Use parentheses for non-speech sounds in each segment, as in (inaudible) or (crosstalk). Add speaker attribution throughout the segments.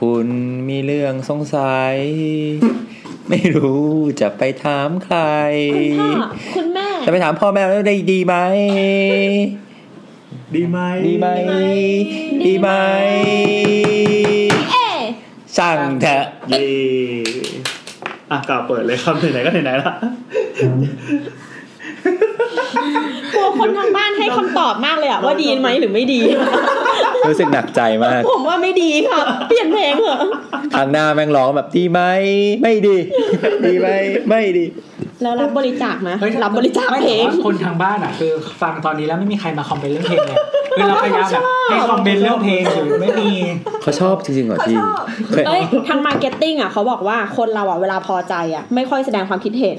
Speaker 1: คุณมีเรื่องสงสัย ไม่รู้จะไปถามใคร
Speaker 2: คุณพ่อคุณแม่
Speaker 1: จะไปถามพ่อแม่แล้วได้ดีไหม
Speaker 3: ดีไหม
Speaker 1: ดีไหม
Speaker 2: ดี
Speaker 1: ดีไห
Speaker 2: ไห
Speaker 1: ม
Speaker 2: ม เอ๊ะ
Speaker 1: ช่างเถอะ
Speaker 3: เย่อ่ะกล่าวเปิดเลยครับไหนๆก็ไหนๆละ
Speaker 2: กลัวคนทางบ้านให้คำตอบมากเลยอะว่าดีไหมหรือไม่ดี
Speaker 1: รู้สึกหนักใจมาก
Speaker 2: ผมว่าไม่ดีครับ เปลี่ยนเพลงเหรอะ
Speaker 1: ทางหน้าแม่งร้องแบบดีไหม ไม่ดี ดีไหม ไม่ดี
Speaker 2: แล้วรับบริจาคไหม
Speaker 4: เฮ้ย
Speaker 2: รับบริจาค
Speaker 4: ไม่
Speaker 2: เพลง
Speaker 4: แต่ว่าคนทางบ้านอ่ะ คือฟังตอนนี้แล้วไม่มีใครมาคอมเมนต์เรื่องเพลงเลยคือเราพยายามแบบให้คอมเมนต์เรื่องเพลงอยู่ไม่มี
Speaker 1: เขาชอบจริงๆเหรอพี่เคย
Speaker 2: เอ้ยทางมาร์เก็ตติ้งอ่ะเขาบอกว่าคนเราอ่ะเวลาพอใจอ่ะไม่ค่อยแสดงความคิดเห็น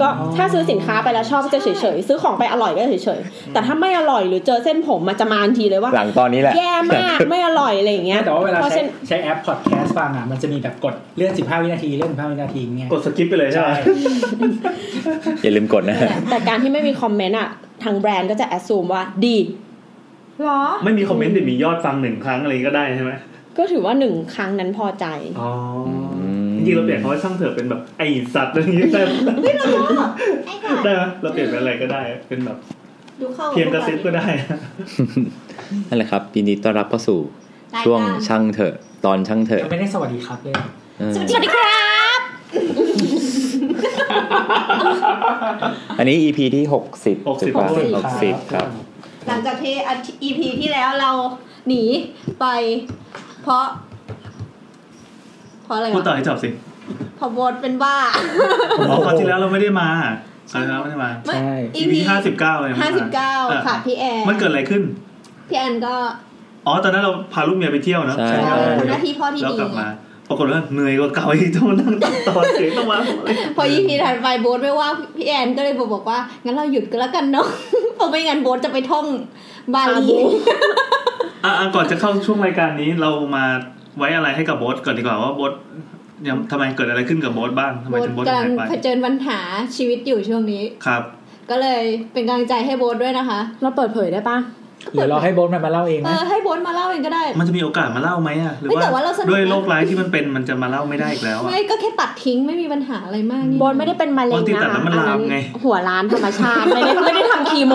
Speaker 2: ก็ถ้าซื้อสินค้าไปแล้วชอบก็จะเฉยๆ ซื้อของไปอร่อยก็เฉยๆ แต่ถ้าไม่อร่อยหรือเจอเส้นผมมันจะมาทันทีเลยว่า
Speaker 1: หลังตอนนี้แหละ
Speaker 2: แย่มากไม่อร่อยอะไรอย่างเงี้ย
Speaker 4: แต่ว่าเวลา
Speaker 2: พระ
Speaker 4: ใช้
Speaker 2: ฉะนั้น
Speaker 4: ใช้แอปพอดแคสต์ฟังอ่ะ มันจะมีแบบกดเลื่อน 15 วินาทีเลื่อน 15 วินาทีเงี้ย
Speaker 3: กดสกิปไปเลยใช่ไหม
Speaker 1: อย่าลืมกดนะ
Speaker 2: แต่การที่ไม่มีคอมเมนต์อ่ะทางแบรนด์ก็จะแอดซูมว่าดี
Speaker 5: หรอ
Speaker 3: ไม่มีคอมเมนต์แต่มียอดฟังหนึ่งครั้งอะไรก็ได้ใช่ไหม
Speaker 2: ก็ถือว่าหนึ่งครั้งนั้นพอใจ
Speaker 3: อ๋อ
Speaker 1: อื
Speaker 3: จ
Speaker 1: ม
Speaker 3: ริงๆเราเปลี่ยนคำว่าช่างเถอะเป็นแบบไอสัตว์อะไรอย่างงี้ได้ไหม
Speaker 5: ไอ้สัต
Speaker 3: ได้
Speaker 5: ว์
Speaker 3: ไหมเราเปลี่ยนเป็นอะไรก็ได้ เป็นแบบ
Speaker 5: ดูเข้า
Speaker 3: เพียงกระซิบก็ได้
Speaker 1: นั่นแหละครับยินดีต้อนรับเข้าสู่ช่วงช่างเถอะ ตอนช่างเถอะ
Speaker 4: ยังไม่ได้สวัสดีครับเลย
Speaker 1: เออ
Speaker 2: สวัสดีครับ
Speaker 1: อันนี้ EP ที่ 60
Speaker 3: 60
Speaker 1: 60 60ครับ
Speaker 5: หลังจากที่อาทิตย์ EP ที่แล้วเราหนีไป เพราะ เพราะอะไร
Speaker 3: พูดต่อ
Speaker 5: วะ
Speaker 3: ให้จบสิ
Speaker 5: เพราะโบสเป็นบ้า
Speaker 3: อ๋อคราวที่แล้วเราไม่ได้มาคราวที่แล้วไม่ได้มา
Speaker 5: ไม่
Speaker 4: ใช่
Speaker 5: EP
Speaker 3: ที่ห้าสิบเก้าเลย
Speaker 5: ห้าสิบเก้า
Speaker 3: อ่
Speaker 5: ค่ะพี่แอน
Speaker 3: มันเกิดอะไรขึ้น
Speaker 5: พี่แอนก็
Speaker 3: อ๋อ ตอนนั้นเราพาลูกเมียไปเที่ยวเนอะ
Speaker 1: ใช่
Speaker 5: ได้
Speaker 3: ใช่
Speaker 1: ใช่
Speaker 5: หน้าที่พ่อที่
Speaker 3: แล้ว
Speaker 5: ดี
Speaker 3: กลับมา ปรากฏว่าเหนื่อยกว่าเก่าอีก (laughs) ต้องมานั่งตัดต่อเสียงต้องมา
Speaker 5: (laughs) พอ EP ถัดไปโบสไม่ว่าพี่แอนก็เลยบอกว่า งั้นเราหยุดก็แล้วกันเนาะ (laughs) เพราะไม่งั้นโบสจะไปท่องบาหลี
Speaker 2: บาหลี
Speaker 3: อ่ะอ่ะก่อนจะเข้าช่วงรายการนี้เรามาไว้อะไรให้กับโบ๊ทก่อนดีกว่าว่าโบ๊ทยังทำไมเกิดอะไรขึ้นกับโบ๊ทบ้างทำไม
Speaker 5: โบส
Speaker 3: ถึงโบ๊ท
Speaker 5: กำลัง
Speaker 3: หายไป
Speaker 5: เผชิญปัญหาชีวิตอยู่ช่วงนี้
Speaker 3: ครับ
Speaker 5: ก็เลยเป็นกำลังใจให้โบ๊ทด้วยนะคะ
Speaker 2: เราเปิดเผยได้ปะ
Speaker 4: หรือเราให้โบ๊ทมันมาเล่าเอง
Speaker 5: เอ
Speaker 4: นะ
Speaker 5: อให้โบ๊ทมาเล่าเองก็ได้
Speaker 3: มันจะมีโอกาสมาเล่าไหมอ่ะหรือ
Speaker 5: เฮ้ยแต่ว่า
Speaker 3: ว่า
Speaker 5: เราสนุกนะ
Speaker 3: ด้วยโรคร้ายที่มันเป็นมันจะมาเล่าไม่ได้อีกแล้วอ่ะ
Speaker 5: ไม่ก็แค่ตัดทิ้งไม่มีปัญหาอะไรมากนี่
Speaker 2: โบนไม่ได้เป็นมะเร็ง
Speaker 3: โบนติด
Speaker 2: นะ
Speaker 3: ตัดแล้วมันลามไง
Speaker 2: หัวร้านธรรมชาติไม่ได้ไม่ได้ทำคีโม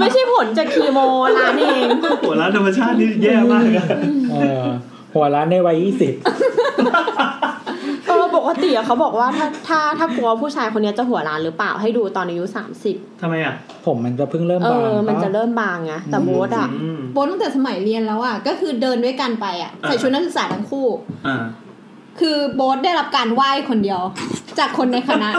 Speaker 2: ไม่ใช่ผลจากคีโมร้านเอง
Speaker 3: หัวร้านธรรมชาตินี่แย่มากอะ
Speaker 4: เออหัวร้านในวัย 20
Speaker 2: เออปกติอะเขาบอกว่าถ้าถ้าถ้ากลัวผู้ชายคนเนี้ยจะหัวร้านหรือเปล่าให้ดูตอนอายุสามสิบ
Speaker 3: ทำไมอ่ะ
Speaker 4: ผมมันจะเพิ่งเริ่
Speaker 2: เอบ
Speaker 4: มาง
Speaker 2: อ มันจะ
Speaker 4: ป
Speaker 2: เริ่มบางไงแต่โบสอะ
Speaker 3: อืม
Speaker 5: โบ๊ทตั้งแต่สมัยเรียนแล้วอ่ะก็คือเดินด้วยกันไปอ่ะ
Speaker 3: อ่า
Speaker 5: ใส่ชุดนักศึกษาทั้งคู่
Speaker 3: อ่า
Speaker 5: คือโบ๊ทได้รับการไหว้คนเดียว จากคนในคณะ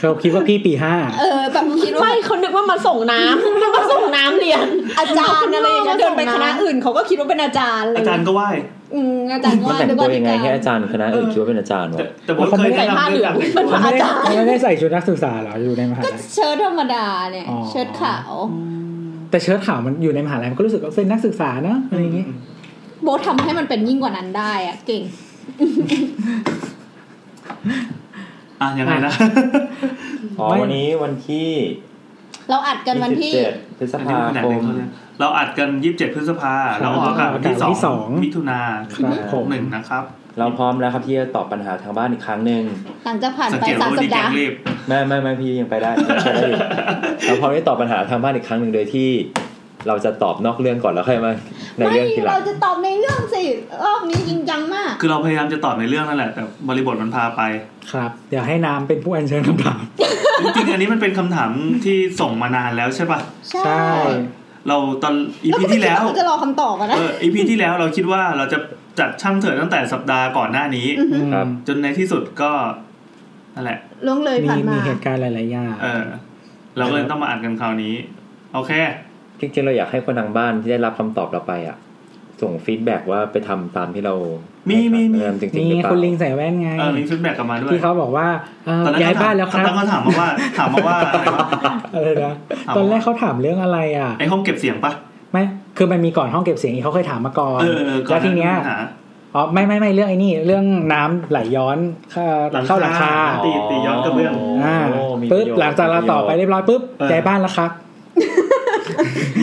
Speaker 4: เราคิดว่าพี่ปีห้า
Speaker 5: เออแบบคิดว่า
Speaker 2: ไม่เขานึกว่ามาส่งน้ำนึกว่าส่งน้ำเรียน
Speaker 5: อาจารย์อะไรอย่างเงี้ย
Speaker 2: มาส่งนะ
Speaker 5: เดินไปคณะอื่นเขาก็คิดว่าเป็นอาจารย์อะไร
Speaker 3: อาจารย์ก็ไหว้
Speaker 5: อืมอาจารย์
Speaker 1: มั
Speaker 5: ว่าน
Speaker 1: แต่ง
Speaker 5: เดี๋ยว
Speaker 1: ตั
Speaker 5: ก่อ
Speaker 1: วน ยั
Speaker 5: ดี
Speaker 1: งไง
Speaker 5: ก
Speaker 1: ให้
Speaker 5: ว่า
Speaker 1: อาจารย์คณะอื่นคิดว่าเป็นอาจารย์
Speaker 3: แต่
Speaker 1: วะ
Speaker 3: แต่ผมเคยแนะนำเรื่องการแต่งตัว
Speaker 2: อาจารย์
Speaker 4: มันไม่ได้มันไม่ได้ใส่ชุดนักศึกษาเหรออยู่ในมหาลัย
Speaker 5: เชิ้ตธรรมดาเนี่ย
Speaker 4: อ๋อ
Speaker 5: เชิ้ตขาว
Speaker 4: แต่เชิ้ตขาวมันอยู่ในมหาลัยมันก็รู้สึกว่าเป็นนักศึกษานะอะไรอย่างงี้
Speaker 5: โบ๊ททำให้มันเป็นยิ่งกว่านั้นได้อ่ะเก่ง
Speaker 3: อ่ะยังไงนะ
Speaker 1: อ๋อ
Speaker 4: ไม่
Speaker 1: วันนี้วันที่
Speaker 5: เราอัดกันวันที่
Speaker 1: 27พฤษภาคม
Speaker 3: เราอัดกัน 27 พฤษภาเราออกอากาศวัน
Speaker 4: วันที่
Speaker 3: ที่
Speaker 4: สอง
Speaker 3: 2มิถุนา
Speaker 4: ครับ
Speaker 3: ห
Speaker 4: ผ
Speaker 3: ก
Speaker 4: ม
Speaker 3: หนึ่งนะครับ
Speaker 1: เราพร้อมแล้วครับที่จะตอบปัญหาทางบ้านอีกครั้งหนึ่ง
Speaker 5: หลังจากผ่าน
Speaker 3: สัง
Speaker 5: ไป
Speaker 3: เกต
Speaker 5: สา
Speaker 3: ว่าม วันนี้แก
Speaker 5: สัปดาห์
Speaker 3: งรีบ
Speaker 1: แม่ไม่ไม่พี่ยังไปได้ (laughs) ยังใช้ได้อยู่เราพร้อมที่จะตอบปัญหาทางบ้านอีกครั้งหนึ่งโดยที่ เราจะตอบนอกเรื่องก่อนแล้วค่อยมาใน
Speaker 5: ไม่
Speaker 1: เรื่องทีหลั
Speaker 5: เรา
Speaker 1: ง
Speaker 5: จะตอบในเรื่องสิรอบนี้จริงจังมาก
Speaker 3: คือเราพยายามจะตอบในเรื่องนั่นแหละ แต่บริบทมันพาไป
Speaker 4: ครับ เดี๋ยวให้น้ำเป็นผู้อัญเชิญคำถาม
Speaker 3: จริงๆ อันนี้มันเป็นคำถามที่ส่งมานานแล้วใช่ป่ะ
Speaker 5: ใช่
Speaker 4: ใช่
Speaker 3: เราตอนอี
Speaker 5: ก็
Speaker 3: พี
Speaker 5: ไม่คิด
Speaker 3: ที่แล้ว
Speaker 5: าเขาจะรอคำตอบอะนะ
Speaker 3: เอออีพีที่แล้วเราคิดว่าเราจะจัดช่างเถิดตั้งแต่สัปดาห์ก่อนหน้านี้
Speaker 1: ครับ
Speaker 3: จนในที่สุดก็นั่นแหละ
Speaker 5: ล่วงเลย
Speaker 4: มี
Speaker 5: ผ่านมา
Speaker 4: มีเหตุการณ์หลายๆอย่าง
Speaker 3: เออ เราก็เลยต้องมาอ่านกันคราวนี้โอเค
Speaker 1: จริงๆเราอยากให้คนทางบ้านที่ได้รับคำตอบเราไปอ่ะ ส่งฟีดแบ็กว่าไปทำตามที่เรา
Speaker 3: มีมีมี
Speaker 1: ทำจริง
Speaker 4: มี
Speaker 1: ๆหรือเปล่า
Speaker 4: คุณลิงใส่แว่นไง
Speaker 3: เออมีฟีดแบ็กกลับมาด้วย
Speaker 4: ที่เขาบอกว่าเอ่อ
Speaker 3: ตอนนั้น
Speaker 4: ย้าย
Speaker 3: เขถม
Speaker 4: บ้านแล้วค
Speaker 3: ต
Speaker 4: รับ
Speaker 3: อนนั้นเขาถามมาว่า ถามมาว่าอะไรวะ
Speaker 4: อะไรนะ
Speaker 3: ถาม
Speaker 4: ตอนแรกเขาถามเรื่องอะไรอ่ะ
Speaker 3: ไอห้องเก็บเสียงปะ
Speaker 4: ไม่คือมันมีก่อนห้องเก็บเสียงอีกเขาเคยถามมาก่อน
Speaker 3: เออเออก่อ
Speaker 4: แล้วทีเนี้ย
Speaker 3: หาปัญหา
Speaker 4: อ๋อไม่ไม่ไม่เรื่องไอ้นี่ เรื่องน้ำไหลย้อนเข้า
Speaker 3: หลังคา
Speaker 4: เข้าหลังคา
Speaker 3: ตีตีย้อนกระเบื้อง
Speaker 1: อ่า
Speaker 4: อ่าปึ๊บหลังจากเราต่อบไปเรียบร้อยปึ๊บ
Speaker 3: เออ
Speaker 4: ย้ายบ้านแล้วครับ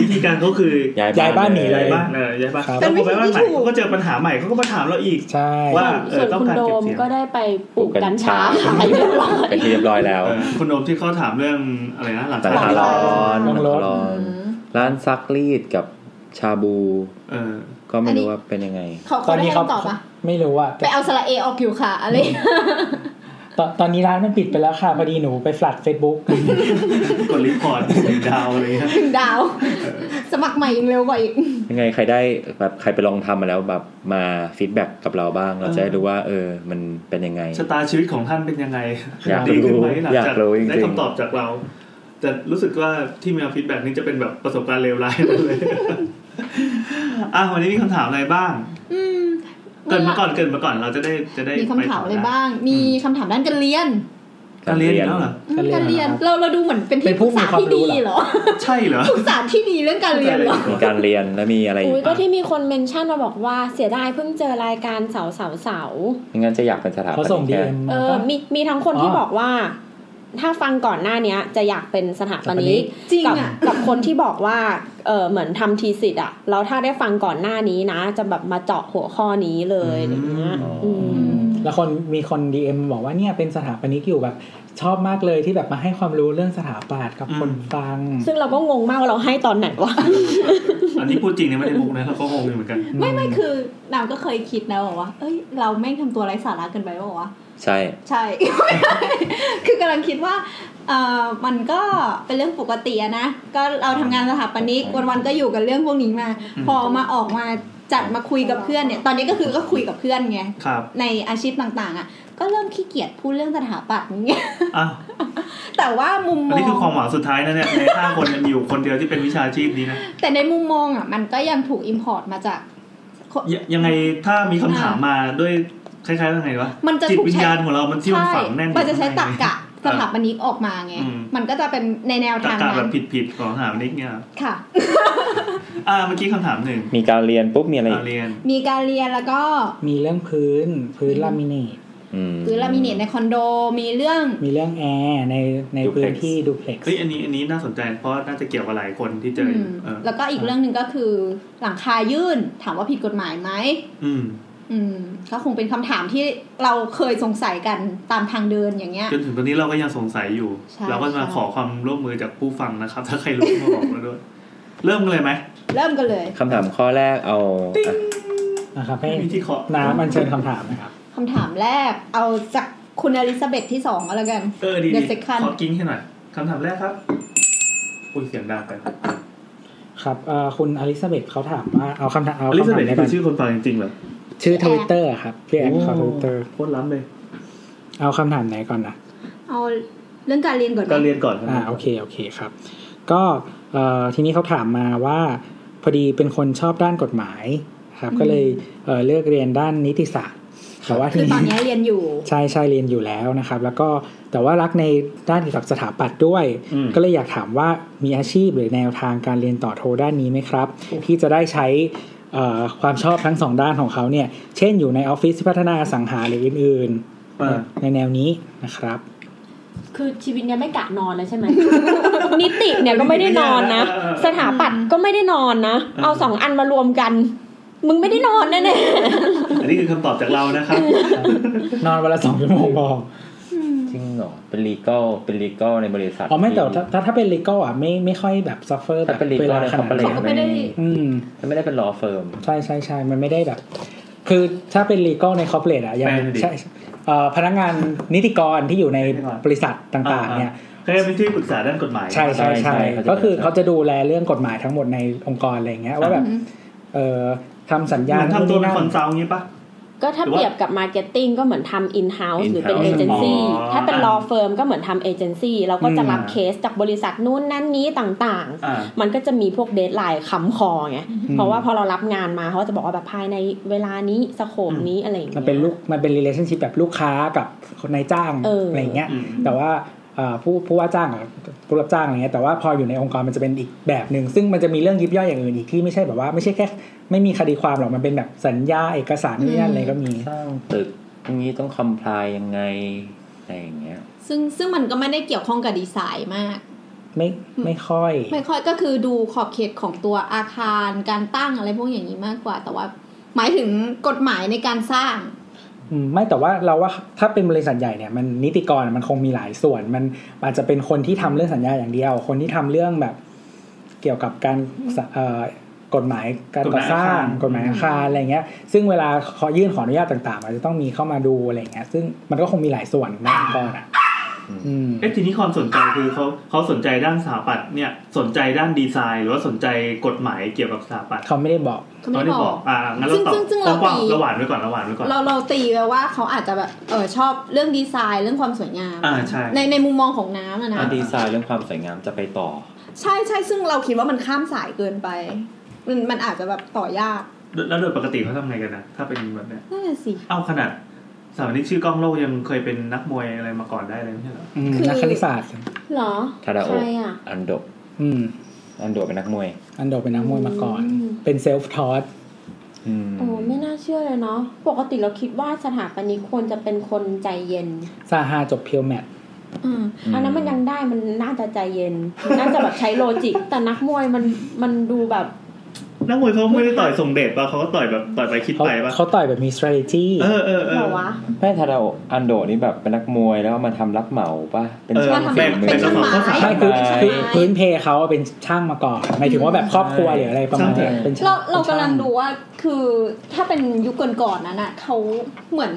Speaker 3: วิธีการเขาคือ
Speaker 4: ย้ายบ้านหนีเล
Speaker 3: ย้ายบ้านเออย้ายบ้าน
Speaker 4: ครับ
Speaker 3: แล้วพอไปบ้านใหม่
Speaker 5: เป็นวิธีที่ถูก
Speaker 3: เขาก็เจอปัญหาใหม่เขาก็มาถามเราอีก
Speaker 4: ใช่
Speaker 3: ว่า เออ
Speaker 2: ส่วน
Speaker 3: ต้อง
Speaker 2: คุณ
Speaker 3: การ
Speaker 2: โด
Speaker 3: เก็บ
Speaker 2: ม
Speaker 3: เสียง
Speaker 2: ก็ได้ไปปลูกกัญชาขายเรียบร้อย
Speaker 1: เป็นที่เรียบร้อยแล้ว
Speaker 3: เออคุณโอมที่เขาถามเรื่องอะไรนะหลัง
Speaker 1: แต่
Speaker 3: คา
Speaker 1: หาร้อน
Speaker 4: ลงรถ
Speaker 1: หาร้อน ร้านซักรีดกับชาบู
Speaker 3: เออ
Speaker 1: ก็ไม่รู้ว่าเป็นยังไง
Speaker 5: เขา
Speaker 4: ต
Speaker 5: เขา
Speaker 4: อน
Speaker 5: ได้
Speaker 4: นี้เขา
Speaker 5: คำตอบปะ
Speaker 4: ไม่รู้อ่ะ
Speaker 5: ไปเอาสระเอออกอยู่ค่ะอะไร
Speaker 4: ตอนตอนนี้ร้านมันปิดไปแล้วค่ะพอดีหนูไปฟลัดเฟซบุ๊ก
Speaker 3: กดรีพอร์ตหนึ่งดาวอะไรเงี้ย
Speaker 5: ถึงดาว สมัครใหม่ยังเร็วกว่าอีก
Speaker 1: ยังไงใครได้แบบใครไปลองทำมาแล้วแบบมาฟีดแบ็กกับเราบ้าง เราจะได้รู้ว่า เออ มันเป็นยังไง
Speaker 3: ชะตาชีวิตของท่านเป็นยังไง
Speaker 1: อยากรู้
Speaker 3: ดีขึ้นไหมหลัง
Speaker 1: อยาก
Speaker 3: จาก
Speaker 1: รู้จริงๆ
Speaker 3: ได้คำตอบจากเรา แต่รู้สึกว่าที่มีฟีดแบ็กนี้จะเป็นแบบประสบการณ์เลวร้ายหม
Speaker 5: (laughs)
Speaker 3: ดเลยอ่ะวันนี้มีคำถามอะไรบ้าง
Speaker 5: อืม
Speaker 3: เกรินมาก่อนเกรินมาก่อนเราจะได้จะได้
Speaker 5: มี
Speaker 3: ไป
Speaker 5: คำถามอะไร
Speaker 3: ด้
Speaker 5: บ้าง มีคำถามด้านการเรียน
Speaker 3: การเรียนอีกแล้วเหรอ
Speaker 5: อืมการเรียน เราเราดูเหมือนเป็นที่ปรึกษาที่ดีเหรอ (laughs)
Speaker 3: ใช่เหรอ
Speaker 5: ปรึกษาที่ดีเรื่องการเรียนเหรอ
Speaker 1: มีการเรียนและมีอะไรอี
Speaker 2: อุ้ย
Speaker 1: ก
Speaker 2: ก็ที่มีคนเมนชั่นมาบอกว่าเสียดายเพิ่งเจอรายการเสาเสาเสา
Speaker 1: ไม่งั้นจะอยากเป็นสถาป
Speaker 4: เขา
Speaker 1: นิ
Speaker 4: ส่ง
Speaker 1: ก
Speaker 4: ดี
Speaker 1: แค่
Speaker 4: เอ็ม
Speaker 2: เอ
Speaker 4: มา
Speaker 2: อ
Speaker 4: ปะ
Speaker 2: มีมีทั้งคน
Speaker 4: อ๋อ
Speaker 2: ที่บอกว่า ถ้าฟังก่อนหน้าเนี้ย จะอยากเป็นสถาป
Speaker 4: สถาปนิ
Speaker 2: นิก
Speaker 4: ก
Speaker 5: จริง
Speaker 2: กับ
Speaker 5: อะ
Speaker 2: กับคนที่บอกว่าเออเหมือนทำทีสิทธ์อ่ะแล้วถ้าได้ฟังก่อนหน้านี้นะ จะแบบมาเจาะหัวข้อนี้เลยอะไรเงี้ย
Speaker 1: อ๋อ
Speaker 2: อื
Speaker 5: อื
Speaker 2: ม
Speaker 5: ม
Speaker 4: แล้วคนมีคน DM บอกว่าเนี่ยเป็นสถาปนิกอยู่แบบ ชอบมากเลยที่แบบมาให้ความรู้เรื่องสถาปัตย์กับ
Speaker 3: อืม
Speaker 4: คนฟัง
Speaker 2: ซึ่งเราก็งงมากว่าเราให้ตอนไหนวะ
Speaker 3: อันนี้พูดจริงนะไม่ได้มุกนะเราก็งงอยู่เหมือนกัน
Speaker 5: ไม่ไม่คือนางก็เคยคิดนะบอกว่า เอ้ย เราแม่งทำตัวไร้สาระเกินไปบอกว่าวะ
Speaker 1: ใช่
Speaker 5: ใช่ (laughs) คือกำลังคิดว่าเออมันก็เป็นเรื่องปกติอะนะ ก็เราทำงานสถาปนิกวันๆก็อยู่กับเรื่องพวกนี้มา
Speaker 3: อืม
Speaker 5: พอมาออกมาจัดมาคุยกับเพื่อนเนี่ย ตอนนี้ก็คือก็คุยกับเพื่อนไง
Speaker 3: ครับ
Speaker 5: ในอาชีพต่างๆ อ่ะ ก็เริ่มขี้เกียจพูดเรื่องสถาปัตย์เงี้ย (laughs)
Speaker 3: อ้าว
Speaker 5: แต่ว่ามุมม
Speaker 3: อัน
Speaker 5: อง
Speaker 3: นี้คือความหวังสุดท้ายนะเนี่ยในห้าคนเนี่ยมีอยู่คนเดียวที่เป็นวิชาชีพนี้นะ
Speaker 5: แต่ในมุมมองอ่ะ มันก็ยังถูกอิมพอร์ตมาจาก
Speaker 3: ยยังไงถ้ามีคำถามมาด้วยคล้ายๆว่าไงวะ
Speaker 5: มันจะ
Speaker 3: จิต
Speaker 5: ถูก
Speaker 3: วิญ
Speaker 5: ใช้
Speaker 3: ญาณของเรามันที่มัน
Speaker 5: ใช่
Speaker 3: ฝังแน่นอยู่
Speaker 5: มันจะใช้ตรรกะ
Speaker 3: ข้างใน
Speaker 5: สถาปนิกออกมาไง
Speaker 3: อืม
Speaker 5: มันก็จะเป็นในแนว
Speaker 3: ตรร
Speaker 5: ทาง
Speaker 3: กะแบ
Speaker 5: นั้
Speaker 3: บ
Speaker 5: น
Speaker 3: ผิดๆของหานิกเนี่ย
Speaker 5: ค่ะ
Speaker 3: อ่าเมื่อกี้คำถามหนึ่ง
Speaker 1: มีการเรียนปุ๊บมีอะไรอี
Speaker 3: อ่าก เรียน
Speaker 5: มีการเรียนแล้วก็
Speaker 4: มีเรื่องพื้นพื้นลามิเนต
Speaker 1: อืม
Speaker 5: ซื้อลามิเนตในคอนโดมีเรื่อง
Speaker 4: มีเรื่องแอร์ในใน
Speaker 1: Duplex
Speaker 4: พื้นที่ดูเพล็กซ์
Speaker 3: เฮ้ยอันนี้อันนี้น่าสนใจเพราะน่าจะเกี่ยวกับหลายคนที่เจออ
Speaker 5: อืม
Speaker 3: เออ
Speaker 5: แล้วก็อีกเรื่องหนึ่งก็คือหลังคายื่นถามว่าผิดกฎหมายไหม
Speaker 3: อืม
Speaker 5: อืมก็คงเป็นคำถามที่เราเคยสงสัยกันตามทางเดินอย่างเงี้ย
Speaker 3: จนถึงตอนนี้เราก็ยังสงสัยอยู่
Speaker 5: ใช่
Speaker 3: เราก็มา
Speaker 5: ใช่
Speaker 3: ขอความร่วมมือจากผู้ฟังนะครับ ถ้าใครรู้มาบอกเราด้วย เริ่มกันเลยไหม
Speaker 5: เริ่มกันเลย
Speaker 1: คำถามข้อแรกเอาอ่ะ
Speaker 4: นะครับให้
Speaker 3: มีที่เคาะ
Speaker 4: น้ำมันเชิญคำถามนะครับ
Speaker 5: คำถามแรกเอาจากคุณอลิซาเบธที่สองก็แล้วกัน
Speaker 3: เออดี
Speaker 5: The
Speaker 3: ดี
Speaker 5: second
Speaker 3: ขอกิ้งให้หน่อยคำถามแรกครับคุยเสียงดังไป
Speaker 4: ครับเอ่อคุณอลิซาเบธเขาถามว่าเอาคำถามเอา
Speaker 3: อลิ
Speaker 4: คำ
Speaker 3: ซา
Speaker 4: ถา
Speaker 3: เบ
Speaker 4: ม
Speaker 3: ธ
Speaker 4: ได้
Speaker 3: คื
Speaker 4: ก่อ
Speaker 3: อน ชื่อคนฟังจริงๆเหรอ
Speaker 4: ชื่อทวิตเตอร์ครับพี่แอนเขาทวิตเตอร์
Speaker 3: โคตรล้ำเลย
Speaker 4: เอาคำถามไหนก่อนนะ
Speaker 5: เอาเรื่องการเรียนก่อนไหม
Speaker 3: การเรียนก่อนค
Speaker 4: อ่า
Speaker 3: รับ
Speaker 4: โอเคโอเคครับ ก็เอ่อทีนี้เขาถามมาว่าพอดีเป็นคนชอบด้านกฎหมายครับก็เลยเอ่อเลือกเรียนด้านนิติศาสตร์แต่ว่าที
Speaker 5: คือตอ
Speaker 4: นี้
Speaker 5: นนี้เรียนอยู่
Speaker 4: ใช่ใช่เรียนอยู่แล้วนะครับ แล้วก็แต่ว่ารักในด้านเกี่ยวกับสถาปัตย์ด้วย
Speaker 3: อืม
Speaker 4: ก็เลยอยากถามว่ามีอาชีพหรือแนวทางการเรียนต่อโทด้านนี้ไหมครับ ที่จะได้ใช้เอ่อความชอบทั้งสองด้านของเขาเนี่ยเช่นอยู่ในออฟฟิศพัฒนาอสังหาหรืออื่น
Speaker 3: อ่า
Speaker 4: ๆ ในแนวนี้นะครับ
Speaker 2: คือชีวิตเนี้ยไม่กะนอนเลยใช่ไหม (laughs) นิติเนี่ยก็ไม่ได้นอนนะ สถาปัตย์ก็ไม่ได้นอนนะ เอาสองอันมารวมกัน มึงไม่ได้นอนแน่
Speaker 3: อันนี้คือคำตอบจากเรานะครับ
Speaker 4: นอนวันละสองชั่วโมงพอ
Speaker 1: จริงเหรอเป็นลีก a l เป็นลีก a l ในบริษัท
Speaker 4: อ๋อไม่แต่
Speaker 1: ที่
Speaker 4: ถ้าถ้าถ้าเป็น legal อ่ะไม่ไม่ค่อยแบบ suffer แบ
Speaker 1: ถ้า
Speaker 4: บ
Speaker 1: เป็นลีก
Speaker 4: เว
Speaker 1: ก็
Speaker 4: ลา
Speaker 1: เลย
Speaker 4: ข
Speaker 1: เขา
Speaker 4: นาด
Speaker 1: ก็เลย
Speaker 4: นั้น
Speaker 5: เขาก็ไม่ได้
Speaker 4: อืม
Speaker 1: มันไม่ได้เป็น law firm
Speaker 4: ใช่ใช่ใช่มันไม่ได้แบบ คือถ้าเป็น legal ใน corporate อ่ะยัง
Speaker 3: แปลดิ
Speaker 4: ใช่เอ่อพนักงานนิติกรที่อยู่ในบริษัทต่าง ๆ เนี่ย
Speaker 3: เคยเป็นที่ปรึกษาด้านกฎหมาย
Speaker 4: ใช่ใช่ใช่
Speaker 1: ใช่ใช่
Speaker 4: ก็คือเขาจะดูแลเรื่องกฎหมายทั้งหมดในองค์กรอะไรอย่างเงี้ยว่าแบบ เอ่อทำสัญญา
Speaker 3: เหมือนทำตัวเป็นค
Speaker 4: นั่
Speaker 3: อน
Speaker 4: น
Speaker 3: ซัลท์งี้ปะ
Speaker 2: ๆ ก็ถ้าเปรียบกับมาร์เก็ตติ้งก็เหมือนทำอินเฮ s าส์หรือเป็นเอ
Speaker 1: In-house
Speaker 2: เจนซี่
Speaker 3: อ๋อ
Speaker 2: ถ้าเป็น law firm ก็เหมือนทำเอเจนซี่เราก็จะรับ
Speaker 4: อืม
Speaker 2: เคสจากบริษัทนู้นนั่นนี้ต่างๆ
Speaker 3: อ่า
Speaker 2: มันก็จะมีพวกเดทไลน์ค้ำคอไง
Speaker 4: อืม
Speaker 2: เพราะว่าพอเรารับงานมาเขาก็จะบอกว่าแบบภายในเวลานี้สโคปนี้อะไรอย่างเงี้ย
Speaker 4: มันเป็นลูกมันเป็น relationship แบบลูกค้ากับนายจ้าง
Speaker 2: เอออ
Speaker 4: อะไรอย่างเงี้ย
Speaker 3: อืม
Speaker 4: แต่ว่าเอ่อผู้ผู้ว่าจ้างกับผู้รับจ้างอะไรเงี้ยแต่ว่าพออยู่ในองค์กรมันจะเป็นอีกแบบหนึ่งซึ่งมันจะมีเรื่องยิบย่อยอย่างอื่นอีกที่ไม่ใช่แบบว่าไม่ใช่แค่ไม่มีคดีความหรอกมันเป็นแบบสัญญาเอกสารนี่นั่นอะไรก็มี
Speaker 1: สร้างตึกอย่างนี้ต้องคอมพลายยังไงอะไรอย่างเงี้ย
Speaker 5: ซึ่งซึ่งมันก็ไม่ได้เกี่ยวข้องกับดีไซน์มาก
Speaker 4: ไม่ไม่ค่อย
Speaker 5: ไม่ค่อยก็คือดูขอบเขตของตัวอาคารการตั้งอะไรพวกอย่างนี้มากกว่า แต่ว่าหมายถึงกฎหมายในการสร้าง
Speaker 4: อืมไม่แต่ว่าเราว่าถ้าเป็นบริษัทใหญ่เนี่ยมันนิติกรมันคงมีหลายส่วน มันอาจจะเป็นคนที่ทำเรื่องสัญญาอย่างเดียว คนที่ทำเรื่องแบบ เกี่ยวกับการสะเอ่อกฎหมายการก่อสร้างก
Speaker 3: ก
Speaker 4: ฎ
Speaker 3: ฎ
Speaker 4: หมาม
Speaker 3: หายย
Speaker 4: อา
Speaker 3: อา
Speaker 4: คา
Speaker 3: คาร ร
Speaker 4: อะไรเงี้ย ซึ่งเวลาขอยื่นขออนุญาตต่างๆอาจจะต้องมีเข้ามาดูอะไรเงี้ย ซึ่งมันก็คงมีหลายส่วนในองค์กรอ่ะอืม
Speaker 3: เอ๊ะทีนี้ความสนใจคือเขาเขาสนใจด้านสถาปัตย์เนี่ยสนใจด้านดีไซน์ หรือว่าสนใจกฎหมายเกี่ยวกับสถาปัตย์
Speaker 4: เขาไม่ได้บอก
Speaker 5: เขาไม่ได้บอก
Speaker 3: อ่างั้นเราตอ
Speaker 5: ซึ่งซึ่งเรา
Speaker 3: บกว้าง
Speaker 5: ตี
Speaker 3: ๆระหว่างไว้ก่อนระหว่างไว้ก่อน
Speaker 5: เราเราตีไว้ว่าเขาอาจจะแบบเออชอบเรื่องดีไซน์เรื่องความสวยงาม
Speaker 3: อ่าใช่
Speaker 5: ในในมุมมองของน้ำอะนะ
Speaker 3: อ่า
Speaker 1: ดีไซน์เรื่องความสวยงามจะไปต่อ
Speaker 5: ใช่ใช่ซึ่งเราคิดว่ามันข้ามสายเกินไป มันมันอาจจะแบบต่อยาก
Speaker 3: แล้วโดยปกติเขาทำไงกันนะถ้าเป็นแบบเนี้ย
Speaker 5: นั่นนะสิ
Speaker 3: เอาขนาดสาวนี้ชื่อกล้องโลกยังเคยเป็นนักมวยอะไรมาก่อนได้เลยไม่ใช่เหรอ
Speaker 4: อืม
Speaker 5: คือ
Speaker 4: นักคณิตศาสตร์
Speaker 2: หรอ
Speaker 1: ทาดาโอ
Speaker 2: ใครอ่ะ
Speaker 1: อันโดะ
Speaker 4: อืม
Speaker 1: อันโดะเป็นนักมวย
Speaker 4: อันโดเป็นนักมวยมาก่อน
Speaker 2: อืม
Speaker 4: เป็นเซลฟ์ทอส
Speaker 1: อืม
Speaker 2: โอ้ไม่น่าเชื่อเลยเนาะปกติเราคิดว่าสถาปนิกควรจะเป็นคนใจเย็น
Speaker 4: ซาฮาจบเพียวแมท
Speaker 5: อืม
Speaker 2: อันนั้นมันยังได้มันน่าจะใจเย็น น่าจะแบบใช้โลจิก แต่นักมวยมันมันดูแบบ
Speaker 3: นักมวยเขาไม่ได้ต่อยส่งเดชป่ะเขาก็ต่อยแบบต่อยไปคิด
Speaker 4: เขา
Speaker 3: ไปป่ะ
Speaker 4: เขาต่อยแบบมี strategy
Speaker 3: เออเออเอ
Speaker 2: เหร
Speaker 3: อ
Speaker 2: อวะ
Speaker 1: แม่ทาดาโออันโดะนี่แบบเป็นนักมวยแล้วเอามาทำรับเหมาป่ะ เป็น
Speaker 3: เออ
Speaker 1: ช่างฝี
Speaker 3: แบ่ง
Speaker 1: มื
Speaker 3: เป็น
Speaker 1: อ
Speaker 3: เจ้าของข้าวสาร
Speaker 4: ไม่คือ
Speaker 1: ไม่
Speaker 4: คือพื้นเพเขาเป็นช่างมาก่อนหมายถึงว่าแบบครอบครัวหรืออะไรประมาณเนี้ย
Speaker 3: ใช่
Speaker 4: เป็นช่าง
Speaker 5: เราเรา
Speaker 4: ป็นช่
Speaker 5: กำลังดูว่าคือถ้าเป็นยุคก่อนๆนั้นอ่ะเขาเหมือน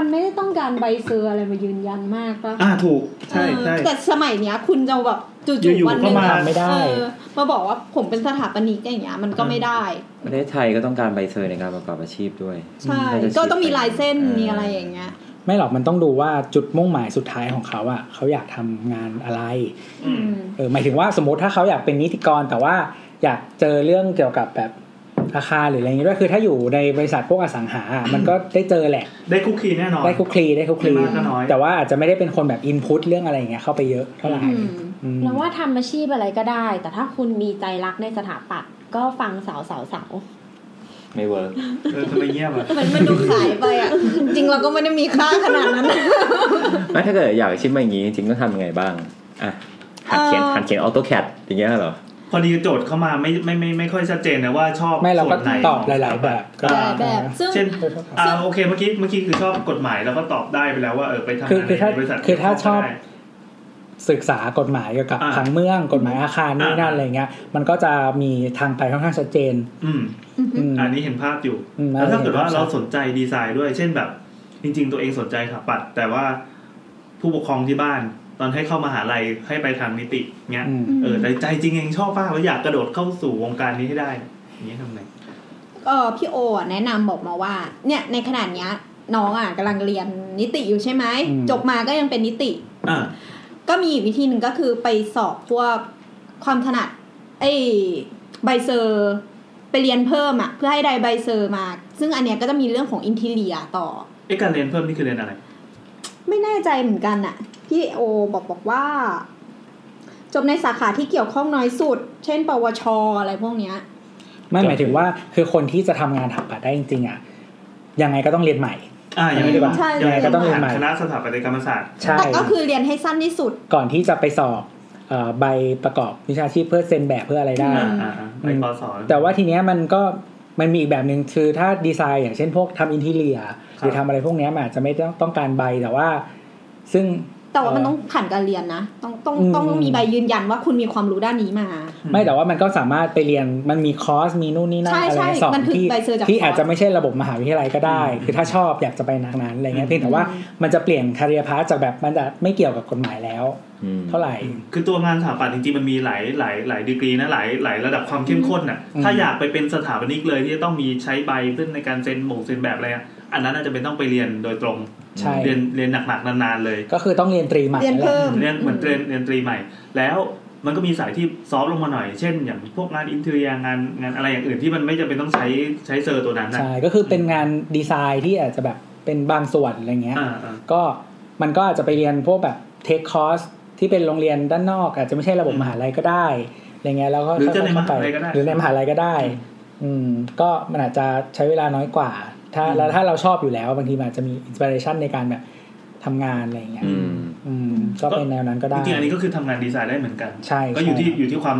Speaker 5: มันไม่ได้ต้องการใบเซอร์อะไรมายืนยันมากปะ
Speaker 3: อ่าถูกใช่ใช่
Speaker 5: เออแต่สมัยเนี้ย คุณจะแบบจู่
Speaker 3: อยู่ๆ
Speaker 5: ๆวันหนึง
Speaker 3: ก็มา
Speaker 5: อะ
Speaker 4: ทำไม่ได้
Speaker 5: เออมาบอกว่าผมเป็นสถาปนิกอย่างเงี้ยมันก็ไม่ได้
Speaker 1: ประเทศไทยก็ต้องการใบเซอร์ในการประกอบอาชีพด้วย
Speaker 5: ใช่
Speaker 1: อืม
Speaker 5: ก็ต้องมีลายเส้น
Speaker 1: เออ
Speaker 5: มีอะไรอย่างเงี้ย
Speaker 4: ไม่หรอกมันต้องดูว่าจุดมุ่งหมายสุดท้ายของเขาอะเขาอยากทำงานอะไร
Speaker 3: อืม
Speaker 4: เออหมายถึงว่าสมมติถ้าเขาอยากเป็นนิติกร แต่ว่าอยากเจอเรื่องเกี่ยวกับแบบอาคารหรืออะไรอย่างเงี้ยด้วยคือถ้าอยู่ในบริษัทพวกอสังหาอะมันก็ได้เจอแหละ
Speaker 3: ได้คุกคีแน่นอน
Speaker 4: ได้คลุกคลีได้คลุกคลี
Speaker 3: ไม่มากก็น้อย
Speaker 4: แต่ว่าอาจจะไม่ได้เป็นคนแบบอินพุตเรื่องอะไรอย่างเงี้ยเข้าไปเยอะเท่าไหร่
Speaker 5: อืม
Speaker 4: อืม
Speaker 2: เราว่าทำอาชีพอะไรก็ได้ แต่ถ้าคุณมีใจรักในสถาปัตย์ก็ฟังสาวสาวสาว
Speaker 1: ไม่เวิร์ก
Speaker 3: เออทำไมเงียบอ่ะ
Speaker 5: มันมันดูขายไปอ่ะ (laughs) จริงเราก็ไม่ได้มีค่าขนาดนั้น
Speaker 1: ไม่ถ้าเกิดอยากอาชีพมาอย่างนี้จริงๆต้องทำยังไงบ้าง อ่ะหัดเขียน
Speaker 5: เอ่อ
Speaker 1: หัดเขียนออโตแคดอย่างเงี้ยเหรอ
Speaker 3: พอดีโจทย์เข้ามาไม่ไม่ไม่ไม่ค่อยชัดเจนนะว่าชอบ
Speaker 4: ไม่เราก็
Speaker 3: ส่วนหน
Speaker 4: ตอบหลาย ๆ แบบก็
Speaker 5: หลายแบบ ซึ่ง
Speaker 3: เช่น
Speaker 4: เออครับ
Speaker 3: อ่าโอเคเมื่อกี้เมื่อกี้คือชอบกฎหมายเราก็ตอบได้ไปแล้วว่าเออไปทำ
Speaker 4: คือคื
Speaker 3: งา
Speaker 4: อถ้าน
Speaker 3: ในบริษัท
Speaker 4: คือถ้าชอบ
Speaker 3: ได้
Speaker 4: ศึกษากฎหมายเกี่ยวกับ
Speaker 3: อ่า
Speaker 4: ผังเมืองกฎหมายอาคารนี่
Speaker 3: อ่า
Speaker 4: นั่นอะไรเงี้ย มันก็จะมีทางไปค่อนข้างชัดเจน
Speaker 3: อืม
Speaker 4: อืม
Speaker 3: อันนี้เห็นภาพอยู่
Speaker 4: อืม
Speaker 3: แล้วถ้าเกิดว่า
Speaker 4: เห็นภาพชัด
Speaker 3: เราสนใจดีไซน์ด้วย เช่นแบบ จริง ๆ ตัวเองสนใจสถาปัตย์แต่ว่าผู้ปกครองที่บ้าน ตอนให้เข้ามหาลัยให้ไปทางนิติเงี้ย
Speaker 4: อืม
Speaker 3: เออแต่ใจจริงเองชอบมากแล้วอยากกระโดดเข้าสู่วงการนี้ให้ได้อย่างนี้ทำไง
Speaker 5: เออพี่โออะแนะนำบอกมาว่า เนี่ยในขนาดเนี้ยน้องอ่ะกำลังเรียนนิติอยู่ใช่ไหม
Speaker 4: อืม
Speaker 5: จบมาก็ยังเป็นนิติ
Speaker 3: อ่า
Speaker 5: ก็มีอีกวิธีหนึ่งก็คือไปสอบพวกความถนัดไอ้ใบเซอร์ไปเรียนเพิ่มอ่ะเพื่อให้ได้ใบเซอร์มา ซึ่งอันเนี้ยก็จะมีเรื่องของอินทีเลียต่อ
Speaker 3: ไอะการเรียนเพิ่มนี่คือเรียนอะไร
Speaker 5: ไม่แน่ใจเหมือนกันน่ะ พี่โอบอกบอกว่า จบในสาขาที่เกี่ยวข้องน้อยสุด เช่น ปวช อะไรพวกเนี้ย
Speaker 4: ไม่หมายถึงว่าคือคนที่จะทำงานถับปัดได้จริงๆอ่ะยังไงก็ต้องเรียนใหม่
Speaker 3: อ่ายังไม่ได้บอก
Speaker 5: ใช่
Speaker 3: ยังไงก็ต้อง
Speaker 4: เรียนใหม่
Speaker 3: ผ่านคณะสถาปัตยกรรมศาสตร์
Speaker 4: ใช่
Speaker 5: แต่ก็คือเรียนให้สั้นที่สุด
Speaker 4: ก่อนที่จะไปสอบเอ่อใบประกอบวิชาชีพเพื่อเซ็นแบบเพื่ออะไรได้
Speaker 3: อ่าอ่าอ่าไปกศ
Speaker 4: แต่ว่าทีเนี้ยมันก็มันมีอีกแบบหนึ่งคือถ้าดีไซน์อย่างเช่นพวกทำอินทีเรียหรือทำอะไรพวกเนี้ยมันอาจจะไม่ต้องต้องการใบแต่ว่า ซึ่ง
Speaker 5: แต่ว่ามันต้องผ่านการเรียนนะ ต้องต้องต้อง
Speaker 4: อืม
Speaker 5: มีใบยืนยันว่าคุณมีความรู้ด้านนี้มา
Speaker 4: ไม่แต่ว่ามันก็สามารถไปเรียนมันมีคอร์สมีนู่นนี่นั่น
Speaker 5: ใช่
Speaker 4: อะไร
Speaker 5: ใช่
Speaker 4: เงี้ยสอบ
Speaker 5: มันคือ
Speaker 4: ที่
Speaker 5: ใบเซอร์จาก
Speaker 4: ที่
Speaker 5: คอร์ส
Speaker 4: อาจจะไม่ใช่ระบบมหาวิทยาลัยก็ได้
Speaker 3: อืม
Speaker 4: คือถ้าชอบอยากจะไปทางนั้นอะไรเงี้
Speaker 3: อื
Speaker 4: ย
Speaker 3: ม
Speaker 4: เพียงแต่ว่ามันจะเปลี่ยนคาเรียพาจากแบบมันจะไม่เกี่ยวกับกฎหมายแล้ว
Speaker 1: อืม
Speaker 4: เท่าไหร่
Speaker 3: คือตัวงานสถาปัตย์จริงๆมันมีหลายหลายหลายดีกรีนะหลายหลายระดับความเข้มข้นน่ะ
Speaker 4: อืม
Speaker 3: ถ้าอยากไปเป็นสถาปนิกเลยที่จะต้องมีใช้ใบเพื่อในการเซ็นหมงเซ็นแบบอะไรอ่ะอันนั้นอาจจะเป็นต้องไปเรียนโดยตรง
Speaker 4: ใช่
Speaker 3: เรียนเรียนหนักๆนานๆเลย
Speaker 4: ก็คือต้องเรียนตรีใหม่
Speaker 5: เรียนเพิ่ม
Speaker 3: เรียนเหมือนเรียนเรียนตรีใหม่ แล้วมันก็มีสายที่ซอฟต์ลงมาหน่อย เช่น อย่างพวกงานอินเทอร์เนียงานงานอะไรอย่างอื่นที่มันไม่จำเป็นต้องใช้ใช้เซอร์ตัวนั้นนะ
Speaker 4: ใช่ก็คือเป็นงานดีไซน์ที่อาจจะแบบเป็นบางส่วนอะไรเงี้ย
Speaker 3: อ่าอ่า
Speaker 4: ก็มันก็อาจจะไปเรียนพวกแบบเทคคอร์สที่เป็นโรงเรียนด้านนอก อาจจะไม่ใช่ระบบ
Speaker 3: อืม
Speaker 4: มหาลัยก็ได้อะไรเงี้ยแล้วก็
Speaker 3: หรือจะใน
Speaker 4: ค่อๆ
Speaker 3: ม
Speaker 4: เข้
Speaker 3: หาลัยก็ได้
Speaker 4: หรือในมหาลัยก็ได้ อืมก็มันอาจจะใช้เวลาน้อยกว่า ถ้า
Speaker 3: อืม
Speaker 4: แล้วถ้าเราชอบอยู่แล้วบางทีมันอาจจะมีอินสปิเรชันในการแบบท ทำงานอะไรอย่างเงี้ย
Speaker 1: อืม
Speaker 4: อืมก็เป็นแนวนั้นก็
Speaker 3: จ
Speaker 4: ได้
Speaker 3: ริงๆอันนี้ก็คือทำงานดีไซน์ได้เหมือนกัน
Speaker 4: ใช่
Speaker 3: ก็อยู่
Speaker 4: ใช่
Speaker 3: ที่อยู่ที่ความ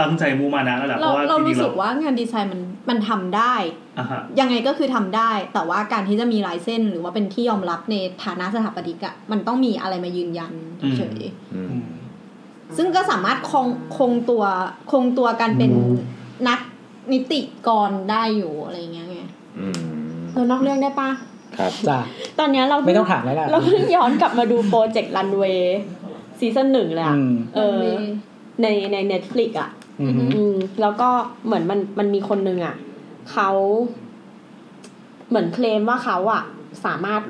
Speaker 3: ตั้งใจมูมานะแล้วแหละเพ
Speaker 5: เรา
Speaker 3: ราะว่า
Speaker 5: เรา
Speaker 3: จริ
Speaker 5: รู้
Speaker 3: งๆ
Speaker 5: สึ
Speaker 3: เรา
Speaker 5: กว่างานดีไซน์มันมันทำได้
Speaker 3: อ่ะฮะ
Speaker 5: ยังไงก็คือทำได้ แต่ว่าการที่จะมีลายเส้น หรือว่าเป็นที่ยอมรับในฐานะสถาปนิกอะมันต้องมีอะไรมายืนยันเฉย
Speaker 1: อืม
Speaker 4: อืม
Speaker 5: ๆซึ่งก็สามารถคงคงตัวคงตัวการเป็นนักนิติกรได้อยู่อะไรอย่างเงี้ยไง
Speaker 1: อืม
Speaker 2: เรานอกเรื่องได้ปะ
Speaker 1: ครับ
Speaker 4: จ้ะ
Speaker 2: ตอนเนี้ยเรา
Speaker 4: ไม่ต้องถามแล้วล่ะ
Speaker 2: เราเพิ่งย้อนกลับมาดูโปรเจกต์รันเวย์ซีซั่นหนึ่งเลยอะ
Speaker 4: อืม
Speaker 2: เออในในเน็ตฟลิกอะ
Speaker 4: อืม
Speaker 2: อืมแล้วก็เหมือนมันมันมีคนนึงอ่ะเขาเหมือนเคลมว่าเขาอ่ะ สามารถ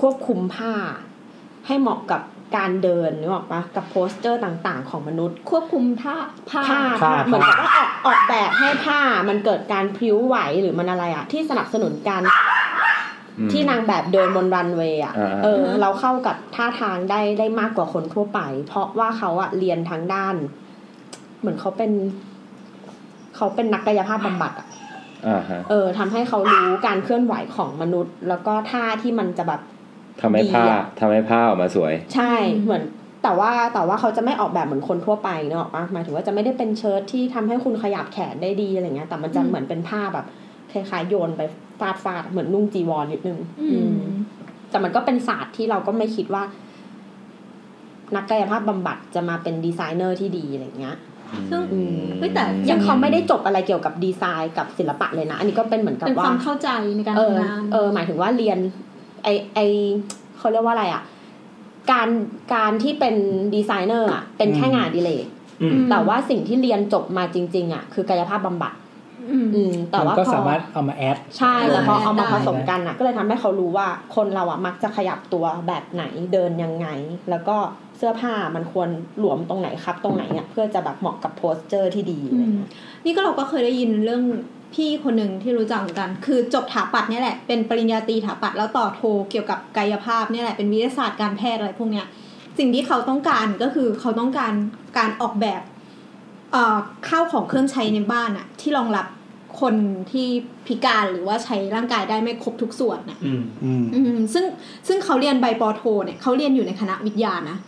Speaker 2: ควบคุมผ้า ให้เหมาะกับการเดินนึกออกปะกับโพสเจอร์ต่างๆ ของมนุษย์
Speaker 5: ควบคุมท่าผ้า
Speaker 2: ผ้า
Speaker 4: ผ้า
Speaker 2: ผ้าเหมื
Speaker 4: ผ้า
Speaker 2: อนกับว่าออกออกแบบให้ผ้ามันเกิดการพลิ้วไหวหรือมันอะไรอ่ะ ที่สนับสนุนการที่นางแบบเดินบนรันเวย์อ่ะ
Speaker 1: อ่า
Speaker 2: เออ เราเข้ากับท่าทางได้ได้มากกว่าคนทั่วไป เพราะว่าเขาอ่ะเรียนทางด้าน เหมือนเขาเป็น เขาเป็นนักกายภาพบำบัดอ่ะ
Speaker 1: อ่าฮะ
Speaker 2: เออทำให้เขารู้การเคลื่อนไหวของมนุษย์ แล้วก็ท่าที่มันจะแบบ
Speaker 1: ทำให้ผ้า
Speaker 2: ดีอะ
Speaker 1: ทำให้ผ้าออกมาสวย
Speaker 2: ใช่ เหมือน แต่ว่าแต่ว่าเขาจะไม่ออกแบบเหมือนคนทั่วไปเนกอะปะหมายถึงว่าจะไม่ได้เป็นเชิ้ตที่ทำให้คุณขยับแขนได้ดีอะไรเงี้ย แต่มันจะเหมือนเป็นผ้าแบบคล้ายๆโยนไปฟาดฟาดๆเหมือนนุ่งจีวรนิดนึง
Speaker 5: อื
Speaker 2: อื
Speaker 5: ม
Speaker 2: ม แต่มันก็เป็นศาสตร์ที่เราก็ไม่คิดว่า นักกายภาพบำบัดจะมาเป็นดีไซเนอร์ที่ดีอะไรเงี้ย
Speaker 5: ซึ่ง
Speaker 1: อืม
Speaker 5: เฮ้ยแต่
Speaker 2: ซึ่งเขาไม่ได้จบอะไรเกี่ยวกับดีไซน์กับศิลปะเลยนะ อันนี้ก็เป็นเหมือนกับ
Speaker 5: เป็นค
Speaker 2: ว่า
Speaker 5: วามเข้าใจในการ
Speaker 2: เออ
Speaker 5: ทำงาน
Speaker 2: เออหมายถึงว่าเรียน ไอไอเขาเรียกว่าอะไรอ่ะ การการที่เป็นดีไซเนอร์อ่ะเป็นแค่
Speaker 4: อืม
Speaker 2: งานอดีเลก
Speaker 3: อืม
Speaker 2: แต่ว่าสิ่งที่เรียนจบมาจริง ๆ อ่ะ คือกายภาพบำบัด
Speaker 5: อืม
Speaker 2: อืม แต่
Speaker 4: มัน
Speaker 2: ว่า
Speaker 4: ก็
Speaker 2: พอ
Speaker 4: สามารถเอามาแอด
Speaker 2: ใช่แต่พอเอามา
Speaker 5: ได้
Speaker 2: ผสมกันอ่ะ ก็เลยทำให้เขารู้ว่าคนเราอ่ะมักจะขยับตัวแบบไหนเดินยังไง แล้วก็เสื้อผ้ามันควรหลวมตรงไหนครับ ตรงไหนเนี่ยเพื่อจะแบบเหมาะกับโพสเจอร์ที่ดีอะไรเงี้ย
Speaker 5: นี่ก็เราก็เคยได้ยินเรื่องพี่คนหนึ่งที่รู้จักเหมือนกัน คือจบถาปัดเนี่ยแหละ เป็นปริญญาตรีถาปัดแล้วต่อโทเกี่ยวกับกายภาพเนี่ยแหละเป็นวิทยาศาสตร์การแพทย์อะไรพวกเนี้ย สิ่งที่เขาต้องการก็คือเขาต้องการการออกแบบเอ่อข้าวของเครื่องใช้ในบ้านอะที่รองรับคนที่พิการหรือว่าใช้ร่างกายได้ไม่ครบทุกส่วนน่ะ
Speaker 3: อืม
Speaker 4: อืม
Speaker 5: อืมซึ่งซึ่งเขาเรียนใบปอโทเนี่ยเขาเรียนอยู่ในคณะวิทยานะ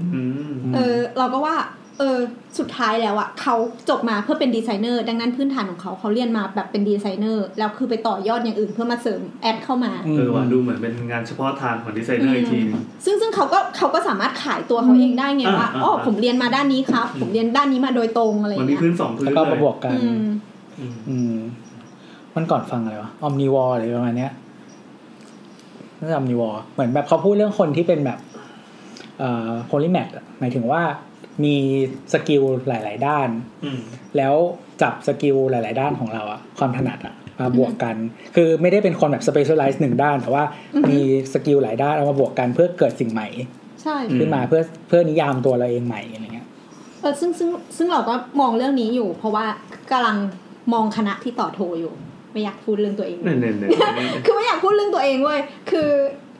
Speaker 3: อืม
Speaker 5: เออเราก็ว่า เออสุดท้ายแล้วอะเขาจบมาเพื่อเป็นดีไซเนอร์ ดังนั้นพื้นฐานของเขาเขาเรียนมาแบบเป็นดีไซเนอร์ แล้วคือไปต่อยอดอย่างอื่นเพื่อมาเสริมแอดเข้ามา
Speaker 3: เออว่ะดูเหมือนเป็นงานเฉพาะทางของดีไซเนอร์อีกทีหนึ่ง
Speaker 5: ซึ่งซึ่งเขาก็เขาก็สามารถขายตัวเขาเองได้ไง
Speaker 3: อ่า
Speaker 5: ว่า
Speaker 3: อ่า
Speaker 5: อ๋อ
Speaker 3: อ่า
Speaker 5: ผมเรียนมาด้านนี้ครับ ผมเรียนด้านนี้มาโดยตรงอะไรอ
Speaker 3: มัน
Speaker 5: ย่าง
Speaker 3: มี
Speaker 5: เงี้ย
Speaker 3: พื้นสองพื้น
Speaker 4: แล้ว
Speaker 3: เล
Speaker 4: ก็
Speaker 3: ย
Speaker 4: มาบวกกัน
Speaker 5: อืม
Speaker 3: อืม
Speaker 4: อืม มันก่อนฟังอะไรวะ อมนิวอร์อะไรประมาณเนี้ยน่าจะอมนิวอร์เหมือนแบบเขาพูดเรื่องคนที่เป็นแบบ เอ่อโพลิแมทหมายถึงว่ามีสกิลหลาย ๆ ด้าน
Speaker 3: อืม
Speaker 4: แล้วจับสกิลหลาย ๆ ด้านของเราอะความถนัดอะมาบวกกัน คือไม่ได้เป็นคนแบบสเปเชียลไลซ์หนึ่งด้าน แต่ว่ามีสกิลหลายด้านเอามาบวกกันเพื่อเกิดสิ่งใหม่
Speaker 5: ใช่
Speaker 3: อื
Speaker 4: ขึ้นมาเพื่อเพื่อนิยามตัวเราเองใหม่อะไรเงี้ย
Speaker 5: เออซึ่งซึ่งซึ่งเราก็มองเรื่องนี้อยู่ เพราะว่ากำลังมองคณะที่ต่อโทอยู่ ไม่อยากพูดเรื่องตัวเอง
Speaker 3: เนี่ยเนี่ยเนี่ย
Speaker 5: คือไม่อยากพูดเรื่องตัวเองเว้ยคือ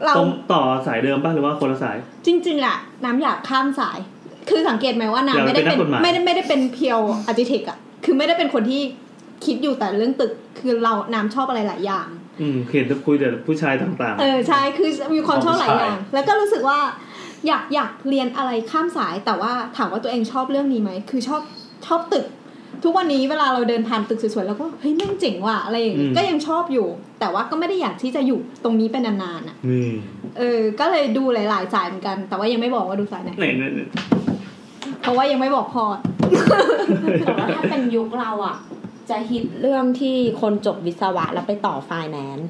Speaker 5: เรา
Speaker 3: ตรงต่อสายเดิมป่ะหรือว่าคนละสาย
Speaker 5: จริงๆแหละน้ำอยากข้ามสาย คือสังเกตไหมว่า
Speaker 3: อยา
Speaker 5: น้ำ
Speaker 3: ก
Speaker 5: ไม่ได้
Speaker 3: เป็นนั
Speaker 5: เป็
Speaker 3: กกฎ
Speaker 5: น
Speaker 3: หมาย
Speaker 5: ไม่ได้ไม่ได้เป็นเพียวอาร์ติเทคอะคือไม่ได้เป็นคนที่คิดอยู่แต่เรื่องตึก คือเราน้ำชอบอะไรหลายอย่าง
Speaker 3: อืมเห็นแต่คุยแต่ผู้ชายต่าง
Speaker 5: เออใช่คือมีความชอ
Speaker 3: ชอ
Speaker 5: บ
Speaker 3: บผู้
Speaker 5: หลายอย่าง
Speaker 3: ชาย
Speaker 5: แล้วก็รู้สึกว่า อยากอยากเรียนอะไรข้ามสาย แต่ว่าถามว่าตัวเองชอบเรื่องนี้ไหมคือชอบชอบตึก ทุกวันนี้เวลาเราเดินผ่านตึกสวยๆแล้วก็เฮ้ยแม่งเจ๋งว่ะอะไรอย่างงี้ก็ยังชอบอยู่ แต่ว่าก็ไม่ได้อยากที่จะอยู่ตรงนี้เป็นนานๆอะ
Speaker 3: ๆนี่
Speaker 5: เออ ก็เลยดูหลาย ๆ สายเหมือนกัน แต่ว่ายังไม่บอกว่าดูสายไหน
Speaker 3: เนี่ยเนี่ยเนี่ย
Speaker 5: เพราะว่ายังไม่บอกพอด
Speaker 2: แต่ว่าถ้าเป็นยุคเราอ่ะ จะฮิตเรื่องที่คนจบวิศวะแล้วไปต่อไฟแนนซ์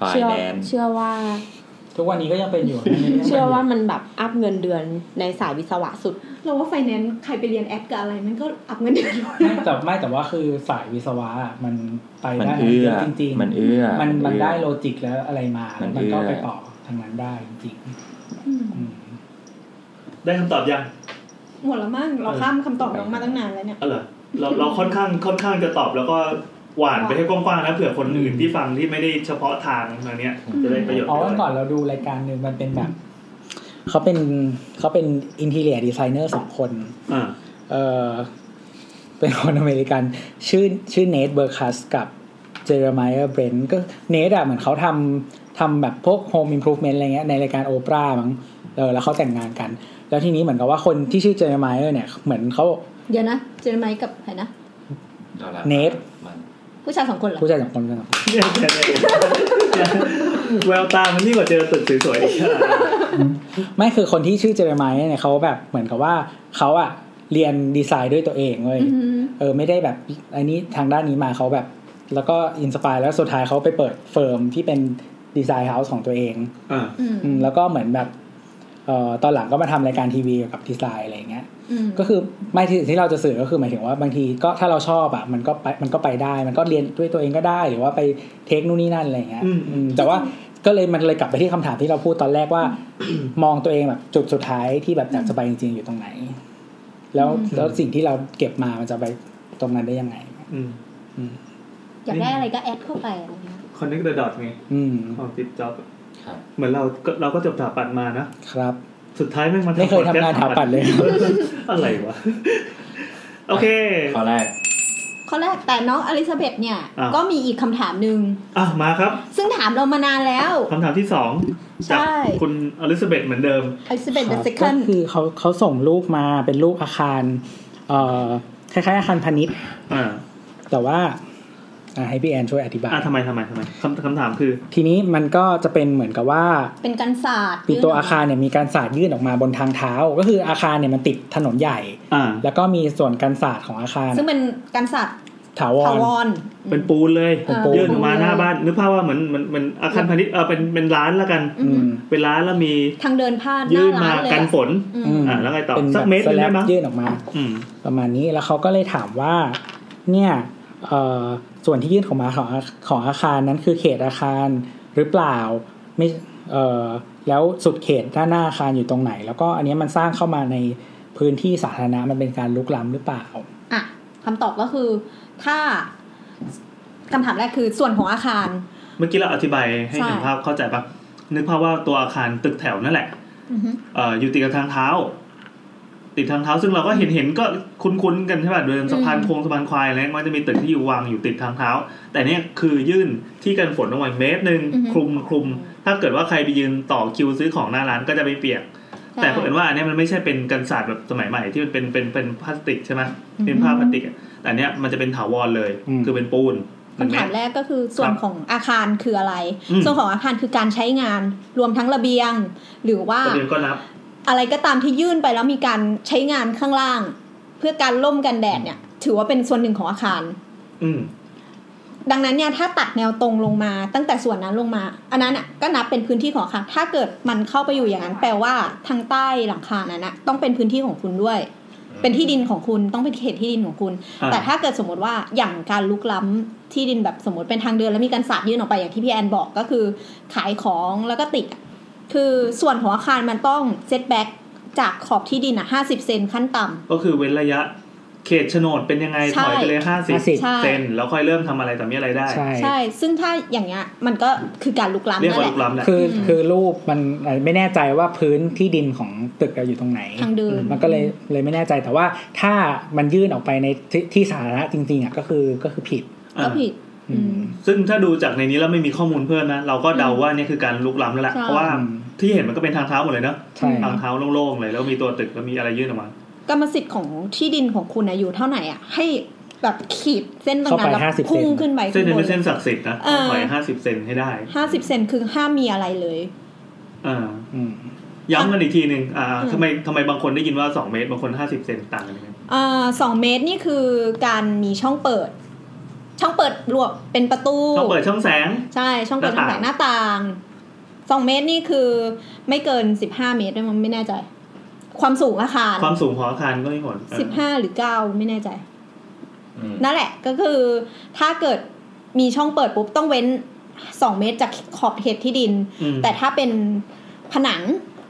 Speaker 1: ฝ่าย
Speaker 2: เชื่อ
Speaker 1: แนนซ์
Speaker 2: เชื่อว่า
Speaker 4: ทุกวันนี้ก็ยังเป็นอยู่
Speaker 2: เชื่อว่ามันแบบอัพเงินเดือนในสายวิศวะสุด
Speaker 5: เราว่าไฟแนนซ์ใครไปเรียนแอดกับอะไรมันก็อัพเงินเดือน
Speaker 4: ไม่แต่ไม่แต่ว่าคือสายวิศวะอะมันไป
Speaker 1: มัน
Speaker 4: ได้
Speaker 1: เอื้อ
Speaker 4: จริงๆ
Speaker 1: มันเอื้อ
Speaker 4: มันมันได้โลจิกแล้วอะไรมาแล้ว
Speaker 1: มั
Speaker 4: มัน น
Speaker 1: เอื้อ
Speaker 4: ก็ไปต่อทางนั้นได้จริงๆอืม
Speaker 3: ได้คำตอบยัง
Speaker 5: หมดแล้วมั้งเราข้ามคำตอบน้องมาตั้งนานแล้วเนี่ย
Speaker 3: เออเราเราค่อนข้างค่อนข้างจะตอบแล้วก็หวานไปให้กว้างๆนะเผื่อคนอื่นที่ฟังที่ไม่ได้เฉพาะทางมาเนี้ยจะได้ประโยชน์
Speaker 4: อ๋อวันก่อนเราดูรายการหนึ่งมันเป็นแบบเขาเป็นเขาเป็นอินทีเรียดีไซเนอร์สองคน
Speaker 3: อ่า
Speaker 4: เออเป็นคนอเมริกัน ชื่อชื่อเนทเบอร์คัสกับเจอร์มายเบรนก็เนทอะเหมือนเขาทำทำแบบพวกโฮมอิ p พ o v เมนต์อะไรเงี้ยในรายการโอปรามั้ง เออแล้วเขาแต่งงานกัน แล้วทีนี้เหมือนกับว่าคนที่ชื่อเจอร์ไมเออร์เนี่ยเหมือนเขา
Speaker 5: เดี๋ยวนะเจอไหมกับใครนะ
Speaker 4: เนฟ
Speaker 1: มัน
Speaker 5: ผู้ชายสองคนเหรอ
Speaker 4: ผู้ชายสองคนกัน
Speaker 3: เนี่ยเนี่ยเนี่ยแววตามันยิ่งกว่าเจอตึกสวยๆอีกอะ
Speaker 4: ไม่คือคนที่ชื่อเจอร์ไมเออร์เนี่ยเขาแบบเหมือนกับว่าเขาอะเรียนดีไซน์ด้วยตัวเองเว้ย
Speaker 5: อือหือ
Speaker 4: เออไม่ได้แบบอันนี้ทางด้านนี้มาเขาแบบ แล้วก็อินสปายแล้วสุดท้ายเขาไปเปิดเฟิร์มที่เป็นดีไซน์เฮาส์ของตัวเอง
Speaker 3: อ่ะ
Speaker 5: อืม
Speaker 4: อืมแล้วก็เหมือนแบบเอ่อตอนหลังก็มาทำรายการทีวีเกี่ยวกับดีไซน์อะไรอย่างเงี้ย
Speaker 5: อืม
Speaker 4: ก็คือไม่ที่ที่เราจะสื่อก็คือหมายถึงว่าบางทีก็ถ้าเราชอบอ่ะมันก็ไปมันก็ไปได้ มันก็เรียนด้วยตัวเองก็ได้ หรือว่าไปเทคนู่นนี่นั่นอะไรอย่างเงี้ยอืมแต่ว่าก็เลยมันเลยกลับไปที่คำถามที่เราพูดตอนแรกว่า มองตัวเองแบบจุดสุดท้ายที่แบบอยากจะไปจริงๆอยู่ตรงไหน แล้วแล้วสิ่งที่เราเก็บมามันจะไปตรงนั้นได้ยังไง
Speaker 3: อืม
Speaker 5: อยากได้อะไรก็แอดเข้าไปอะไรเงี้ย
Speaker 3: connect the dots ไง
Speaker 4: อืม
Speaker 3: ของติดจ็อบอะ
Speaker 1: ครับ
Speaker 3: เหมือนเราก็เราก็จบสถาปัตย์มานะ
Speaker 4: ครับ
Speaker 3: สุดท้ายแม่งมา
Speaker 4: ไม่เคยทำงานสถาปัตย์เลย
Speaker 3: อะไรวะ โอเค
Speaker 1: ข้อแรก
Speaker 5: ข้อแรกแต่น้องอลิซาเบธเนี่ย
Speaker 3: อ่ะ
Speaker 5: ก็มีอีกคำถามหนึ่ง
Speaker 3: อ่ะมาครับ
Speaker 5: ซึ่งถามเรามานานแล้ว
Speaker 3: คำถามที่สอง
Speaker 5: ใช่
Speaker 3: จากคุณอลิซาเบธเหมือนเดิม
Speaker 5: อลิซาเบธเดอะ
Speaker 4: ค
Speaker 5: เซ
Speaker 4: รั
Speaker 5: คั
Speaker 4: บ
Speaker 5: น
Speaker 4: ก็คือเขาเขาส่งรูปมาเป็นรูปอาคารเอ่อคล้ายๆ อาคารพาณิชย์
Speaker 3: อ่า
Speaker 4: แต่ว่าอ่ะให้พี่แอนช่วยอธิบาย
Speaker 3: อ่ะทำไมทำไมทำไมคำคำถามคือ
Speaker 4: ทีนี้มันก็จะเป็นเหมือนกับว่า
Speaker 5: เป็นการศาสตร์
Speaker 4: ปีตัวอาคารเนี่ยมีการสาดยื่นออกมาบนทางเท้า ก็คืออาคารเนี่ยมันติดถนนใหญ่
Speaker 3: อ่า
Speaker 4: แล้วก็มีส่วนการสาดของอาคาร
Speaker 5: ซึ่งเป็นการศาสตร์
Speaker 4: ถาว
Speaker 5: ถาร วร
Speaker 3: เป็นปูนเลย
Speaker 4: เป็นปูน
Speaker 3: ยื่นออกมาหน้าบ้านนึกภาพว่าเหมือนเหมือนเหมือนอาคารพาณิชย์เออเป็นเป็นร้านละกัน
Speaker 5: อืม
Speaker 3: เป็นร้านแล้วมี
Speaker 5: ทางเดินพาดหน้า
Speaker 3: ยื่นมา
Speaker 5: ร้านเลย
Speaker 3: กันฝน
Speaker 5: อืม
Speaker 4: อืม
Speaker 3: อ่ะแล้วไงต่อ
Speaker 4: เป็น
Speaker 3: สั
Speaker 4: แบ
Speaker 3: ก
Speaker 4: บ
Speaker 3: เมตรหนึ่งได้มั้ย
Speaker 4: ยื่นออกมา
Speaker 3: อืม
Speaker 4: ประมาณนี้แล้วเขาก็เลยถามว่า เนี่ยเอ่อส่วนที่ยื่นของมาของอาของอาคารนั้นคือเขตอาคารหรือเปล่าไม่เอ่อแล้วสุดเขตด้านหน้าอาคารอยู่ตรงไหน แล้วก็อันเนี้ยมันสร้างเข้ามาในพื้นที่สาธารณะมันเป็นการลุกล้ำหรือเปล่า
Speaker 5: อ่ะคำตอบก็คือถ้าคำถามแรกคือส่วนของอาคาร
Speaker 3: เมื่อกี้เราอธิบายให้
Speaker 5: ใช่
Speaker 3: เห็นภาพเข้าใจปะนึกภาพว่าตัวอาคารตึกแถวนั่นแหละ
Speaker 5: อือฮึ
Speaker 3: เอ่ออยู่ติดกับทางเท้า ติดทางเท้า ซึ่งเราก็เห็นเห็นก็คุ้นๆกันใช่ป่ะเดินสะพานโค้งสะพานควายอะไรเงี้ยมันจะมีตึกที่อยู่วางอยู่ติดทางเท้า แต่เนี่ยคือยื่นที่กันฝนลงมาเมตรหนึ่งคลุมคลุมถ้าเกิดว่าใครไปยืนต่อคิวซื้อของหน้าร้านก็จะไม่เปียก แต่เผอิญว่าอันเนี้ยมันไม่ใช่เป็นกันศาสตร์แบบสมัยใหม่ที่มันเป็นเป็นเป็นพลาสติกใช่ไหมเป็นผ้าพลาสติกอะแต่อันเนี้ยมันจะเป็นถาวรเลย
Speaker 4: อืม
Speaker 3: คือเป็นปูนหนึ่ง
Speaker 5: คำ
Speaker 3: เม
Speaker 5: ถา
Speaker 3: ต
Speaker 5: ม
Speaker 3: ร
Speaker 5: แรกก็คือส่วน
Speaker 3: ครับ
Speaker 5: ของอาคารคืออะไร
Speaker 3: อืม
Speaker 5: ส่วนของอาคารคือการใช้งานรวมทั้งระเบียง หรือว่า
Speaker 3: ระเบียงก็นับ
Speaker 5: อะไรก็ตามที่ยื่นไปแล้วมีการใช้งานข้างล่าง เพื่อการล่มกันแดดเนี่ย ถือว่าเป็นส่วนหนึ่งของอาคาร
Speaker 3: อืม
Speaker 5: ดังนั้นเนี่ยถ้าตัดแนวตรงลงมาตั้งแต่ส่วนนั้นลงมา อันนั้นอ่ะก็นับเป็นพื้นที่ของอาคารถ้าเกิดมันเข้าไปอยู่อย่างนั้น แปลว่าทางใต้หลังคานั้นนะต้องเป็นพื้นที่ของคุณด้วย เป็นที่ดินของคุณต้องเป็นเขตที่ดินของคุณ
Speaker 3: อ่า
Speaker 5: แต่ถ้าเกิดสมมติว่าอย่างการลุกล้ำที่ดินแบบสมมติเป็นทางเดินแล้วมีการสาดยื่นออกไปอย่างที่พี่แอนบอกก็คือ ขายของแล้วก็ติดอะคือส่วนของอาคารมันต้องเซตแบ็กจากขอบที่ดินอ่ะห้าสิบเซนขั้นต่ำ
Speaker 3: ก็คือเว้นระยะเขตโฉนดเป็นยังไง
Speaker 5: ใช่
Speaker 3: ถอยไปเลยห้าสิบ
Speaker 4: 50
Speaker 5: ใช่
Speaker 3: เซนแล้วค่อยเริ่มทำอะไรต่อมีอะไรได้
Speaker 4: ใช่
Speaker 5: ใช่ ซึ่งถ้าอย่างเงี้ยมันก็คือการลุกล้ำ
Speaker 3: เรียก
Speaker 5: นั่น
Speaker 3: ว่า
Speaker 5: แห
Speaker 3: ลุ
Speaker 5: ละ
Speaker 3: กล้ำแหละ
Speaker 4: คือ
Speaker 5: อืม
Speaker 4: คือรูปมันไม่แน่ใจว่าพื้นที่ดินของตึกเราอยู่ตรงไหน
Speaker 5: ทางเดิน
Speaker 4: มันก็เลยเลยไม่แน่ใจแต่ว่าถ้ามันยื่นออกไปในที่ที่สาธารณะจริงๆอ่ะก็คือก็คือผิด
Speaker 5: ก็
Speaker 3: อ่า
Speaker 5: ผิด
Speaker 4: อืม
Speaker 3: ซึ่งถ้าดูจากในนี้แล้วไม่มีข้อมูลเพิ่มนะ เราก็เดาว่าเนี่ยคือการลุกล้ำแล้วแหละ
Speaker 5: ใช่
Speaker 3: เพราะว่า
Speaker 4: อืม
Speaker 3: ที่เห็นมันก็เป็นทางเท้าหมดเลยเนอะ
Speaker 4: ใช่
Speaker 3: ทางเท้าโล่งๆเลย แล้วมีตัวตึกแล้วมีอะไรยื่นออกมา
Speaker 5: กรรมสิทธิ์ของที่ดินของคุณนะอยู่เท่าไหร่อ่ะ ให้แบบขีดเส้นตรงนั้นแล้ว
Speaker 4: เข้าไป50
Speaker 5: พุ่งขึ้นไป
Speaker 3: เส้น
Speaker 5: ข้า
Speaker 3: นี้
Speaker 5: งบ
Speaker 3: เป็น นเส้นศักดิ์สิทธิ์นะ
Speaker 5: อ่า
Speaker 3: ถอยห้าสิบเซนให้ได้
Speaker 5: ห้าสิบเซนคือห้ามมีอะไรเลย
Speaker 3: อ่า
Speaker 4: อืม
Speaker 3: ย้ำกันอีกทีหนึ่งอ่า
Speaker 5: อืม
Speaker 3: ทำไมทำไมบางคนได้ยินว่าสองเมตรบางคนห้าสิบเซนต่างกันยังไง
Speaker 5: อ่าสองเมตรนี่คือการมีช่องเปิด ช่องเปิดรวมเป็นประตู
Speaker 3: ต้องเปิดช่องแสง
Speaker 5: ใช่ช่องเปิด
Speaker 3: หน้าต่าง
Speaker 5: ทางหน้าต่างสองเมตรนี่คือไม่เกินสิบห้าเมตรด้วยมั้งไม่แน่ใจ ความสูงอาคาร
Speaker 3: ความสูงของอาคารก็ไม่หมด
Speaker 5: สิบห้าหรือเก้าไม่แน่ใจ
Speaker 1: อืม
Speaker 5: นั่นแหละก็คือถ้าเกิดมีช่องเปิดปุ๊บต้องเว้นสองเมตรจากขอบเขตที่ดิน
Speaker 3: อืม
Speaker 5: แต่ถ้าเป็นผนัง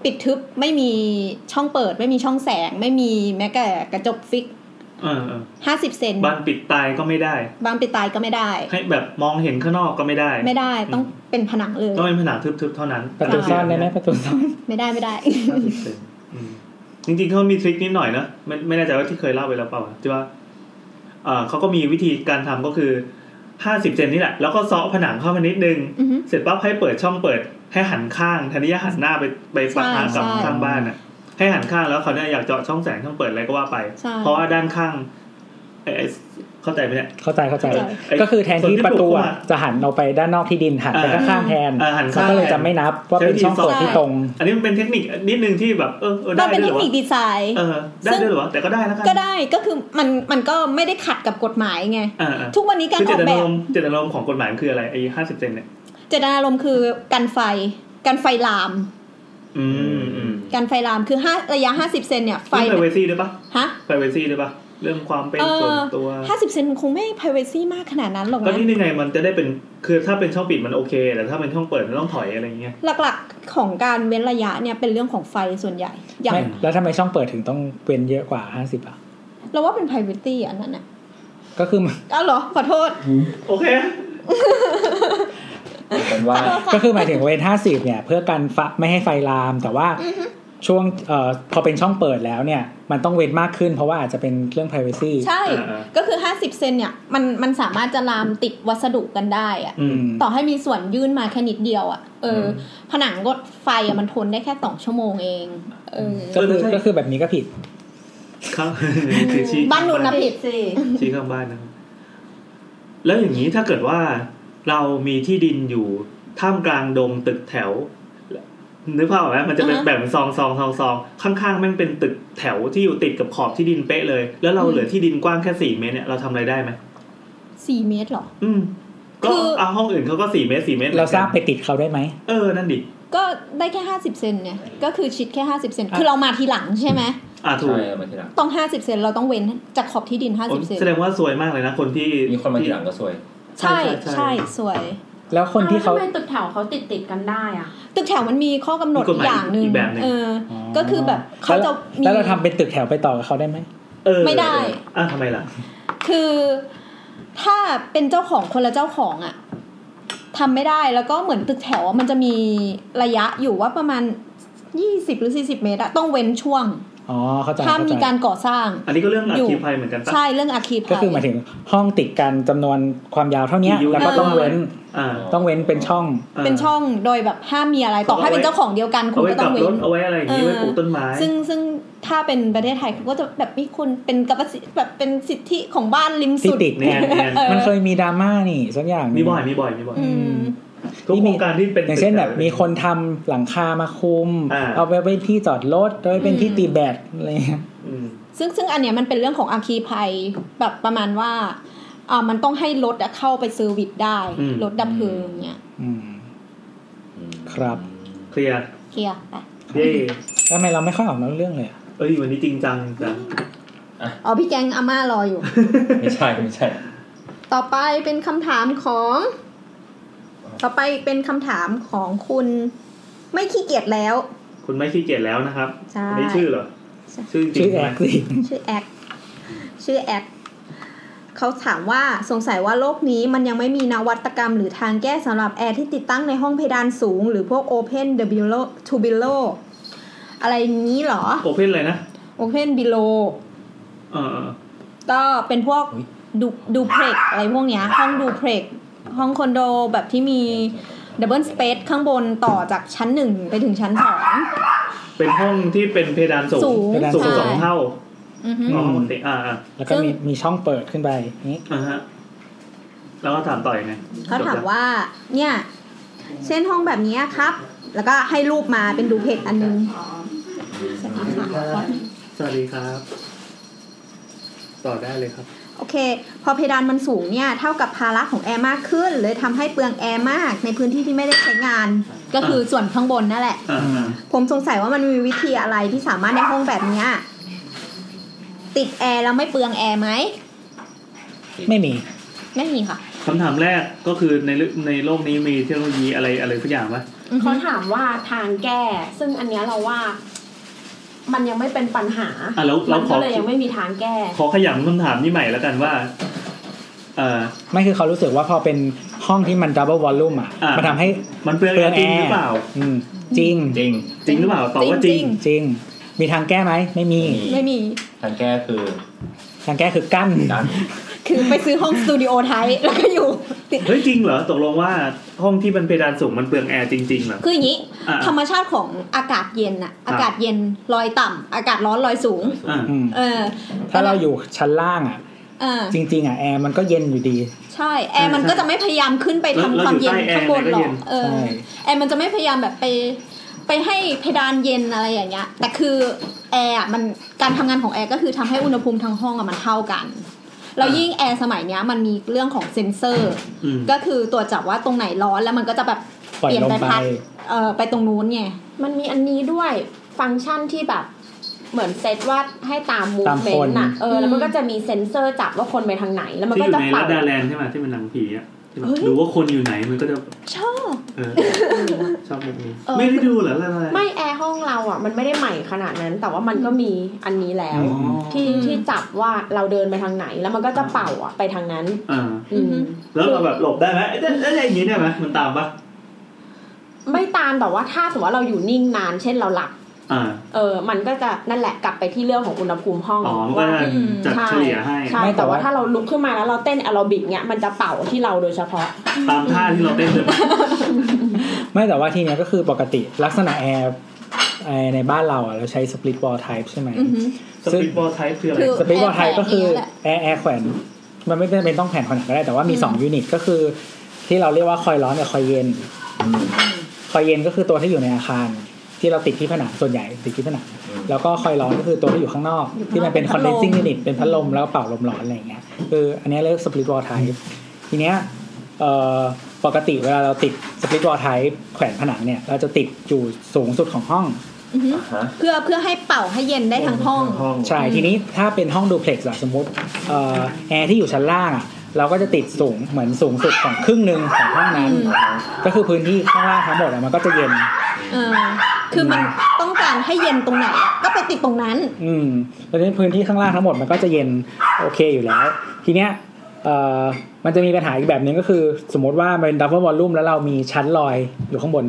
Speaker 5: ปิดทึบไม่มีช่องเปิด ไม่มีช่องแสง ไม่มีแม้แต่กระจกฟิก
Speaker 3: เออเออ
Speaker 5: 50 เซน
Speaker 3: บานปิดตายก็ไม่ได้
Speaker 5: บางปิดตายก็ไม่ได้
Speaker 3: ให้แบบมองเห็นข้างนอกก็ไม่ได้
Speaker 5: ไม่ได้ต้องเป็นผนังเลย
Speaker 3: ต้องเป็นผนังทึบๆเท่านั้น
Speaker 4: ประตูซ่อนได้ไหมประตูซ่อน
Speaker 5: ไม่ได้ไม่
Speaker 3: (laughs)
Speaker 5: ได้
Speaker 3: 50%อืมจริงๆเขามีทริคนิดหน่อยนะไม่ไม่แน่ใจว่าที่เคยเล่าไปแล้วเปล่าอะที่ว่าเอ่อเขาก็มีวิธีการทำก็คือห้าสิบเซนนี่แหละ แล้วก็เซาะผนังเข้ามานิดนึง
Speaker 5: อือฮึ
Speaker 3: เสร็จปั๊บให้เปิดช่องเปิด ให้หันข้างแทนที่จะหันหน้าไปไปปะทะกับ
Speaker 5: ใช่ใช่
Speaker 3: ข้างบ้านอ่ะ ให้หันข้างแล้วเขาวเนี่ยอยากเจาะช่องแสงช่องเปิดอะไรก็ว่าไป
Speaker 5: ใช่
Speaker 3: เพราะว่าด้านข้างไอ้ไอ้เข้าใจไหมเนี่ย
Speaker 4: เข้าใจเข้าใจ
Speaker 5: เข้าใจ
Speaker 4: ก็คือแทนที่
Speaker 3: ส่วนที่
Speaker 4: ประตู
Speaker 3: ป
Speaker 4: อะ
Speaker 3: ลูกเข้ามา
Speaker 4: จะหันออกไปด้านนอกที่ดินหันไป
Speaker 3: อ่า
Speaker 4: ข้างๆแทน
Speaker 3: อ่าหันข้าง
Speaker 4: เขาก็เลยจะไม่นับว่าเป็น
Speaker 3: ใช้
Speaker 4: ช่องเปิด
Speaker 3: วิธี
Speaker 4: ที่ตรง
Speaker 3: อันนี้มันเป็นเทคนิคนิดนึงที่แบบเออเออ
Speaker 5: ก็
Speaker 3: ได้
Speaker 5: เป็น
Speaker 3: ด้
Speaker 5: เท
Speaker 3: วย
Speaker 5: ค
Speaker 3: เหร
Speaker 5: นิคว
Speaker 3: อะ
Speaker 5: ดีไซน์
Speaker 3: เออได้ด้วยเหรอวะแต่ก็ได้แล้วกัน
Speaker 5: ก็ได้ก็คือมันมันก็ไม่ได้ขัดกับกฎหมายไง
Speaker 3: เออเออ
Speaker 5: ทุกวันนี้การ
Speaker 3: คือ
Speaker 5: อ
Speaker 3: เจ
Speaker 5: อก
Speaker 3: ต
Speaker 5: แบ
Speaker 3: นา
Speaker 5: บ
Speaker 3: รมณ์เจตนารมณ์ของกฎหมายมันคืออะไรไอ้ห้าสิบเซนเนี่ย
Speaker 5: เจตนารมณ์คือกันไฟกันไฟลาม
Speaker 3: อืมอืม
Speaker 5: กันไฟลามคือห้าระยะ 50 เซนเนี่ยไฟ
Speaker 3: ไฟเวซี่อง privacy ด้วยปะ
Speaker 5: ฮะ
Speaker 3: ไฟเวซี่ด้วยปะเรื่องความเป็น
Speaker 5: เอ
Speaker 3: ส่ว
Speaker 5: อน
Speaker 3: ตัว
Speaker 5: ห้าสิบเซนคงไม่ privacy มากขนาดนั้นหรอก
Speaker 3: ก็
Speaker 5: นะ
Speaker 3: นี่ยังไงมันจะได้เป็นคือถ้าเป็นช่องปิดมันโอเค แต่ถ้าเป็นช่องเปิดมันต้องถอยอะไรอย่างเงี้ย
Speaker 5: หลักๆของการเว้นระยะเนี่ยเป็นเรื่องของไฟส่วนใหญ่ อย่าง
Speaker 4: ไม่แล้วทำไมช่องเปิดถึงต้องเว้นเยอะกว่า 50 อ่ะ
Speaker 5: เราว่าเป็น privacy อันนั้นน่ะ
Speaker 4: ก็
Speaker 5: (laughs)
Speaker 4: คือมัน
Speaker 5: อ้าวเหรอ ขอโทษ
Speaker 3: โอเค
Speaker 1: เป็นว่า
Speaker 4: ก็คือหมายถึงเว้น50 เนี่ย เพื่อกันไฟไม่ให้ไฟลาม แต่ว่าช่วงเอ่อพอเป็นช่องเปิดแล้วเนี่ย มันต้องเว้นมากขึ้นเพราะว่าอาจจะเป็นเรื่อง privacy
Speaker 5: ใช่
Speaker 3: อ่า
Speaker 5: ก็คือ 50 เซนเนี่ยมันมันสามารถจะลามติดวัสดุกันได้อะ
Speaker 3: อืม
Speaker 5: ต่อให้มีส่วนยื่นมาแค่นิดเดียวอะ่ะ เออ
Speaker 3: ม
Speaker 5: อผนังรถไฟอะมันทนได้แค่สองชั่วโมงเอง เออ
Speaker 4: ก็คือก็คือแบบนี้ก็ผิด
Speaker 3: ครับ คือชี้
Speaker 5: บ้านหนูนะ
Speaker 2: ผิดสิ
Speaker 3: ชี้ข้างบ้านนะครับแล้วอย่างนี้ถ้าเกิดว่าเรามีที่ดินอยู่ท่ามกลางดงตึกแถวนึกภาพออกไหมมันจะเป็น
Speaker 5: อ่าฮะ
Speaker 3: แบ่งเป็นซองซองซองซองข้างๆแม่งเป็นตึกแถวที่อยู่ติดกับขอบที่ดินเป๊ะเลย แล้วเรา
Speaker 5: อืม
Speaker 3: เหลือที่ดินกว้างแค่สี่เมตรเนี่ยเราทำอะไรได้ไหม
Speaker 5: สี่เมตรเหรอ
Speaker 3: อืม ก็
Speaker 5: คือ
Speaker 3: เอาห้องอื่นเขาก็สี่เมตรสี่เมตรหมื
Speaker 4: เรา
Speaker 3: อนกัน
Speaker 4: สร้างไปติดเขาได้ไหม
Speaker 3: เออนั่นดิ
Speaker 5: ก็ได้แค่ห้าสิบเซนเนี่ย ก็คือชิดแค่ห้าสิบเซน คือเรามาทีหลังใช่ไหม
Speaker 3: อ่าถูก
Speaker 1: ใช่มาทีหลัง
Speaker 5: ต้องห้าสิบเซนเราต้องเว้นจากขอบที่ดินห้าสิบเซน
Speaker 3: แสดงว่าสวยมากเลยนะคนที่
Speaker 1: มีคนมาที
Speaker 3: ที่
Speaker 1: หลังก็ซวย
Speaker 5: ใช่
Speaker 3: ใช่ใช่
Speaker 5: ใช่สวย
Speaker 4: แล้วคนที่เขา
Speaker 2: อ้วทำไมตึกแถวเขาติดติดๆกันได้อ่ะ
Speaker 5: ตึกแถวมันมีข้อกำหนด
Speaker 3: มีกฎหมาย
Speaker 5: อย่างหนึ่
Speaker 3: อี
Speaker 5: ง
Speaker 3: กแบบหนึ่ง
Speaker 5: เออ ก็คือแบบเขาจะมี
Speaker 4: แล้วแล้วเราทำเป็นตึกแถวไปต่อกับเขาได้ไหม
Speaker 3: เออ
Speaker 5: ไม่ได้
Speaker 3: อ่ะทำไมล่ะ
Speaker 5: คือถ้าเป็นเจ้าของคนละเจ้าของอะทำไม่ได้แล้วก็เหมือนตึกแถวอะมันจะมีระยะอยู่ว่าประมาณยี่สิบหรือสี่สิบเมตรอะต้องเว้นช่วง
Speaker 4: อ๋อ เข้าใจ
Speaker 5: ถ้า
Speaker 4: เข้า
Speaker 5: มี
Speaker 4: ใจ
Speaker 5: การก่อสร้าง
Speaker 3: อันนี้ก็เรื่องอั
Speaker 5: อยู่
Speaker 3: คคีภัยเหมือนกันปะ
Speaker 5: ใช่เรื่องอาคี
Speaker 4: ก็
Speaker 5: ภัย
Speaker 4: คือหมายถึงห้องติดกันจำนวนความยาวเท่าเนี้ย
Speaker 3: อยู่
Speaker 4: แล้วก็ต้องเว้น
Speaker 3: อ่า
Speaker 4: ต้องเว้นเป็นช่อง
Speaker 5: เป็นช่องโดยแบบห้ามมีอะไร ต่อให้เป็นเจ้าของเดียวกันคุ
Speaker 3: เอา
Speaker 5: ณ
Speaker 3: ไว้
Speaker 5: ก็
Speaker 3: ก
Speaker 5: ต้
Speaker 3: ลัร
Speaker 5: อบงเว้
Speaker 3: ถ
Speaker 5: น
Speaker 3: เอาไว้อะไรอย่างนี้
Speaker 5: เออ
Speaker 3: ไว้ปลูกต้นไม้
Speaker 5: ซึ่งซึ่งถ้าเป็นประเทศไทยเขาก็จะแบบมีคนเป็นกับสิแบบเป็นสิทธิของบ้านริมสุด
Speaker 4: ที่ติด
Speaker 3: เนี่ยเนี่ย
Speaker 5: เออ
Speaker 4: มันเคยมีดราม่านี่สักอย่างหนึ่ง
Speaker 3: มีบ่อยมีบ่อยมีบ่อย
Speaker 5: อืม
Speaker 3: ทุกโครงการที่เป็น
Speaker 4: อย่างเช่นแบบ
Speaker 3: ตึก
Speaker 4: มีคนทำหลังคามาคุม
Speaker 3: อ่า
Speaker 4: เอาไปเป็นที่จอดรถเอาไว้เป็นที่
Speaker 5: อืม
Speaker 4: ตีแบตอะไรเงี้ย
Speaker 3: อืม
Speaker 5: ซึ่งซึ่งอันเนี้ยมันเป็นเรื่องของอาคีภัยแบบประมาณว่าอ่ามันต้องให้รถอะเข้าไปเซอร์วิสได้ รถดับเพลิงเนี่ย
Speaker 4: อืม ครับ
Speaker 3: เคลียร์
Speaker 5: เคลียร์ไป
Speaker 3: เย้
Speaker 4: ทำไมเราไม่ค่อยออกนอกเรื่องเลยอะ
Speaker 3: เอ้ยวันนี้จริงจังจัง
Speaker 5: อ๋อพี่แกงอาม่ารออยู่
Speaker 1: ไม่ใช่ไม่ใช่
Speaker 5: ต่อไปเป็นคำถามของ ต่อไปเป็นคำถามของคุณไม่ขี้เกียจแล้ว
Speaker 3: คุณไม่ขี้เกียจแล้วนะครับ
Speaker 5: ใช่
Speaker 3: อันนี้ชื่อเหรอชื่อจริ
Speaker 4: ชื่
Speaker 3: ง
Speaker 4: อแอ
Speaker 3: ใช่ไหม
Speaker 4: กสิ
Speaker 5: ชื่อแอคชื่อแอคเขาถามว่าสงสัยว่าโลกนี้มันยังไม่มีนวัตกรรมหรือทางแก้สำหรับแอร์ที่ติดตั้งในห้องเพดานสูง หรือพวก Open the below to below อะไรอย่างนี้เหรอ
Speaker 3: โอเพนเลยนะ
Speaker 5: Open below
Speaker 3: เออเออ
Speaker 5: ก็เป็นพวก
Speaker 1: อุ๊ย
Speaker 5: ดูดูเพล็กอะไรพวกเนี้ย ห้องดูเพล็กห้องคอนโดแบบที่มีดับเบิลสเปซข้างบนต่อจากชั้นหนึ่งไปถึงชั้นสอง
Speaker 3: เป็นห้องที่เป็นเพดานสูง
Speaker 5: สูง
Speaker 3: สูง
Speaker 5: ใช่
Speaker 3: สองเท่า
Speaker 5: อือฮึ
Speaker 3: อ๋อโอเคอ่าอ่า
Speaker 4: แล้วก็
Speaker 5: ซึ่ง
Speaker 4: มีมีช่องเปิดขึ้นไปนี้
Speaker 3: อ่าฮะแล้วก็ถามต่อยังไง
Speaker 5: เขาถามว่าเนี่ย เช่นห้องแบบนี้ครับ แล้วก็ให้รูปมาเป็นดูเพจอันนึง
Speaker 3: สวัสดีครับ ต่อได้เลยครับ
Speaker 5: โอเค พอเพดานมันสูงเนี่ย เท่ากับภาระของแอร์มากขึ้น เลยทำให้เปลืองแอร์มากในพื้นที่ที่ไม่ได้ใช้งาน ก็คือส่วนข้างบนนั่นแหละ
Speaker 3: อ่า
Speaker 5: ผมสงสัยว่ามันมีวิธีอะไรที่สามารถในห้องแบบเนี้ยติดแอร์แล้วไม่เปลืองแอร์ไหม
Speaker 4: ไม่มี
Speaker 5: ไม่มีค่ะ
Speaker 3: คำถามแรกก็คือในเรื่องในโลกนี้มีเทคโนโลยีอะไรอะไรทุกอย่างปะ
Speaker 5: อือฮึ
Speaker 2: เขาถามว่าทางแก้ ซึ่งอันเนี้ยเราว่า มันยังไม่เป็นปัญหา
Speaker 3: อ่ะแล้ว
Speaker 2: มั
Speaker 3: เรา
Speaker 2: น
Speaker 3: ข
Speaker 2: ก็
Speaker 3: อ
Speaker 2: เลยยังไม่มีทางแก้
Speaker 3: ขอขยำคำถามนี้ใหม่แล้วกันว่า เอ่อ
Speaker 4: ไม่คือเขารู้สึกว่าพอเป็นห้องที่มันดับเบิลวอลลุ่มอ่ะ
Speaker 3: อ่ามั
Speaker 4: มันทำให้
Speaker 3: มันเปลือง
Speaker 4: เปลื
Speaker 3: แอ
Speaker 4: อง
Speaker 3: ร์
Speaker 4: แอ
Speaker 3: จริงหรือ
Speaker 4: ร์
Speaker 3: เปล่า
Speaker 4: อืมจริง
Speaker 1: จริง
Speaker 3: จริงหรือเปล่าตอบว่าจริง
Speaker 4: จริง มีทางแก้ไหม ไม่มี
Speaker 5: ไม่มี
Speaker 1: ทางแก้คือ
Speaker 4: ทางแก้คือกั้น
Speaker 1: ดัน
Speaker 5: คือไปซื้อห้องสตูดิโอไทยแล้วก็อยู่ติด
Speaker 3: เฮ้ยจริงเหรอตกลงว่าห้องที่มันเพดานสูงมันเปลืองแอร์จริงๆเหรอ
Speaker 5: คืออย่างนี้
Speaker 3: อ่า
Speaker 5: ธรรมชาติของอากาศเย็นอะอากาศเย็นลอยต่ำอากาศร้อนลอยสูง
Speaker 3: ะ
Speaker 4: อืม
Speaker 5: เออ
Speaker 4: ถ้าเราอยู่ชั้นล่างอ่ะ
Speaker 5: เออ
Speaker 4: จริง ๆอ่ะแอร์มันก็เย็นอยู่ดี
Speaker 5: ใช่แอร์มันก็จะไม่พยายามขึ้นไปทำ
Speaker 3: แล้ว
Speaker 5: ความเย็น
Speaker 3: แล้วอยู่ใต้
Speaker 5: ข้างบนห
Speaker 3: แอ
Speaker 5: รอ
Speaker 3: ร์
Speaker 5: ก
Speaker 3: มันก็เย็น
Speaker 5: เออ
Speaker 4: ใช่
Speaker 5: แอร์มันจะไม่พยายามแบบไป ไปให้เพดานเย็นอะไรอย่างเงี้ย แต่คือแอร์อะมันการทำงานของแอร์ก็คือทำให้อุณหภูมิทั้งห้องอะมันเท่ากันแล้วยิ่งแอร์สมัยเนี้ยมันมีเรื่องของเซ็นเซอร์
Speaker 3: อืม
Speaker 5: ก็คือตรวจจับว่าตรงไหนร้อนแล้วมันก็จะแบบ
Speaker 4: ปล่อย
Speaker 5: เปลี่ยน
Speaker 4: ลง
Speaker 5: ไป
Speaker 4: ไป
Speaker 5: พัดเออไปตรงนู้นไง
Speaker 2: มันมีอันนี้ด้วยฟังก์ชันที่แบบเหมือนเซตว่าให้ตามมูฟ
Speaker 4: ตาม
Speaker 2: เม
Speaker 4: คน น
Speaker 2: ต์น่ะเออแล้วมัน
Speaker 5: อืม
Speaker 2: ก็จะมีเซ็นเซอร์จับว่าคนไปทางไหน แล้วมัน
Speaker 3: ที่
Speaker 2: ก็
Speaker 3: อยู่
Speaker 2: จะ
Speaker 3: ใน
Speaker 2: เป่า
Speaker 3: รัดดาแลนด์ใช่ไหมที่เป็นหนังผีอะที่แบบ
Speaker 5: เฮ้ย
Speaker 3: ดูว่าคนอยู่ไหนมันก็จะ
Speaker 5: ชอบ
Speaker 3: เอ
Speaker 2: (laughs)
Speaker 3: อชอบแบบนี้
Speaker 2: เออ
Speaker 3: ไม่ได้ดูเหรอละละ
Speaker 2: ไม่แอร์ห้องเราอ่ะ มันไม่ได้ใหม่ขนาดนั้น แต่ว่ามันก็มีอันนี้แล้ว
Speaker 4: อืม
Speaker 2: ที่
Speaker 5: อืม
Speaker 2: ที่จับว่าเราเดินไปทางไหน แล้วมันก็จะเป่าอ่ะไปทางนั้น
Speaker 3: อ่า
Speaker 2: อืม
Speaker 3: แล้วเราแบบหลบได้ไหมเอ๊ะเอ๊ะอะไรอย่างงี้ได้ไหมมันตามปะ
Speaker 2: ไม่ตามแต่ว่าถ้าสมมติว่าเราอยู่นิ่งนาน เช่นเราหลับ
Speaker 3: อ่า
Speaker 2: เออมันก็จะนั่นแหละกลับไปที่เรื่องของอุณหภูมิห้อง
Speaker 3: อ๋อมันก็
Speaker 2: ว่า
Speaker 3: จะจั
Speaker 2: ใช่
Speaker 3: ดเฉลี่ยให้
Speaker 2: ใช่
Speaker 4: ไม่แต่
Speaker 2: แต่ว่า
Speaker 4: ว่า
Speaker 2: ถ้าเราลุกขึ้นมาแล้วเราเต้นแอโรบิกเนี้ยมันจะเป่าที่เราโดยเฉพาะ
Speaker 3: ตามท่าที่เราเต้นเลยปะ
Speaker 4: ไม่แต่ว่าทีเนี้ยก็คือปกติลักษณะแอร์แอร์ในบ้านเราอ่ะเราใช้ split wall type ใช่ไหม
Speaker 5: อือหือ
Speaker 3: สปีดบอลไทป์คืออะไร
Speaker 5: คือ
Speaker 4: สปริงวอลไทยก็คือ
Speaker 5: แอร์แขวนอย่า
Speaker 4: แอ
Speaker 5: งเงี้ยแหละ
Speaker 4: ร์แอร์แขวนมันไม่จำเป็นต้องแขวนขนาดก็ได้ แต่ว่ามี 2 ยูนิตก็คือ ที่เราเรียกว่าคอยร้อนกับคอยเย็น คอยเย็นก็คือตัวที่อยู่ในอาคาร ที่เราติดที่ผนังส่วนใหญ่ติดที่ผนัง
Speaker 1: อืม
Speaker 4: แล้วก็คอยร้อนก็คือตัวที่อยู่ข้างนอก
Speaker 5: อยู่ข้างนอก
Speaker 4: ที่มันเป็น
Speaker 5: เป็นพัดลม
Speaker 4: condensing unit เป็นพัดลมแล้วก็เป่าลมร้อนอะไรอย่างเงี้ยคืออันเนี้ยเรียก split wall type ทีเนี้ยเอ่อปกติเวลาเราติด split wall type แขวนผนังเนี่ยเราจะติดอยู่สูงสุดของห้อง
Speaker 5: อือหือ
Speaker 1: อ่ะฮะ
Speaker 5: เพื่อเพื่อให้เป่าให้เย็นได้ทั้งห้อง
Speaker 1: ห้อง
Speaker 4: ใช่
Speaker 5: อืม
Speaker 4: ทีนี้ถ้าเป็นห้องดูเพล็กซ์อะสมมติเอ่อแอร์ที่อยู่ชั้นล่างอะเราก็จะติดสูงเหมือนสูงสุดของครึ่งหนึ่งของห้องนั้น ก็คือพื้นที่ข้างล่างทั้งหมดอะมันก็จะเย็น
Speaker 5: เออคือมันต้องการให้เย็นตรงไหนอะก็ไปติดตรงนั้น
Speaker 4: อืมแล้วนี้พื้นที่ข้างล่างทั้งหมดมันก็จะเย็นโอเคอยู่แล้ว ทีเนี้ยเอ่อมันจะมีปัญหาอีกแบบหนึ่งก็คือ สมมติว่ามันเป็นดับเบิลวอลลุ่มแล้วเรามีชั้นลอยอยู่ข้างบน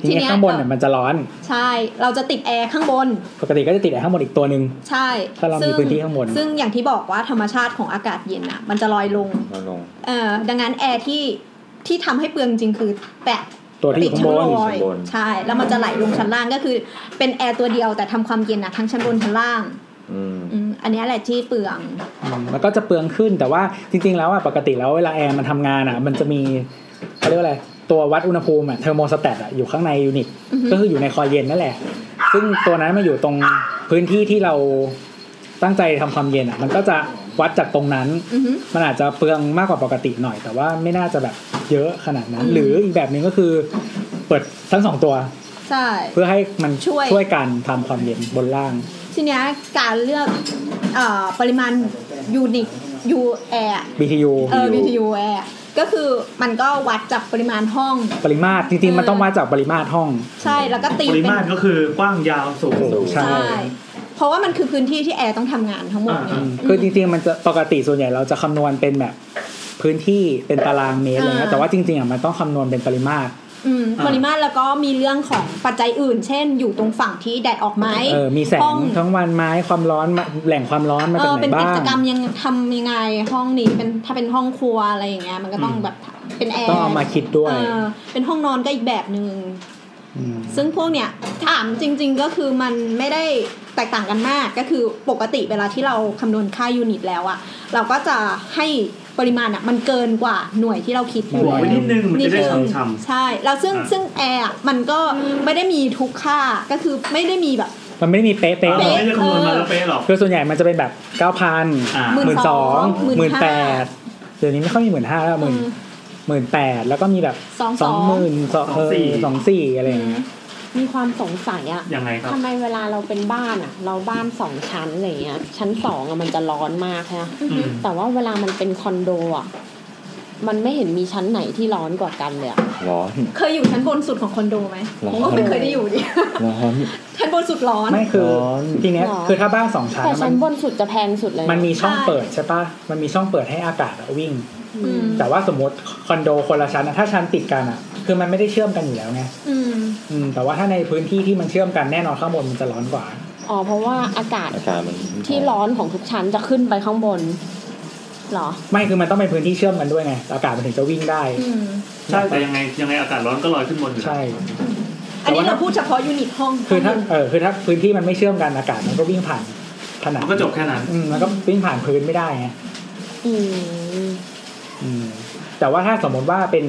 Speaker 4: ที
Speaker 5: ที
Speaker 4: เนี้ย
Speaker 5: เนี้ย
Speaker 4: ข้างบนเนี่ยมันจะร้อน
Speaker 5: ใช่ เราจะติดแอร์ข้างบน
Speaker 4: ปกติก็จะติดแอร์ข้างบนอีกตัวหนึ่ง
Speaker 5: ใช่
Speaker 4: ถ้าเรามี
Speaker 5: ซึ่
Speaker 4: พื้นที่ข้างบน
Speaker 5: ซึ่งอย่างที่บอกว่าธรรมชาติของอากาศเย็นอะมันจะลอยลง
Speaker 1: มาลง
Speaker 5: เออดังนั้นแอร์ที่ที่ทำให้เปลืองจริงคือแปะ
Speaker 4: ตัวที่อ
Speaker 5: ติด
Speaker 4: ยู่ข้างบ
Speaker 5: ชั้น
Speaker 4: น
Speaker 5: ลอย
Speaker 1: ข้างบน
Speaker 5: ใช่ แล้วมันจะไหลลงชั้นล่างก็คือ เป็นแอร์ตัวเดียวแต่ทำความเย็นอะทั้งชั้นบนชั้นล่าง
Speaker 1: อืม
Speaker 5: อืมอันเนี้ยแหละที่เปลือง
Speaker 4: อืมมันก็จะเปลืองขึ้นแต่ว่าจริงๆ แล้วอ่ะปกติแล้วเวลาแอร์มันทำงานอ่ะ มันจะมีเขาเรียกว่าอะไรตัววัดอุณหภูมิอ่ะเทอร์โมสแตทอ่ะอยู่ข้างในยูนิต
Speaker 5: อือฮึ
Speaker 4: ก็คืออยู่ในคอยเย็นนั่นแหละ ซึ่งตัวนั้นมาอยู่ตรงพื้นที่ที่เราตั้งใจทำความเย็นอ่ะ มันก็จะวัดจากตรงนั้น
Speaker 5: อือหือ
Speaker 4: มันอาจจะเปลืองมากกว่าปกติหน่อย แต่ว่าไม่น่าจะแบบเยอะขนาดนั้น หรืออีกแบบหนึ่งก็คือ เปิดทั้งสองตัว
Speaker 5: ใช่
Speaker 4: เพื่อให้มัน
Speaker 5: ช่วย
Speaker 4: ช่วยกันทำความเย็นบนล่าง
Speaker 5: ทีเนี้ยการเลือกเออปริมาณยูนิคยูแอร์
Speaker 4: BTU
Speaker 5: เออ BTU แอร์ก็คือมันก็วัดจากปริมาณห้อง
Speaker 4: ปริมาตรจริงๆมันต้องวัดจากปริมาตรห้อง
Speaker 5: ใช่แล้วก็ตี
Speaker 3: ปริ
Speaker 5: เป็น
Speaker 3: มาตรก็คือกว้างยาวสูง
Speaker 4: ใช่
Speaker 5: ใช่เพราะว่ามันคือพื้นที่ที่แอร์ต้องทำงานทั้งหมดไง
Speaker 3: อ่า
Speaker 4: คือจริงๆ มันจะปกติส่วนใหญ่เราจะคำนวณเป็นแบบพื้นที่เป็นตารางเมตรอะไรเงี้ยแต่ว่าจริงๆอ่ะมันต้องคำนวณเป็นปริมาตร
Speaker 5: อืม
Speaker 3: อ่า
Speaker 5: ปริมาตรแล้วก็มีเรื่องของปัจจัยอื่น เช่น อยู่ตรงฝั่งที่แดดออกไหม
Speaker 4: เออมีแส
Speaker 5: ห้
Speaker 4: ง
Speaker 5: อง
Speaker 4: ทั้งวันไหม้ความร้อนมาแหล่งความร้อนมา
Speaker 5: เอ
Speaker 4: จาก
Speaker 5: อ
Speaker 4: ไหน
Speaker 5: เป็นกิ
Speaker 4: บ้า
Speaker 5: จ
Speaker 4: ง
Speaker 5: กรรมยังทำยังไงห้องนี้เป็นถ้าเป็นห้องครัวอะไรอย่างเงี้ยมันก็ต้องแบบเป็นแอร์
Speaker 4: ต้องเอามาคิดด้วย
Speaker 5: เออเป็นห้องนอนก็อีกแบบหนึ่ง
Speaker 4: ม
Speaker 5: ซึ่งพวกเนี่ยถามจริง ๆก็คือมันไม่ได้แตกต่างกันมากก็คือปกติเวลาที่เราคำนวณค่ายูนิตแล้วอะเราก็จะให้ปริมาณอะมันเกินกว่าหน่วยที่เราคิดอยู่
Speaker 3: บวก
Speaker 5: แล้ว
Speaker 3: ไว้นิดนึงมันจะได้ช่ำ
Speaker 5: ใช่แล้วซึ่ง
Speaker 3: อ่ะ
Speaker 5: ซึ่งแอร์อะมันก็ไม่ได้มีทุกค่าก็คือไม่ได้มีแบบ
Speaker 4: มันไม่ได้มีเป๊ะ
Speaker 3: ๆเรา
Speaker 4: ๆหรอก
Speaker 3: ไม่ได้คำนวณมาแล้วเป๊ะหรอก
Speaker 4: คือส่วนใหญ่มันจะเป็นแบบเก้าพัน
Speaker 3: อ่า
Speaker 4: หมื่นสอง
Speaker 5: 12,000
Speaker 4: หมื่นแปดเดี๋ยวนี้ไม่ค่อยมีหมื่นห้าแล้วหมื่นหมื่นแปดแล้วก็มีแบบ
Speaker 5: สองส
Speaker 4: ส
Speaker 5: อ
Speaker 4: อง งหมื่นสองเออ
Speaker 3: สองสี่
Speaker 4: สองสี่อะไรอย่างเงี้ย
Speaker 2: มีความสงสัยอ่ะ
Speaker 3: ยังไงครับ
Speaker 2: ทำไมเวลาเราเป็นบ้านอ่ะ เราบ้านสองชั้นอะไรเงี้ย ชั้นสองอ่ะมันจะร้อนมากนะ
Speaker 3: อืม
Speaker 2: แต่ว่าเวลามันเป็นคอนโดอ่ะมันไม่เห็นมีชั้นไหนที่ร้อนกว่ากันเลยอะ
Speaker 1: ร้อน (laughs)
Speaker 5: เคยอยู่ชั้นบนสุดของคอนโดไหม
Speaker 1: ร้อน
Speaker 5: ผมก็ไม่เคยได้อยู่ดิ
Speaker 1: ร้อน
Speaker 5: ชั้นบนสุดร้อน
Speaker 4: ไม่คือ
Speaker 1: ร้อน
Speaker 4: ทีเนี้ย
Speaker 2: หรอ
Speaker 4: คือถ้าบ้านสองชั้น
Speaker 2: แต่
Speaker 4: อะมั
Speaker 2: ชั้น
Speaker 4: น
Speaker 2: บนสุดจะแพงสุดเลย
Speaker 4: มันมีช่อง
Speaker 5: ใช่
Speaker 4: เปิดใช่ปะมันมีช่องเปิดให้อากาศอะวิ่ง
Speaker 2: อืม
Speaker 4: แต่ว่าสมมติคอนโดคนละชั้นอะถ้าชั้นติดกันอะคือมันไม่ได้เชื่อมกันอยู่แล้วไง
Speaker 5: อืม
Speaker 4: อืมแต่ว่าถ้าในพื้นที่ที่มันเชื่อมกันแน่นอนข้างบนมันจะร้อนกว่า
Speaker 2: อ๋อเพราะว่าอากาศ
Speaker 1: อากาศมัน
Speaker 2: ที่ร้อนของทุกชั้นจะขึ้นไปข้างบน หรอ
Speaker 4: ไม่คือมันต้องเป็นพื้นที่เชื่อมกันด้วยไงอากาศมันถึงจะวิ่งได้
Speaker 5: อืม
Speaker 3: ใช่แต่ยังไงยังไงอากาศร้อนก็ลอยขึ้นบนอยู่
Speaker 4: ใช่
Speaker 5: อันนี้เราพูดเฉพาะยูนิตห้อง
Speaker 4: คือถ้าเออคือถ้าพื้นที่มันไม่เชื่อมกันอากาศมันก็วิ่งผ่านผนัง
Speaker 3: มันก็จบแค่นั้น
Speaker 4: อืมมันก็วิ่งผ่านพื้นไม่ได้ไง
Speaker 2: อืม
Speaker 4: อืมแต่ว่าถ้าสมมติว่าเป็น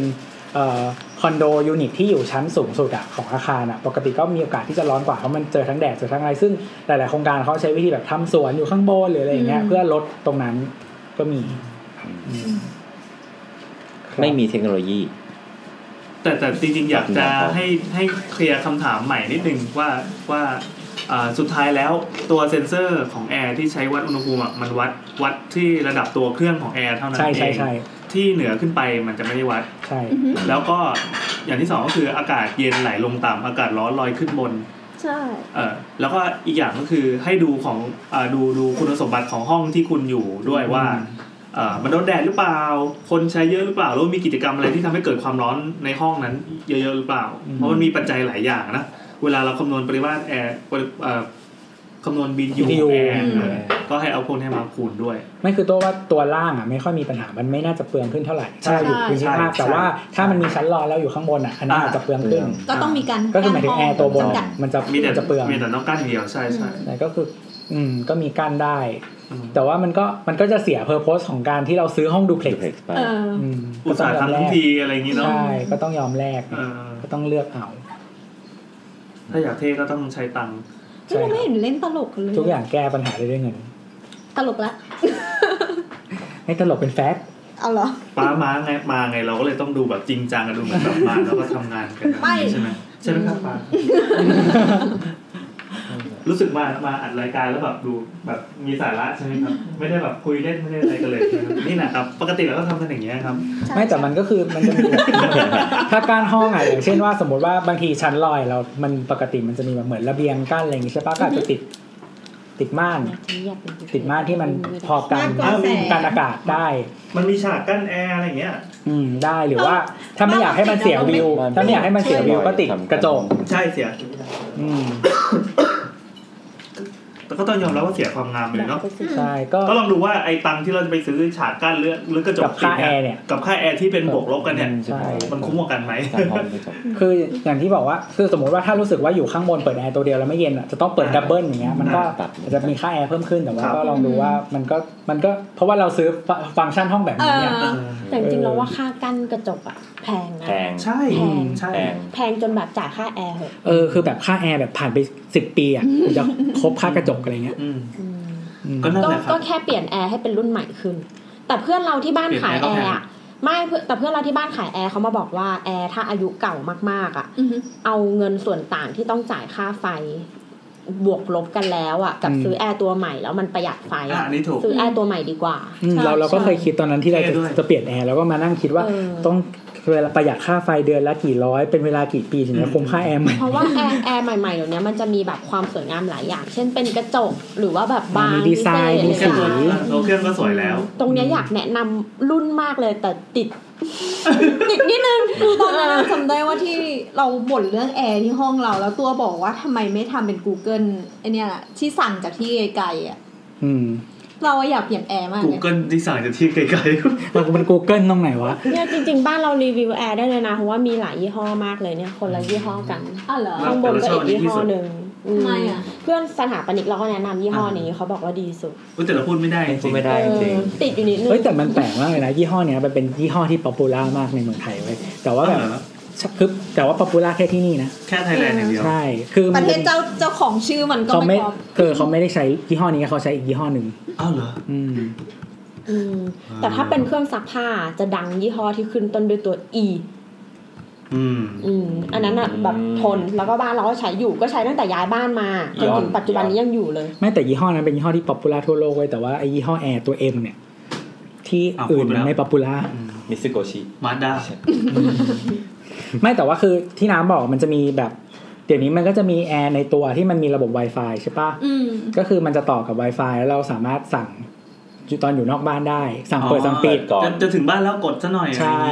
Speaker 4: เอ่อคอนโดยูนิตที่อยู่ชั้นสูงสุดอะของอาคารอะปกติก็มีโอกาสที่จะร้อนกว่าเพราะมันเจอทั้งแดดเจอทั้งอะไรซึ่งหลาย ๆ โครงการเขาใช้วิธีแบบทำสวนอยู่ข้างบนหรืออะไรอย่างเงี้ยเพื่อลดตรงนั้นก็มีครับ
Speaker 1: ไม่มีเทคโนโลยี
Speaker 3: แต่แต่จริงๆอยากจะให้ให้เคลียร์คำถามใหม่นิดนึงว่าว่าอ่าสุดท้ายแล้วตัวเซ็นเซอร์ของแอร์ที่ใช้วัดอุณหภูมิอะมันวัดวัดที่ระดับตัวเครื่องของแอร์เท่านั้น
Speaker 4: ใช่
Speaker 3: เอ
Speaker 4: ใช่
Speaker 3: ง
Speaker 4: ใช่
Speaker 3: ที่เหนือขึ้นไปมันจะไม่ได้วัด
Speaker 4: ใช่
Speaker 5: อือฮึ
Speaker 3: (laughs) แล้วก็อย่างที่สองก็คืออากาศเย็นไหลลงต่ำอากาศร้อนลอยขึ้นบน
Speaker 5: ใช่
Speaker 3: เออแล้วก็อีกอย่างก็คือให้ดูของอาดูดูคุณสมบัติของห้องที่คุณอยู่ด้วย
Speaker 4: อืม
Speaker 3: ว่าเอ่อมันโดนแดดหรือเปล่า คนใช้เยอะหรือเปล่าแล้วมีกิจกรรมอะไรที่ทำให้เกิดความร้อนในห้องนั้นเยอะๆหรือเปล่า เพราะมันมีปัจจัยหลายอย่างนะเวลาเราคำนวณปริมาตรแอร์ปริเอ่อคำนวณบินยู
Speaker 4: BTU
Speaker 3: แอร์
Speaker 5: อืม
Speaker 3: ก็ให้เอาพวกนี้มาคูณด้วย
Speaker 4: ไม่คือตัวว่าตัวล่างอะไม่ค่อยมีปัญหามันไม่น่าจะเปลืองขึ้นเท่าไหร่
Speaker 3: ใช่
Speaker 4: ถ้าอยู่พื้นที่
Speaker 3: ใช่
Speaker 4: มากแต่ว่า
Speaker 3: ใช่
Speaker 4: ถ้ามันมีชั้นรองแล้วอยู่ข้างบนอะอันนั้น
Speaker 3: อ่า
Speaker 4: อาจจะเปลืองขึ้น
Speaker 5: ก็ต้องมีการ
Speaker 4: ก็คือหมายถึงแอร์ตัวบน
Speaker 5: จำกั
Speaker 4: อะ
Speaker 5: ด
Speaker 4: มันจะ
Speaker 3: มีแต่
Speaker 4: มันจะเปลือง
Speaker 3: มีแต่ต้องกั้นเดียวใช่ใช่
Speaker 4: แต่ก็คือ อืมก็มีกั้นได้
Speaker 3: อืม
Speaker 4: แต่ว่ามันก็มันก็จะเสียเพอร์โพสของการที่เราซื้อห้องดูเพล็ก
Speaker 1: duplex ไป
Speaker 5: เออ
Speaker 3: อุตส่าห์ทำทั้งทีอะไรอย่างนี้เนาะ
Speaker 4: ใช่ก็ต้องยอมแลก
Speaker 3: เออ
Speaker 4: ก็ต้องเลือกเอา
Speaker 3: ถ้าอยากเท่ก็ต้องใช้ตังค์
Speaker 5: เฮ้ยเราไม่เห็นเล่นตลกกันเลย
Speaker 4: ทุกอย่างแก้ปัญหาได้ด้วยเงิน
Speaker 5: ตลกละ
Speaker 4: ให้ตลกเป็นแฟกต์
Speaker 5: เอาเหรอ
Speaker 3: ป้ามาไงมาไงเราก็เลยต้องดูแบบจริงจังกันดูเหมือนแบบมาแล้วก็ทำงานกันแบบ
Speaker 5: ไม่
Speaker 3: นี้ใช่ไหมใช่ไหมครับป้า (laughs) รู้สึกมามาอัดรายการแล้วแบบดูแบบมีสาระใช่ไหมครับไม่ได้แบบคุยเล่นไม่ได้อะไรกันเลยนะครับนี่นะครับปกติเราก็ทำกันอย่างเงี้ยครับ
Speaker 5: ใช่
Speaker 4: ไม่แต่มันก็คือมันจะมี
Speaker 3: (laughs)
Speaker 4: แบบ ถ้ากั้นห้องอ่ะอย่างเช่นว่าสมมติว่าบางทีชั้นลอยเรา มันปกติมันจะมีแบบเหมือนระเบียงกั้นอะไรอย่างงี้ใช่ปะก็อาจจะติด ติดม่าน ติดม่านที่มันพอกัน
Speaker 3: ม่านกรองแสง
Speaker 4: กันอากาศได้
Speaker 3: มันมีฉากกั้นแอร์อะไรอย่างเงี้ย
Speaker 4: อืมได้หรือว่าถ้าไม่อยากให้มันเสียวิว ถ้าไม่อยากให้มันเสียวิวก็ติดกระจก
Speaker 3: ใช่เสีย
Speaker 4: อืม
Speaker 3: แต่ก็ต้องยอมรับว่าเสียความงามเลยเนาะ
Speaker 4: ใช่ก็
Speaker 3: ก็ลองดูว่าไอ้ตังค์ที่เราจะไปซื้อฉากกั้นหรือหรือกระจก
Speaker 4: กับค่าแอร์เนี่ย
Speaker 3: กับค่าแอร์ที่เป็นบวกลบกันเนี่ย
Speaker 1: ใช่
Speaker 3: มันคุ้มกว่ากันไหม
Speaker 1: ทางห้องกระจก
Speaker 4: คืออย่างที่บอกว่าคือสมมติว่าถ้ารู้สึกว่าอยู่ข้างบนเปิดแอร์ตัวเดียวแล้วไม่เย็นอ่ะจะต้องเปิดดับเบิลอย่างเงี้ยมันก็อาจจะมีค่าแอร์เพิ่มขึ้นแต่ว่าก็ลองดูว่ามันก็มันก็เพราะว่าเราซื้อฟังฟังก์ชันห้องแบบ
Speaker 5: เอ
Speaker 4: นี้เนี่ย
Speaker 5: อ
Speaker 2: แต่จริงๆเราว่าค่ากั้นกระจกอะแพงนะ
Speaker 1: แพง
Speaker 3: ใช่
Speaker 2: แพง
Speaker 3: ใช่
Speaker 1: แพง
Speaker 2: แพงจนแบบจ่ายค่าแอร์เหอะ
Speaker 4: เออคือแบบค่าแอร์แบบผ่านไปสิบปีอ่ะถึงจะครบค่ากระจกอะไรเงี้ย
Speaker 3: อืม
Speaker 2: อืม
Speaker 4: อืม
Speaker 3: ก็นั่น
Speaker 2: ก็
Speaker 3: แหละค
Speaker 2: ก็
Speaker 3: รับ
Speaker 2: แค่เปลี่ยนแอร์ให้เป็นรุ่นใหม่ขึ้น แต่เพื่อนเราที่บ้านขาย
Speaker 3: เปลี่
Speaker 2: แอย
Speaker 3: นแอร์ก็แพง
Speaker 2: ร์อะไม่เพื่อนแต่เพื่อนเราที่บ้านขายแอร์เขามาบอกว่าแอร์ถ้าอายุเก่ามากๆอะ
Speaker 5: อือฮึ
Speaker 2: เอาเงินส่วนต่างที่ต้องจ่ายค่าไฟ บวกลบกันแล้วอ่ะ กับซื้อแอร์ตัวใหม่แล้วมันประหยัดไฟ
Speaker 3: อ่ะ
Speaker 2: อะ
Speaker 3: อันนี้ถูก
Speaker 2: ซื้อแอร์ตัวใหม่ดีกว่า
Speaker 4: อืมเราเราก็เคยคิดตอนนั้นที่เรา
Speaker 3: ใช่
Speaker 4: จะ
Speaker 3: ด้วย
Speaker 4: จะเปลี่ยนแอร์แล้วก็มานั่งคิดว่า
Speaker 2: เออ
Speaker 4: ต้องเวลาประหยัดค่าไฟเดือนละกี่ร้อยเป็นเวลากี่ปีถึงจะคุ้มค่าแอร์ใหม่
Speaker 2: เพราะว่าแอร์แอร์ใหม่ๆเดี๋ยวนี้มันจะมีแบบความสวยงามหลายอย่าง เช่นเป็นกระจกหรือว่าแบบบาง
Speaker 4: มีดีไซน์
Speaker 2: พิ
Speaker 4: มี
Speaker 2: เศ
Speaker 4: สี
Speaker 2: ษอะไรอย่างเงี้ย
Speaker 3: ตัวเครื่องก็สวยแล้ว
Speaker 2: ตรงเนี้ยอยากแนะนำรุ่นมากเลยแต่ติด ติดนิดนึง
Speaker 5: ตอนนั้นเราจำได้ว่าที่เราบ่นเรื่องแอร์ที่ห้องเรา แล้วตัวบอกว่าทำไมไม่ทำเป็น Google ไอเนี่ยน่ะที่สั่งจากที่ไกลๆอ่ะ
Speaker 4: อืม
Speaker 5: เราอะอยากเปลี่ยนแอร์มากเลย
Speaker 3: Google ที่สั่งจากที่ไกล
Speaker 4: (laughs) มันมันกูเกิลตรงไหนวะ
Speaker 2: เนี่ยจริง ๆ บ้านเรารีวิวแอร์ได้เลยนะเพราะว่ามีหลายยี่ห้อมากเลยเนี่ยคนละยี่ห้อกัน
Speaker 5: อ้าวเหรอ
Speaker 2: ข้างบนก็อีกยี่ห้อหนึ่ง
Speaker 5: ทำไมอ่ะ
Speaker 2: เพื่อนสถาปนิกเราก็แนะนำยี่ห้อนี้เขาบอกว่าดีสุด
Speaker 3: ๆอุ๊ยแต่เราพูดไม่ได้จ
Speaker 1: พู
Speaker 3: ริ
Speaker 1: ด
Speaker 3: ง
Speaker 1: ไม่ได้จริง
Speaker 2: เออติดอยู่นิดนึง
Speaker 4: เฮ้ยแต่มันแปลกมากเลยนะยี่ห้อเนี้ยมันเป็นยี่ห้อที่ป๊อปปูล่ามากในเมืองไทยเว้ยแต่ว่าแบบคือแต่ว่าป๊อปปูล่าแค่ที่นี่นะ
Speaker 3: แค่ไทยแลนด์อย่างเดียว
Speaker 4: ใช่คือ
Speaker 5: ป
Speaker 4: มัน
Speaker 5: ระเทศเจ้าเจ้าของชื่อมันก็
Speaker 4: เขา
Speaker 5: ไม่
Speaker 4: ไม่
Speaker 5: พร้อม
Speaker 4: คือเขาไม่ได้ใช้ยี่ห้อนี้เขาใช้อีกยี่ห้อหนึ่ง
Speaker 3: อ้าวเหรอ
Speaker 4: อืม
Speaker 2: อืมแต่ถ้าเป็นเครื่องซักผ้าจะดังยี่ห้อที่ขึ้นต้นด้วยตัว E
Speaker 3: อืม
Speaker 2: อืมอันนั้นอ่ะแบบทนแล้วก็บ้านเราก็ใช้อยู่ก็ใช้ตั้งแต่ย้ายบ้านมาจนถึงปัจจุบันนี้ยังอยู่เลย
Speaker 4: ไม่แต่ยี่ห้อนั้นเป็นยี่ห้อที่ป๊อปปูล่าทั่วโลกเว้ยแต่ว่าไอยี่ห้อแอร์ตัวเอ็มเนี่ย ที่
Speaker 3: อ้าว
Speaker 4: อื่น
Speaker 3: พูดไป
Speaker 4: มั
Speaker 3: แล้ว
Speaker 4: นไม่ป๊อปปูล่า
Speaker 1: มิซึโกชิ
Speaker 3: มาด้า
Speaker 4: ไม่แต่ว่าคือที่น้ำบอกมันจะมีแบบเดี๋ยวนี้มันก็จะมีแอร์ในตัวที่มันมีระบบ Wi-Fi ใช่ปะ
Speaker 5: อืม
Speaker 4: ก็คือมันจะต่อกับ Wi-Fi แล้วเราสามารถสั่งอยู่ตอนอยู่นอกบ้านได้ สั่งเปิดสั่งปิด
Speaker 1: ก่อน
Speaker 3: จะจะถึงบ้านแล้วกดซะหน่อย
Speaker 4: ใช่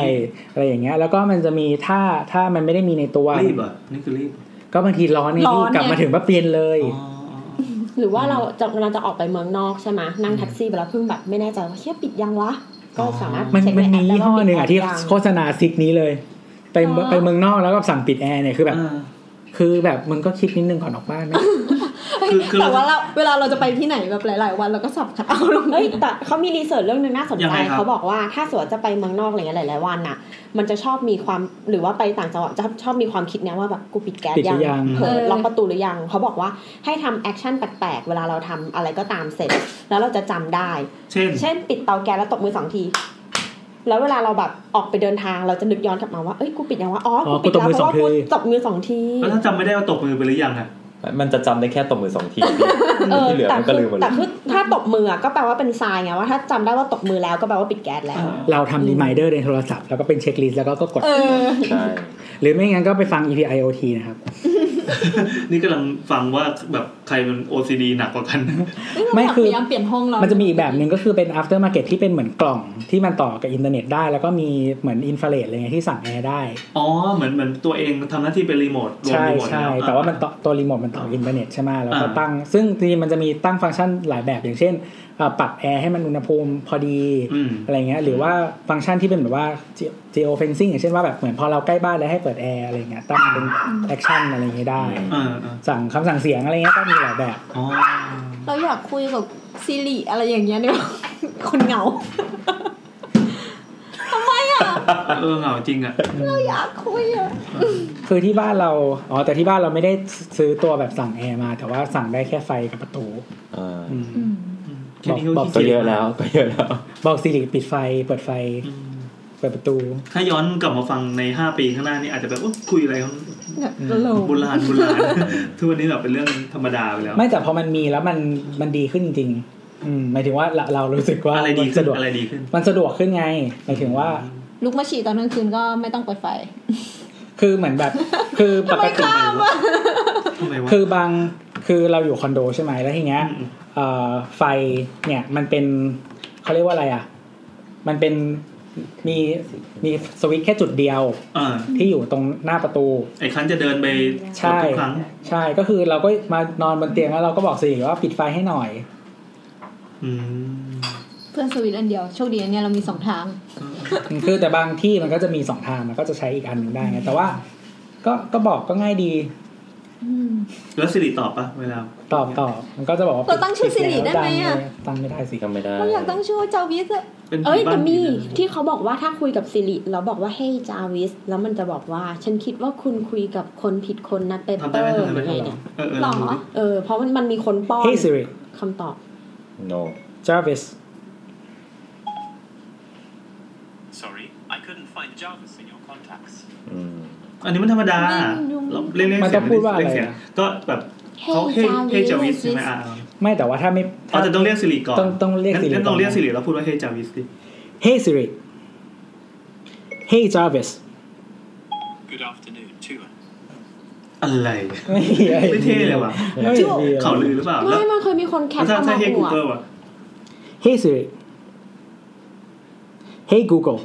Speaker 4: อะไรอย่างเงี้ยแล้วก็มันจะมีถ้าถ้ามันไม่ได้มีในตัว
Speaker 3: อะไรอย่างงี้รีบเหรอ่ะนี่คือรีบ
Speaker 4: ก็บางทีร้อนไง
Speaker 5: ร้
Speaker 4: พี่
Speaker 5: อนไง
Speaker 4: กลับมาถึงปั๊บเปลี่ยนเลย
Speaker 3: อ๋ออ๋อ
Speaker 2: หรือว่าเราจะกำลังจะออกไปเมืองนอกใช่ไหมนั่งแท็กซี่ไปแล้วเพิ่งแบบไม่แน่ใจว่าเชี่ยปิดยังวะ ก็สามารถ
Speaker 4: มัน
Speaker 2: เช็ค
Speaker 4: มัน
Speaker 2: ในแอป
Speaker 4: มี
Speaker 2: ได้
Speaker 4: ยี่
Speaker 2: ว่า
Speaker 4: ห้อหนึ่ง
Speaker 2: ปิ
Speaker 4: อ่ะ
Speaker 2: ด
Speaker 4: ที่
Speaker 2: ยัง
Speaker 4: โฆษณาซิกนี้เลย ไปเมือง
Speaker 2: อ๋อ
Speaker 4: ไปเมืองนอกแล้วก็สั่งปิดแอร์เนี่ยคือแบบ คือแบบมึงก็คิดนิดนึงก่อนออกบ้านนะ
Speaker 3: คือคือ
Speaker 5: แต่ว่าเราเวลาเราจะไปที่ไหนแบบหลาย ๆ วันเราก็สับขัดเอาลง
Speaker 2: เอ้ยแต่เขามีรีเสิร์ชเรื่องหนึงน่าสน
Speaker 3: ยัง
Speaker 2: ใจ
Speaker 3: ไงครับ
Speaker 2: เขาบอกว่าถ้าสมมติจะไปเมืองนอกอะไรเงี้ยหลาย ๆ วันน่ะ มันจะชอบมีความหรือว่าไปต่างจังหวัดจะชอบมีความคิดเนี้ยว่าแบบกูปิดแก๊ส
Speaker 4: ปิดหรือยั
Speaker 2: ยัง งเออล็อกประตูหรือยังเขาบอกว่าให้ทำแอคชั่นแปลก ๆ เวลาเราทำอะไรก็ตามเสร็จ แล้วเราจะจำได้
Speaker 3: เช่น
Speaker 2: เช่น ปิดเตาแก๊สแล้วตบมือสองที แล้วเวลาเราแบบออกไปเดินทางเราจะนึกย้อนกลับมาว่าเอ้ยกูปิดยังวะอ๋อ
Speaker 4: อ๋
Speaker 2: กู
Speaker 4: อ
Speaker 2: ปิดแล้ว
Speaker 4: กู
Speaker 2: เพ
Speaker 4: ตบมือสอ
Speaker 2: ราะ
Speaker 4: ง
Speaker 2: ว่ากู
Speaker 4: ที
Speaker 2: ตบมือสองที
Speaker 3: แล้วถ้าจำไม่ได้ว่าตกมือไปหรือยังอะ
Speaker 1: มันจะจำได้แค่ตบมือสองที
Speaker 2: เออ
Speaker 1: ที่เหลือ
Speaker 2: แต่
Speaker 1: มันก็
Speaker 2: คื
Speaker 1: ลื
Speaker 2: อ
Speaker 1: มหมดเล
Speaker 2: แต่
Speaker 1: ย
Speaker 2: คือถ้าตบมืออะก็แปลว่าเป็นทรายไงว่าถ้าจำได้ว่าตบมือแล้วก็แปลว่าปิดแก๊สแล้ว
Speaker 4: เราทำรีมายเดอร์ในโทรศัพท์แล้วก็เป็นเช็คลิสต์แล้วก็ก็กด
Speaker 5: เออ
Speaker 1: ใช่
Speaker 4: หรือไม่งั้นก็ไปฟัง EP IoT นะครับ
Speaker 3: นี่กำลังฟังว่าแบบใครมัน OCD หนักกว่ากัน (laughs)
Speaker 4: ไม่
Speaker 5: ไม่
Speaker 4: คื
Speaker 5: คือ อยากพยายามเปลี่ยนห้องเรา
Speaker 4: มั
Speaker 5: มัน
Speaker 4: จะมีอีกแบบหนึ่งก็คือเป็น after market ที่เป็นเหมือนกล่องที่มันต่อกับอินเทอร์เน็ตได้ แล้วก็มีเหมือนอินฟราเรดอะไรเงี้ยที่สั่งแอร์ได้
Speaker 3: อ๋อเหมือนเหมือนตัวเองทำหน้าที่เป็นรีโมทรวม
Speaker 4: ใช่
Speaker 3: รีโมท
Speaker 4: ใช่
Speaker 3: ล้อะ
Speaker 4: แต่ว่ามันต่อตัวรีโมทมันต่ออินเทอร์เน็ตใช่ไหมแล้วก็
Speaker 3: อ่า
Speaker 4: ตั้ง ซึ่งจริงๆมันจะมีตั้งฟังก์ชันหลายแบบอย่างเช่นอ่าปรับแอร์ให้มันอุณหภูมิพอดี
Speaker 3: อืม
Speaker 4: อะไรเงี้ยหรือว่าฟังก์ชันที่เป็นแบบว่า geo- geo fencing อย่างเช่นว่าแบบเหมือนพอเราใกล้บ้านแล้วให้เปิดแอร์อะไรเงี้ยตั้งเป็นแอคชั่นอะไรเงี้ยได้
Speaker 3: อ่าอ่า
Speaker 4: สั่งคำสั่งเสียงอะไรเงี้ยก็มีหลายแบบ
Speaker 3: อ๋อ
Speaker 5: เราอยากคุยกับซิริอะไรอย่างเงี้ย (laughs) เนี่ยคนเหงา ทำไมอ่ะ
Speaker 3: เออเหงาจริงอะ
Speaker 5: เราอยากคุยอ่ะ
Speaker 4: คือที่บ้านเราอ๋อแต่ที่บ้านเราไม่ได้ซื้อตัวแบบสั่งแอร์มา แต่ว่าสั่งได้แค่ไฟกับประตู
Speaker 1: อ่า
Speaker 4: อืม
Speaker 3: แค่นี้
Speaker 4: บอก
Speaker 1: ก็
Speaker 3: เขาขี้เกี
Speaker 1: เย
Speaker 3: ย
Speaker 1: อะ
Speaker 3: จ
Speaker 1: แล้ว (laughs) ก็เยอะแล้ว
Speaker 4: บอกสิริปิดไฟเปิดไฟ
Speaker 3: อืม
Speaker 4: เปิดประตู
Speaker 3: ถ้าย้อนกลับมาฟังใน 5 ปีข้างหน้านี่อาจจะแบบอุ๊ยคุยอะไรของ
Speaker 5: เนี่ยเรา
Speaker 3: โบราณโบราณ ทุกวันนี้แบบเป็นเรื่องธรรมดาไปแล้ว
Speaker 4: ไม่แต่พอมันมีแล้วมันมันดีขึ้นจริงๆอืมหมายถึงว่าเราเรารู้สึกว่า
Speaker 3: อะไรดี
Speaker 4: มัน
Speaker 3: ขึ้น
Speaker 4: สะดวก
Speaker 3: อะไรดีขึ้น
Speaker 4: มันสะดวกขึ้นไงหมายถึงว่า
Speaker 5: ลุกมาฉี่ตอนกลางคืนก็ไม่ต้องเปิดไฟ
Speaker 4: คือเหมือนแบบ คือปกติ
Speaker 3: ทำไมวะ
Speaker 4: คือบางคือเราอยู่คอนโดใช่ไหมแล้วทีเนี้ย
Speaker 3: อืม
Speaker 4: เอ่อไฟเนี่ยมันเป็นเขาเรียกว่าอะไรอ่ะ มันเป็นมีมีสวิตช์แค่จุดเดียว
Speaker 3: อ่า
Speaker 4: ที่อยู่ตรงหน้าประตู
Speaker 3: ไอ้คันจะเดินไป
Speaker 4: ใช่
Speaker 3: ทุกครั้ง
Speaker 4: ใช่ก็คือเราก็มานอนบนเตียงแล้วเราก็บอกสิริว่าปิดไฟให้
Speaker 3: (laughs)
Speaker 4: หน่อย
Speaker 3: อืม
Speaker 5: เพื่อนสวิตช์อันเดียวโชคดีอันเนี่ยเรามีสองทาง
Speaker 4: คือแต่บางที่มันก็จะมีสองทางมันก็จะใช้อีกอันหนึ่งได้ไงแต่ว่า ก็ก็บอกก็ง่ายดี
Speaker 3: แล้วสิริตอบปะเวลา
Speaker 4: ตอบตอบมันก็จะบอกว่า
Speaker 5: เราตั้งชื่อสิริได้ไหมอ่ะ
Speaker 4: ตั้งไม่ได้สิ
Speaker 1: ทำไม่ได้
Speaker 5: เราอยากตั้งชื่อว่าเจ้าวิสอะ
Speaker 3: เป็น
Speaker 2: เอ้ย
Speaker 3: บ้า
Speaker 2: แต่
Speaker 3: น
Speaker 2: มี
Speaker 3: ผีนะ
Speaker 2: ที่เขาบอกว่าถ้าคุยกับซิริแล้วบอกว่าเฮ้ยจาวิส แล้วมันจะบอกว่า ฉันคิดว่าคุณคุยกับคนผิดคนนะเป
Speaker 3: ทำ
Speaker 2: เป
Speaker 3: ได้
Speaker 2: อ
Speaker 3: ไหม
Speaker 2: ร์
Speaker 3: ทำได้
Speaker 2: ยัง
Speaker 3: ไหม
Speaker 2: ไงเนี่ย
Speaker 3: เออเออล
Speaker 5: หร
Speaker 3: อ
Speaker 5: อง
Speaker 3: ดูดิ
Speaker 2: เออเพราะมันมันมีคนป้อน
Speaker 4: เฮ้ยสิริ
Speaker 2: คำตอบ
Speaker 1: โน
Speaker 4: จาวิส
Speaker 6: Sorry, I couldn't find Jarvis in your contacts.
Speaker 1: อืม
Speaker 3: อันนี้มันธรรมดาเราเล่นเล่น
Speaker 4: มัน
Speaker 3: เสี
Speaker 4: ต้
Speaker 3: ย
Speaker 4: อง งพูดว่าอะไร
Speaker 3: เล่นเสียง
Speaker 4: นะ
Speaker 3: ก็แบบเขาเฮ้ยเฮ้ยจาวิสใช่ไหมอ่ะ
Speaker 4: ไม่แต่ว่าถ้าไม่
Speaker 3: อ๋อแต่ต้องเรียกสิริก่อน
Speaker 4: ต้องต้องเรียกสิริ
Speaker 3: งั้นต้องเรียก
Speaker 4: ก่นนะ
Speaker 3: สิริแล้วพูดว่าเฮ้ยจาวิสดิ
Speaker 4: เฮ้ยสิริเฮ้ยจาร์วิส
Speaker 6: Good afternoon, too.
Speaker 3: (laughs) อะไร
Speaker 4: ไม่
Speaker 3: ไม่เท่เลยว่ะ
Speaker 4: ไม่
Speaker 2: จุ๊บ
Speaker 4: ดี
Speaker 3: เขาลือหรือเปล่าแล้ว
Speaker 2: ไม่มันเคยมีคนแคป
Speaker 3: ถ้า
Speaker 2: เอามา
Speaker 3: ถ้าเฮ้ย
Speaker 2: อ
Speaker 3: กู
Speaker 2: วด
Speaker 3: เกิลอ่ะ
Speaker 4: เฮ้ยสิริเฮ้ย Google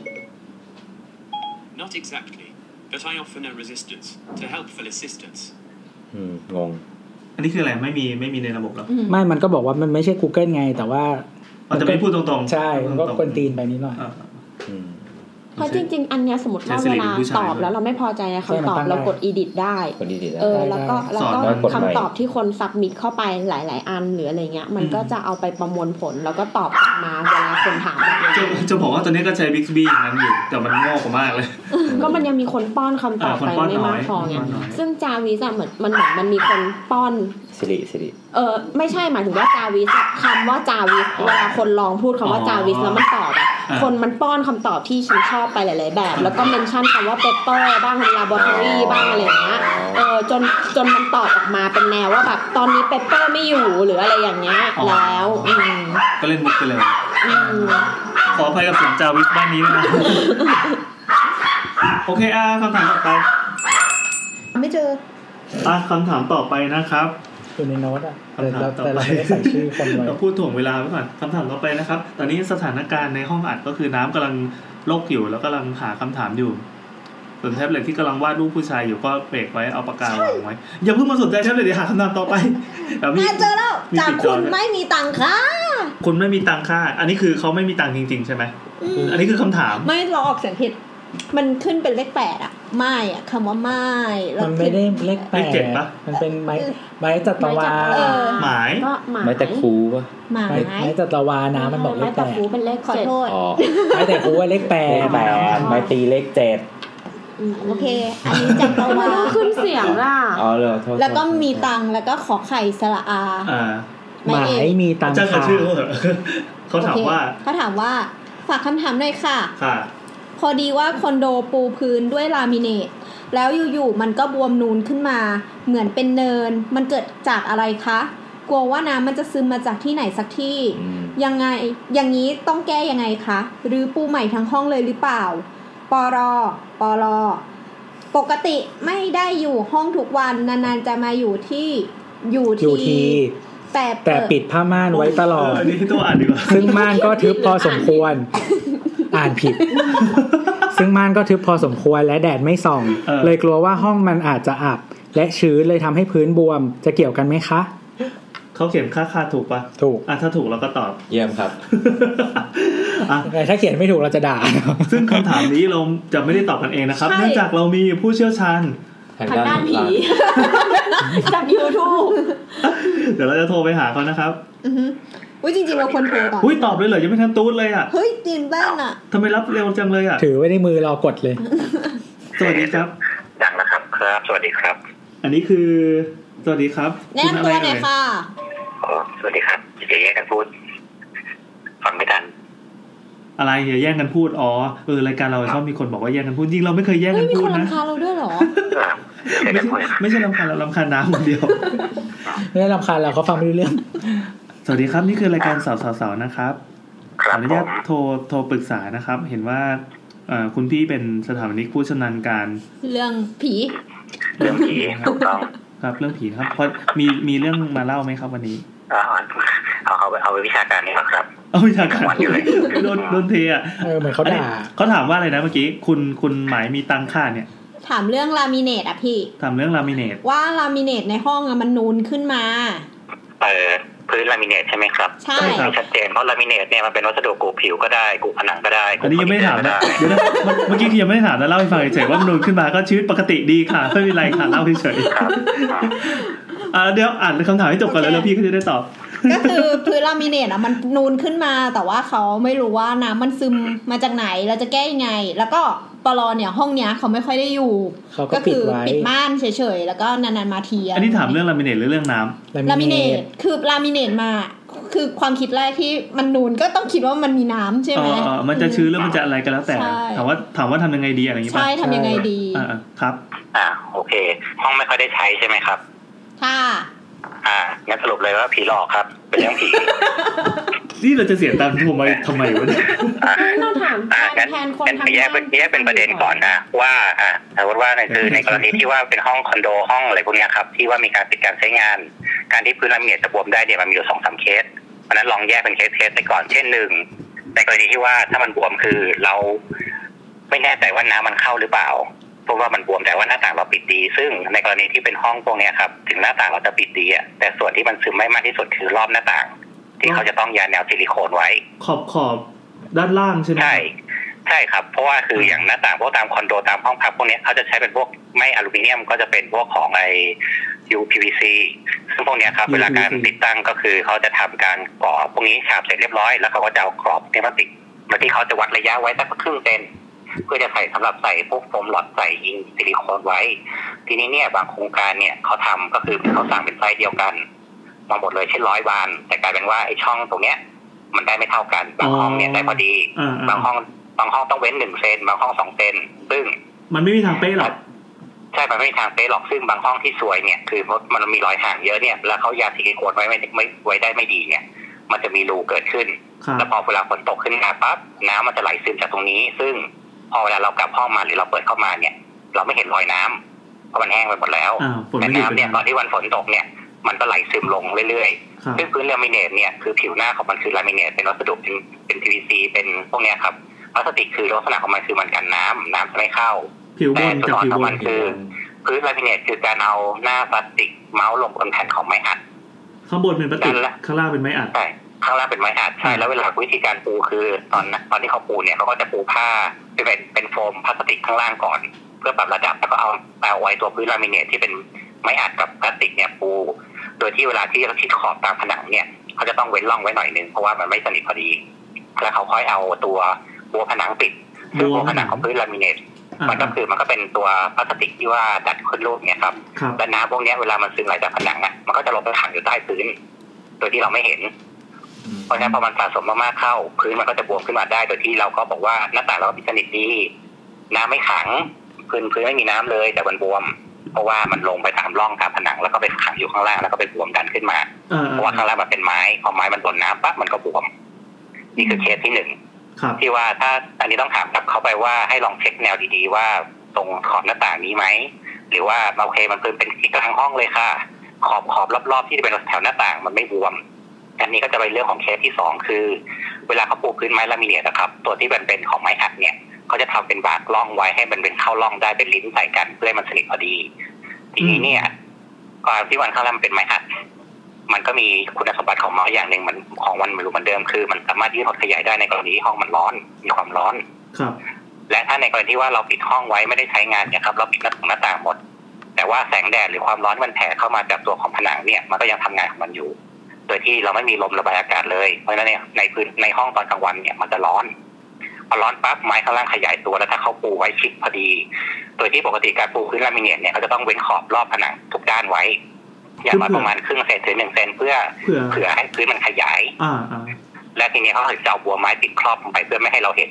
Speaker 6: Not exactly, but I offer no resistance, to helpful assistance.
Speaker 1: อืมงง
Speaker 3: อันนี้คืออะไรไม่มีไม่มีในระบบแล้ว
Speaker 4: ไม่มันก็บอกว่ามันไม่ใช่ Google ไง แต่ว่า
Speaker 3: อ๋อแต่ไม่พูดตรงๆ
Speaker 4: ใช่มันก็
Speaker 3: ตรงๆ
Speaker 4: กวนตีนไปนิดหน่อย
Speaker 3: อ่ะ
Speaker 1: อืม
Speaker 2: เพราะจริง ๆ อันเนี้ยสมมติว่า
Speaker 3: ใช่สิ
Speaker 2: เวลา
Speaker 3: ริเป็นผู้ชาย
Speaker 2: ตอบ
Speaker 3: ด้วย
Speaker 2: แล้วเราไม่พอใจใน
Speaker 4: ใช่
Speaker 2: คำ
Speaker 4: มัน
Speaker 2: ตอบ
Speaker 4: ตั้ง
Speaker 2: เรา
Speaker 4: ได้
Speaker 2: กด edit ได้
Speaker 1: คนดีๆนะ
Speaker 2: เออ
Speaker 4: ได้
Speaker 2: แล้วก็
Speaker 4: ได้
Speaker 2: แล้วก็
Speaker 3: สอนมันกฎหมาย
Speaker 2: คำตอบที่คนสับมิดเข้าไปหลาย ๆ อันหรืออะไรเงี้ย มันก็จะเอาไปประมวลผลแล้วก็ตอบกลับมาเวลาคนถามแบบ
Speaker 3: จะจะบอกว่าตอนนี้ก็ใช้บิ๊กบีอย่างนั้นอยู่ แต่มันโง่กว่ามากเลย
Speaker 2: ก็มันยังมีคนป้อนคำตอบ
Speaker 3: อ่าคน
Speaker 2: ไป
Speaker 3: ป้อน
Speaker 2: ไม่
Speaker 3: น้อย
Speaker 2: มากพอไง
Speaker 3: คนป้อนน้อย
Speaker 2: ซึ่งจาวิสอะเหมือนมันเหมือนมันมีคนป้อน
Speaker 1: สิริสิริ
Speaker 2: เออไม่ใช่หมายถึงว่าจาวิสอะคำว่าจาวิสเวลาคนลองพูดคำว่าจาวิสแล้วมันตอบอะ
Speaker 3: อ่า
Speaker 2: คนมันป้อนคำตอบที่ฉันชอบไปหลาย ๆ แบบ แล้วก็เมนชั่นคำว่าเปเปอร์บ้างลาบอทอรี่บ้างอะไรอย่างเงี้ยเออจนจนมันตอบออกมาเป็นแนวว่าแบบตอนนี้เปเปอร์ไม่อยู่หรืออะไรอย่างเงี้ยแล้วอืม
Speaker 3: ก็เล่นมุกไปเลย
Speaker 2: อืม
Speaker 3: ขออภัยกับเสียงจาวิสบ้านนี้ (laughs) ด้วยนะ โอเคอ่ะคำถามต่อไป
Speaker 5: ไม่เจอ
Speaker 3: อ่ะคำถามต่อไปนะครับ
Speaker 4: อยู่ในโน้ตอ่ะแต่
Speaker 3: คำถาม
Speaker 4: เรา
Speaker 3: ต่อ
Speaker 4: แต่
Speaker 3: ไป
Speaker 4: เราไม่ได้ใส่ชื่อคนไว้
Speaker 3: เราพูดถ่วงเวลาไว้ก่อนคำถามต่อไปนะครับ ตอนนี้สถานการณ์ในห้องอัดก็คือน้ำกำลังลกอยู่แล้วกำลังหาคำถามอยู่ ส่วนแท็บเล็ตที่กำลังวาดรูปผู้ชายอยู่ก็เบรกไว้เอาปากกาวางไว้ อย่าเพิ่งมาสนใจแท็บเล็ตเดี๋ยวหาคำนามต่อไปแล้วมี
Speaker 5: อ่ะเจอแล้ว
Speaker 3: มี
Speaker 5: จาก
Speaker 3: ติดจอ
Speaker 5: คุณ
Speaker 3: ด้วย
Speaker 5: ไม่มีตังค่ะ
Speaker 3: คุณไม่มีตังค่า อันนี้คือเขาไม่มีตังค์จริง ๆ ใช่ไหมอันนี้คือคำถาม
Speaker 5: ไม่เราออกเสียงผิด มันขึ้นเป็นเลขแปดอะไม่อะคำว่าไม่แล้ว
Speaker 4: มันไม่ได้เลขแป
Speaker 3: เลขเจ็ด
Speaker 4: ด
Speaker 3: ปะ
Speaker 4: มันเป็นไม้ไม้จัตวา
Speaker 2: ไม้จัตวา
Speaker 3: หมาย
Speaker 2: ก็หมาย
Speaker 1: ไม้ตะคูปะ
Speaker 5: หมาย
Speaker 4: ไม้ไม้จัตวานะมันบอกเล
Speaker 2: ไม้
Speaker 4: ขแป
Speaker 2: ตะ
Speaker 4: ด
Speaker 2: คูเป็นเลข
Speaker 5: ขอ
Speaker 2: เจ็ด
Speaker 5: โทษ
Speaker 1: อ๋อ
Speaker 4: ไม้แต่กูว่าเลขแป
Speaker 1: เล
Speaker 4: ด
Speaker 1: ขแปดไม้ตีเลขเจ็ด
Speaker 2: ม
Speaker 5: โอเค อันนี้จัต
Speaker 2: ไม่
Speaker 5: วา
Speaker 2: ต้องขึ้นเสียงล่ะ
Speaker 1: อ๋อเลยโทษ
Speaker 5: แล้วก็
Speaker 1: โทษ
Speaker 5: มีตังค์แล้วก็ขอไข่สระอา
Speaker 3: อ่า
Speaker 4: หมายมีตัง
Speaker 3: เจ้าเขา
Speaker 4: ค่ะ
Speaker 3: ชื่อเขาเหรอเขาถามว่า
Speaker 5: โอเคเขาถามว่าฝากคำถามหน่อยค่ะ
Speaker 3: ค่ะ
Speaker 5: พอดีว่าคอนโดปูพื้นด้วยลามิเนตแล้วอยู่ๆมันก็บวมนูนขึ้นมา เหมือนเป็นเนิน มันเกิดจากอะไรคะ กลัวว่าน้ำมันจะซึมมาจากที่ไหนสักที่
Speaker 1: อืม
Speaker 5: ยังไง อย่างนี้ต้องแก้ยังไงคะ หรือปูใหม่ทั้งห้องเลยหรือเปล่า ปรอปรอ ปกติไม่ได้อยู่ห้องทุกวัน นานๆจะมาอยู่ที่อยู่
Speaker 4: อยู่ที
Speaker 5: แต่เ
Speaker 4: แต่ปิดผ้าม่านไว้ตลอด
Speaker 3: เอันนี้ตัวอ่านดีกว่า
Speaker 4: ซึ่งม่านก็ทึบพอสมควร อ่านผิด ซึ่งม่านก็ทึบพอสมควรและแดดไม่ส่อง
Speaker 3: เออ
Speaker 4: เลยกลัวว่าห้องมันอาจจะอับ และชื้นเลยทำให้พื้นบวม จะเกี่ยวกันไหมคะ
Speaker 3: เขาเขียนค่าค่าถูกปะ
Speaker 4: ถูก
Speaker 3: อ่ะถ้าถูกเราก็ตอบ
Speaker 1: เยี่ยมครับ
Speaker 3: อ่ะ
Speaker 4: แต่ถ้าเขียนไม่ถูกเราจะด่า
Speaker 3: ซึ่งคำถามนี้เราจะไม่ได้ตอบกันเองนะครับ
Speaker 2: ใช่
Speaker 3: เนื่องจากเรามีผู้เชี่ยวชาญ
Speaker 1: ทาง
Speaker 2: ทางด้า
Speaker 1: ด้าน น
Speaker 2: ผี จากยูทูบ
Speaker 3: เดี๋ยวเราจะโทรไปหาเขานะครับ
Speaker 5: อือฮึอุ้ยจริงๆเราควรโทรก่อน
Speaker 3: อุ้ยตอบเลยเหรอยังไม่ทันตูดเลยอ่ะ
Speaker 5: เฮ้ยจีนบ้านอะ
Speaker 3: ทำไมรับเร็วจังเลยอ่ะ
Speaker 4: ถือไว้ในมือรอกดเลย
Speaker 3: สวัสดีครับ
Speaker 7: ดังแล้วครับครับ สวัสดีครับ
Speaker 3: อันนี้คือ สวัสดีครับ
Speaker 5: แนะ
Speaker 3: คุณ
Speaker 5: นำตัว
Speaker 3: ไร
Speaker 5: หน่อย
Speaker 3: เ
Speaker 5: ค่ะ
Speaker 7: อ๋อสวัสดีครับเดี๋ยวแยกกันพูด ฟังไม่ทัน
Speaker 3: อะไรอย่าแย่งกันพูด อ๋อ เออรายการเราชอบมีคนบอกว่าแย่งกันพูดจริงเราไม่เคยแย่ง
Speaker 5: เฮ้
Speaker 3: กั
Speaker 5: ย
Speaker 3: น
Speaker 5: มี
Speaker 3: พู
Speaker 5: ค
Speaker 3: ด
Speaker 5: น
Speaker 3: นะ
Speaker 5: รำคาญเราด้วยเหรอ
Speaker 7: ไม่
Speaker 3: ไม่
Speaker 7: ได้
Speaker 3: ใช่
Speaker 7: คุยครับ
Speaker 3: ไม่ใช่ลำคาญเราลำคาญน้ำคนเดียว
Speaker 4: ไม่ได้รำคาญเราเขาฟังไม่รู้เรื่อง
Speaker 3: สวัสดีครับ นี่คือรายการสาวสาวๆๆนะครับ
Speaker 7: ค
Speaker 3: ขอบ อ
Speaker 7: รั
Speaker 3: นุ
Speaker 7: ผ
Speaker 3: ญาต
Speaker 7: ม
Speaker 3: โทรโทรปรึกษานะครับ เห็นว่าเอ่อคุณพี่เป็นสถาปนิกผู้ชำนาญการ
Speaker 5: (laughs) เรื่องผี
Speaker 7: เรื่อง
Speaker 3: (laughs)
Speaker 7: ผีถูกต้อง
Speaker 3: ครับเรื่องผีนะครับพอมีมีเรื่องมาเล่าไหมครับวันนี้
Speaker 7: อ่าเอาเอาไปเอาไปวิชาการนี่ก่อนครับ
Speaker 3: เอาวิชาการ
Speaker 7: วันนี้เลย
Speaker 3: โดนโดนเทอ่ะ
Speaker 4: เออเหมือนเขาด่า
Speaker 3: เขาถามว่าอะไรนะเมื่อกี้คุณคุณหมายมีตังค่าเนี่ย
Speaker 5: ถามเรื่องลามิเนตอะพี่
Speaker 3: ถามเรื่องลามิเนต
Speaker 5: ว่าลามิเนตในห้องอะมันนูนขึ้นมา
Speaker 7: เอ่อพื้นลามิเนตใช่ไหมครับ
Speaker 5: ใช่
Speaker 7: ก็ไม่ชัดเจนเพราะลามิเนตเนี่ยมันเป็นวัสดุกูผิวก็ได้กูผนังก็ได้กู
Speaker 3: อันนี้ยังไม่ได้ถาม
Speaker 7: เฟอร์นิเจอร์
Speaker 3: นะ
Speaker 7: ก็ได้
Speaker 3: เดี๋ยวนะเมื่อเมื่อกี้คือยังไม่ได้ถามนะเล่าให้ฟังเฉยๆว่ามันนูนขึ้นมาก็ชีวิตปกติดีค่ะไม่มีอะไรค่ะเล่าเฉย
Speaker 7: ครับอ่า
Speaker 3: ๆอ่าเดี๋ยวอ่านคำถามให้จบก่อนแล้วแล้วพี่ก็จะได้ตอบ
Speaker 5: (laughs) ก็คือพื้นลามิเนตอะมันนูนขึ้นมา แต่ว่าเขาไม่รู้ว่าน้ำมันซึมมาจากไหนเราจะแก้ยังไง แล้วก็ปลอเนี่ยห้องเนี้ยเขาไม่ค่อยได้อยู่
Speaker 4: เขาก็ปิด
Speaker 5: คื
Speaker 4: ไว้
Speaker 5: ปิดม่านเฉยๆแล้วก็นานๆมาทีะ
Speaker 3: อันนี้ถามเรื่องลามิเนตหรือเรื่องน้ำ
Speaker 5: ลามิเนตคือลามิเนตมา คือความคิดแรกที่มันนูนก็ต้องคิดว่ามันมีน้ำใช่ไหม
Speaker 3: เออเออมันจะชื้นหรือมันจะอะไรก็แล้วแต่
Speaker 5: ใช่
Speaker 3: ถามว่าถามว่าทำยังไงดีอะไรอย่างงี้
Speaker 5: ใช่
Speaker 3: ป่ะ
Speaker 5: ทำยังไงดี
Speaker 3: อ่าๆครับ
Speaker 7: อ่าโอเค ห้องไม่ค่อยได้ใช้ใช่ไหมครับ
Speaker 5: ถ้า
Speaker 7: อ่างั้นสรุปเลยว่าผีหลอกครับ เป็นเรื่องผี
Speaker 3: นี่เราจะเสียตังค์ทำไมทำไมวะเนี่ย
Speaker 2: ไม่ต้องถามแท
Speaker 7: อ่ะงั้
Speaker 2: น
Speaker 7: น
Speaker 2: แทนคน
Speaker 7: งั้น
Speaker 2: ทำงาน
Speaker 7: แยกเป็นแยกเป็นประเด็นก่อนนะว่าอ่ะสมมติว่าในคือในกรณีที่ว่าเป็นห้องคอนโดห้องอะไรพวกเนี้ยครับที่ว่ามีการปิดการใช้งาน การที่พื้นลามิเนตจะบวมได้เนี่ยมันมีอยู่สองสามเคสเพราะฉะนั้นลองแยกเป็นเคสเคสไปก่อนเช่นหนึ่งในกรณีที่ว่าถ้ามันบวมคือเราไม่แน่ใจว่าน้ำมันเข้าหรือเปล่าเพราะว่ามันบวมแต่ว่าหน้าต่างเราปิดดี ซึ่งในกรณีที่เป็นห้องพวกเนี้ยครับถึงหน้าต่างเราจะปิดดีอะแต่ส่วนที่มันซึมไม่มากที่สุดคือรอบหน้าต่าง ที่เขาจะต้องยาแนวซิลิโคนไว้
Speaker 3: ขอบขอบด้านล่างใช่ไหม
Speaker 7: ใช่ใช่ครับ เพราะว่าคืออย่างหน้าต่างพวกตามคอนโดตามห้องพักพวกเนี้ยเขาจะใช้เป็นพวกไม่อลูมิเนียมก็จะเป็นพวกของไอ UPVC ซึ่งพวกเนี้ยครับเวลาการติดตั้งก็คือเขาจะทำการก่อพวกนี้ฉาบเสร็จเรียบร้อยแล้วเขาก็จะเอากรอบเนี่ยมาติดมาที่เขาจะวัดระยะไว้สักครึ่งเซนเพื่อจะใส่สำหรับใส่พวกโฟมหลอดใส่ยิงซิลิโคนไว้ ทีนี้เนี่ยบางโครงการเนี่ยเขาทำก็คือเขาสั่งเป็นไซส์เดียวกันมาหมดเลยเช่นร้อยบาน แต่กลายเป็นว่าไอช่องตรงเนี้ยมันได้ไม่เท่ากันบางห้องเนี่ยได้พอดี
Speaker 3: อ่า
Speaker 7: บางห้องบางห้องต้องเว้นหนึ่งเซนบางห้องสองเซนซึ่ง
Speaker 3: ๆมันไม่มีทางเป๊ะหรอก
Speaker 7: ใช่มันไม่มีทางเป๊ะหรอกซึ่งบางห้องที่สวยเนี่ยคือมันมีรอยห่างเยอะเนี่ยแล้วเขายาสีโคนไว้ไม่ไม่ไว้ได้ไม่ดีเนี่ย มันจะมีรูเกิดขึ้น
Speaker 3: ครับ
Speaker 7: แล้วพอเวลาฝนตกขึ้นมาปั๊บน้ำมันจะไหลซึมจากตรงนี้ ซึ่งพอเวลาเรากลับห้องมาหรือเราเปิดเข้ามาเนี่ย เราไม่เห็นรอยน้ำเพราะมันแห้งไปหมดแล้ว
Speaker 3: อ้าวฝน
Speaker 7: แต่
Speaker 3: ไม่หยุด
Speaker 7: น้ำเนี่ยตอนที่วันฝนตกเนี่ย มันก็ไหลซึมลงเรื่อยๆ
Speaker 3: ครับ
Speaker 7: ซึ่งพื้นลามิเนตเนี่ยคือผิวหน้าของมันคือลามิเนตเป็นวัสดุเป็นเป็น PVC เป็นพวกเนี้ยครับพลาสติกคือลักษณะของมันคือมันกันน้ำน้ำจะไม่เข้า
Speaker 3: ผิวบ
Speaker 7: แต่
Speaker 3: น
Speaker 7: จุด
Speaker 3: กับ
Speaker 7: อ่อน
Speaker 3: ผิวบ
Speaker 7: ของมัน นคือพื้นลามิเนตคือการเอาหน้าพลาสติกเมาส์ลงบนแผ่นของไม้อัด
Speaker 3: ข้างบนเป็นพลาสติก
Speaker 7: นั่นแหละ
Speaker 3: ข้างล่างเป็นไม้อัด
Speaker 7: ใช่ข้างล่างเป็นไม้อัดใช่แล้วเวลาวิธีการปูคือตอนนั้นตอนที่เขาปูเนี่ยเขาก็จะปูผ้าที่เป็นเป็นโฟมพลาสติกข้างล่างก่อน เพื่อปรับระดับแล้วก็เอาเอาไว้ตัวพื้นลามิเนตที่เป็นไม้อัดกับพลาสติกเนี่ยปู โดยที่เวลาที่เราชิดขอบตามผนังเนี่ยเขาจะต้องเว้นร่องไว้หน่อยหนึงเพราะว่ามันไม่สนิทพอดี แล้วเขาค่อยเอาตัวบัวผนังปิดซึ่ง
Speaker 3: บั
Speaker 7: บั
Speaker 3: ว
Speaker 7: ว
Speaker 3: ผ
Speaker 7: ผ
Speaker 3: นั
Speaker 7: นั
Speaker 3: ง
Speaker 7: งของพื้นลามิเนต
Speaker 3: อ่า
Speaker 7: มันก็คือมันก็เป็นตัวพลาสติกที่ว่าดัดขึ้นรูปเนี่ยครับ
Speaker 3: ครับ
Speaker 7: และน้ำพวกเนี้ยเวลามันซึมไหลจากผนังอ่ะมันก็จะลงไปขังอยู่ใต้พื้น โดยที่เราไม่เห็น เพราะฉะนั้นพอมันสะสมมากๆเข้า พื้นมันก็จะบวมขึ้นมาได้ โดยที่เราก็บอกว่าหน้าต่างเราปิดสนิทดี น้ำไม่ขัง พื้นพื้นไม่มีน้ำเลย แต่มันบวม เพราะว่ามันลงไปตามร่องตามผนังแล้วก็ไปขังอยู่ข้างล่างแล้วก็ไปบวมดันขึ้นมา
Speaker 3: เอ่อ
Speaker 7: เพราะว่าข้างล่างมันเป็นไม้พอไม้มันโดนน้ำปั๊บมันก็บวม นี่คือเคสที่หนึ่ง
Speaker 3: ครับ
Speaker 7: ที่ว่าถ้าอันนี้ต้องถามกลับเข้าไปว่าให้ลองเช็คแนวดีๆ ว่าตรงขอบหน้าต่างนี้ไหม หรือว่าโอเคมันเป็นเป็นอีกกลางห้องเลยค่ะ ขอบขอบรอบๆ ที่เป็นแถวหน้าต่างมันไม่บวม อันนี้ก็จะเป็นเรื่องของเคสที่สองคือ เวลาเขาปูพื้นไม้ลามิเนตนะครับ ตัวที่มันเป็นของไม้อัดเนี่ยเขาจะทำเป็นบากร่องไว้ให้มันเป็นเข้าร่องได้เป็นลิ้นใส่กันเพื่อให้มันสนิทพอดี ทีนี้เนี่ยความที่มันเข้าร่างเป็นไม้อัด มันก็มีคุณสมบัติของเมาส์อย่างหนึ่งเหมันของมันเหมือนเดิมคือ มันสามารถยืดหดขยายได้ในกรณีที่ห้องมันร้อน มีความร้อน
Speaker 3: ครับ
Speaker 7: และถ้าในกรณีที่ว่าเราปิดห้องไว้ไม่ได้ใช้งานเนี่ยครับ เราปิดหน้าต่างหน้าต่างหมด แต่ว่าแสงแดดหรือความร้อนที่มันแผ่เข้ามาจากตัวของผนังเนี่ยมันก็ยังทำงานของมันอยู่ โดยที่เราไม่มีลมระบายอากาศเลย เพราะฉะนั้นเนี่ยในพื้นในห้องตอนกลางวันเนี่ยมันจะร้อนพอร้อนปั๊บไม้ข้างล่างขยายตัวแล้วถ้าเขาปูไว้ชิดพอดี โดยที่ปกติการปูพื้นลามิเนตเนี่ยเขาจะต้องเว้นขอบรอบผนังทุกด้านไว้ อย่างน้อยประมาณครึ่งเซนถึงหนึ่งเซนเพื่อ
Speaker 3: เผื่อ
Speaker 7: เผื่อให้พื้นมันขยาย
Speaker 3: อ่าอ่า
Speaker 7: และทีนี้เขาถึงจะเอาบัวไม้ปิดครอบลงไปเพื่อไม่ให้เราเห็น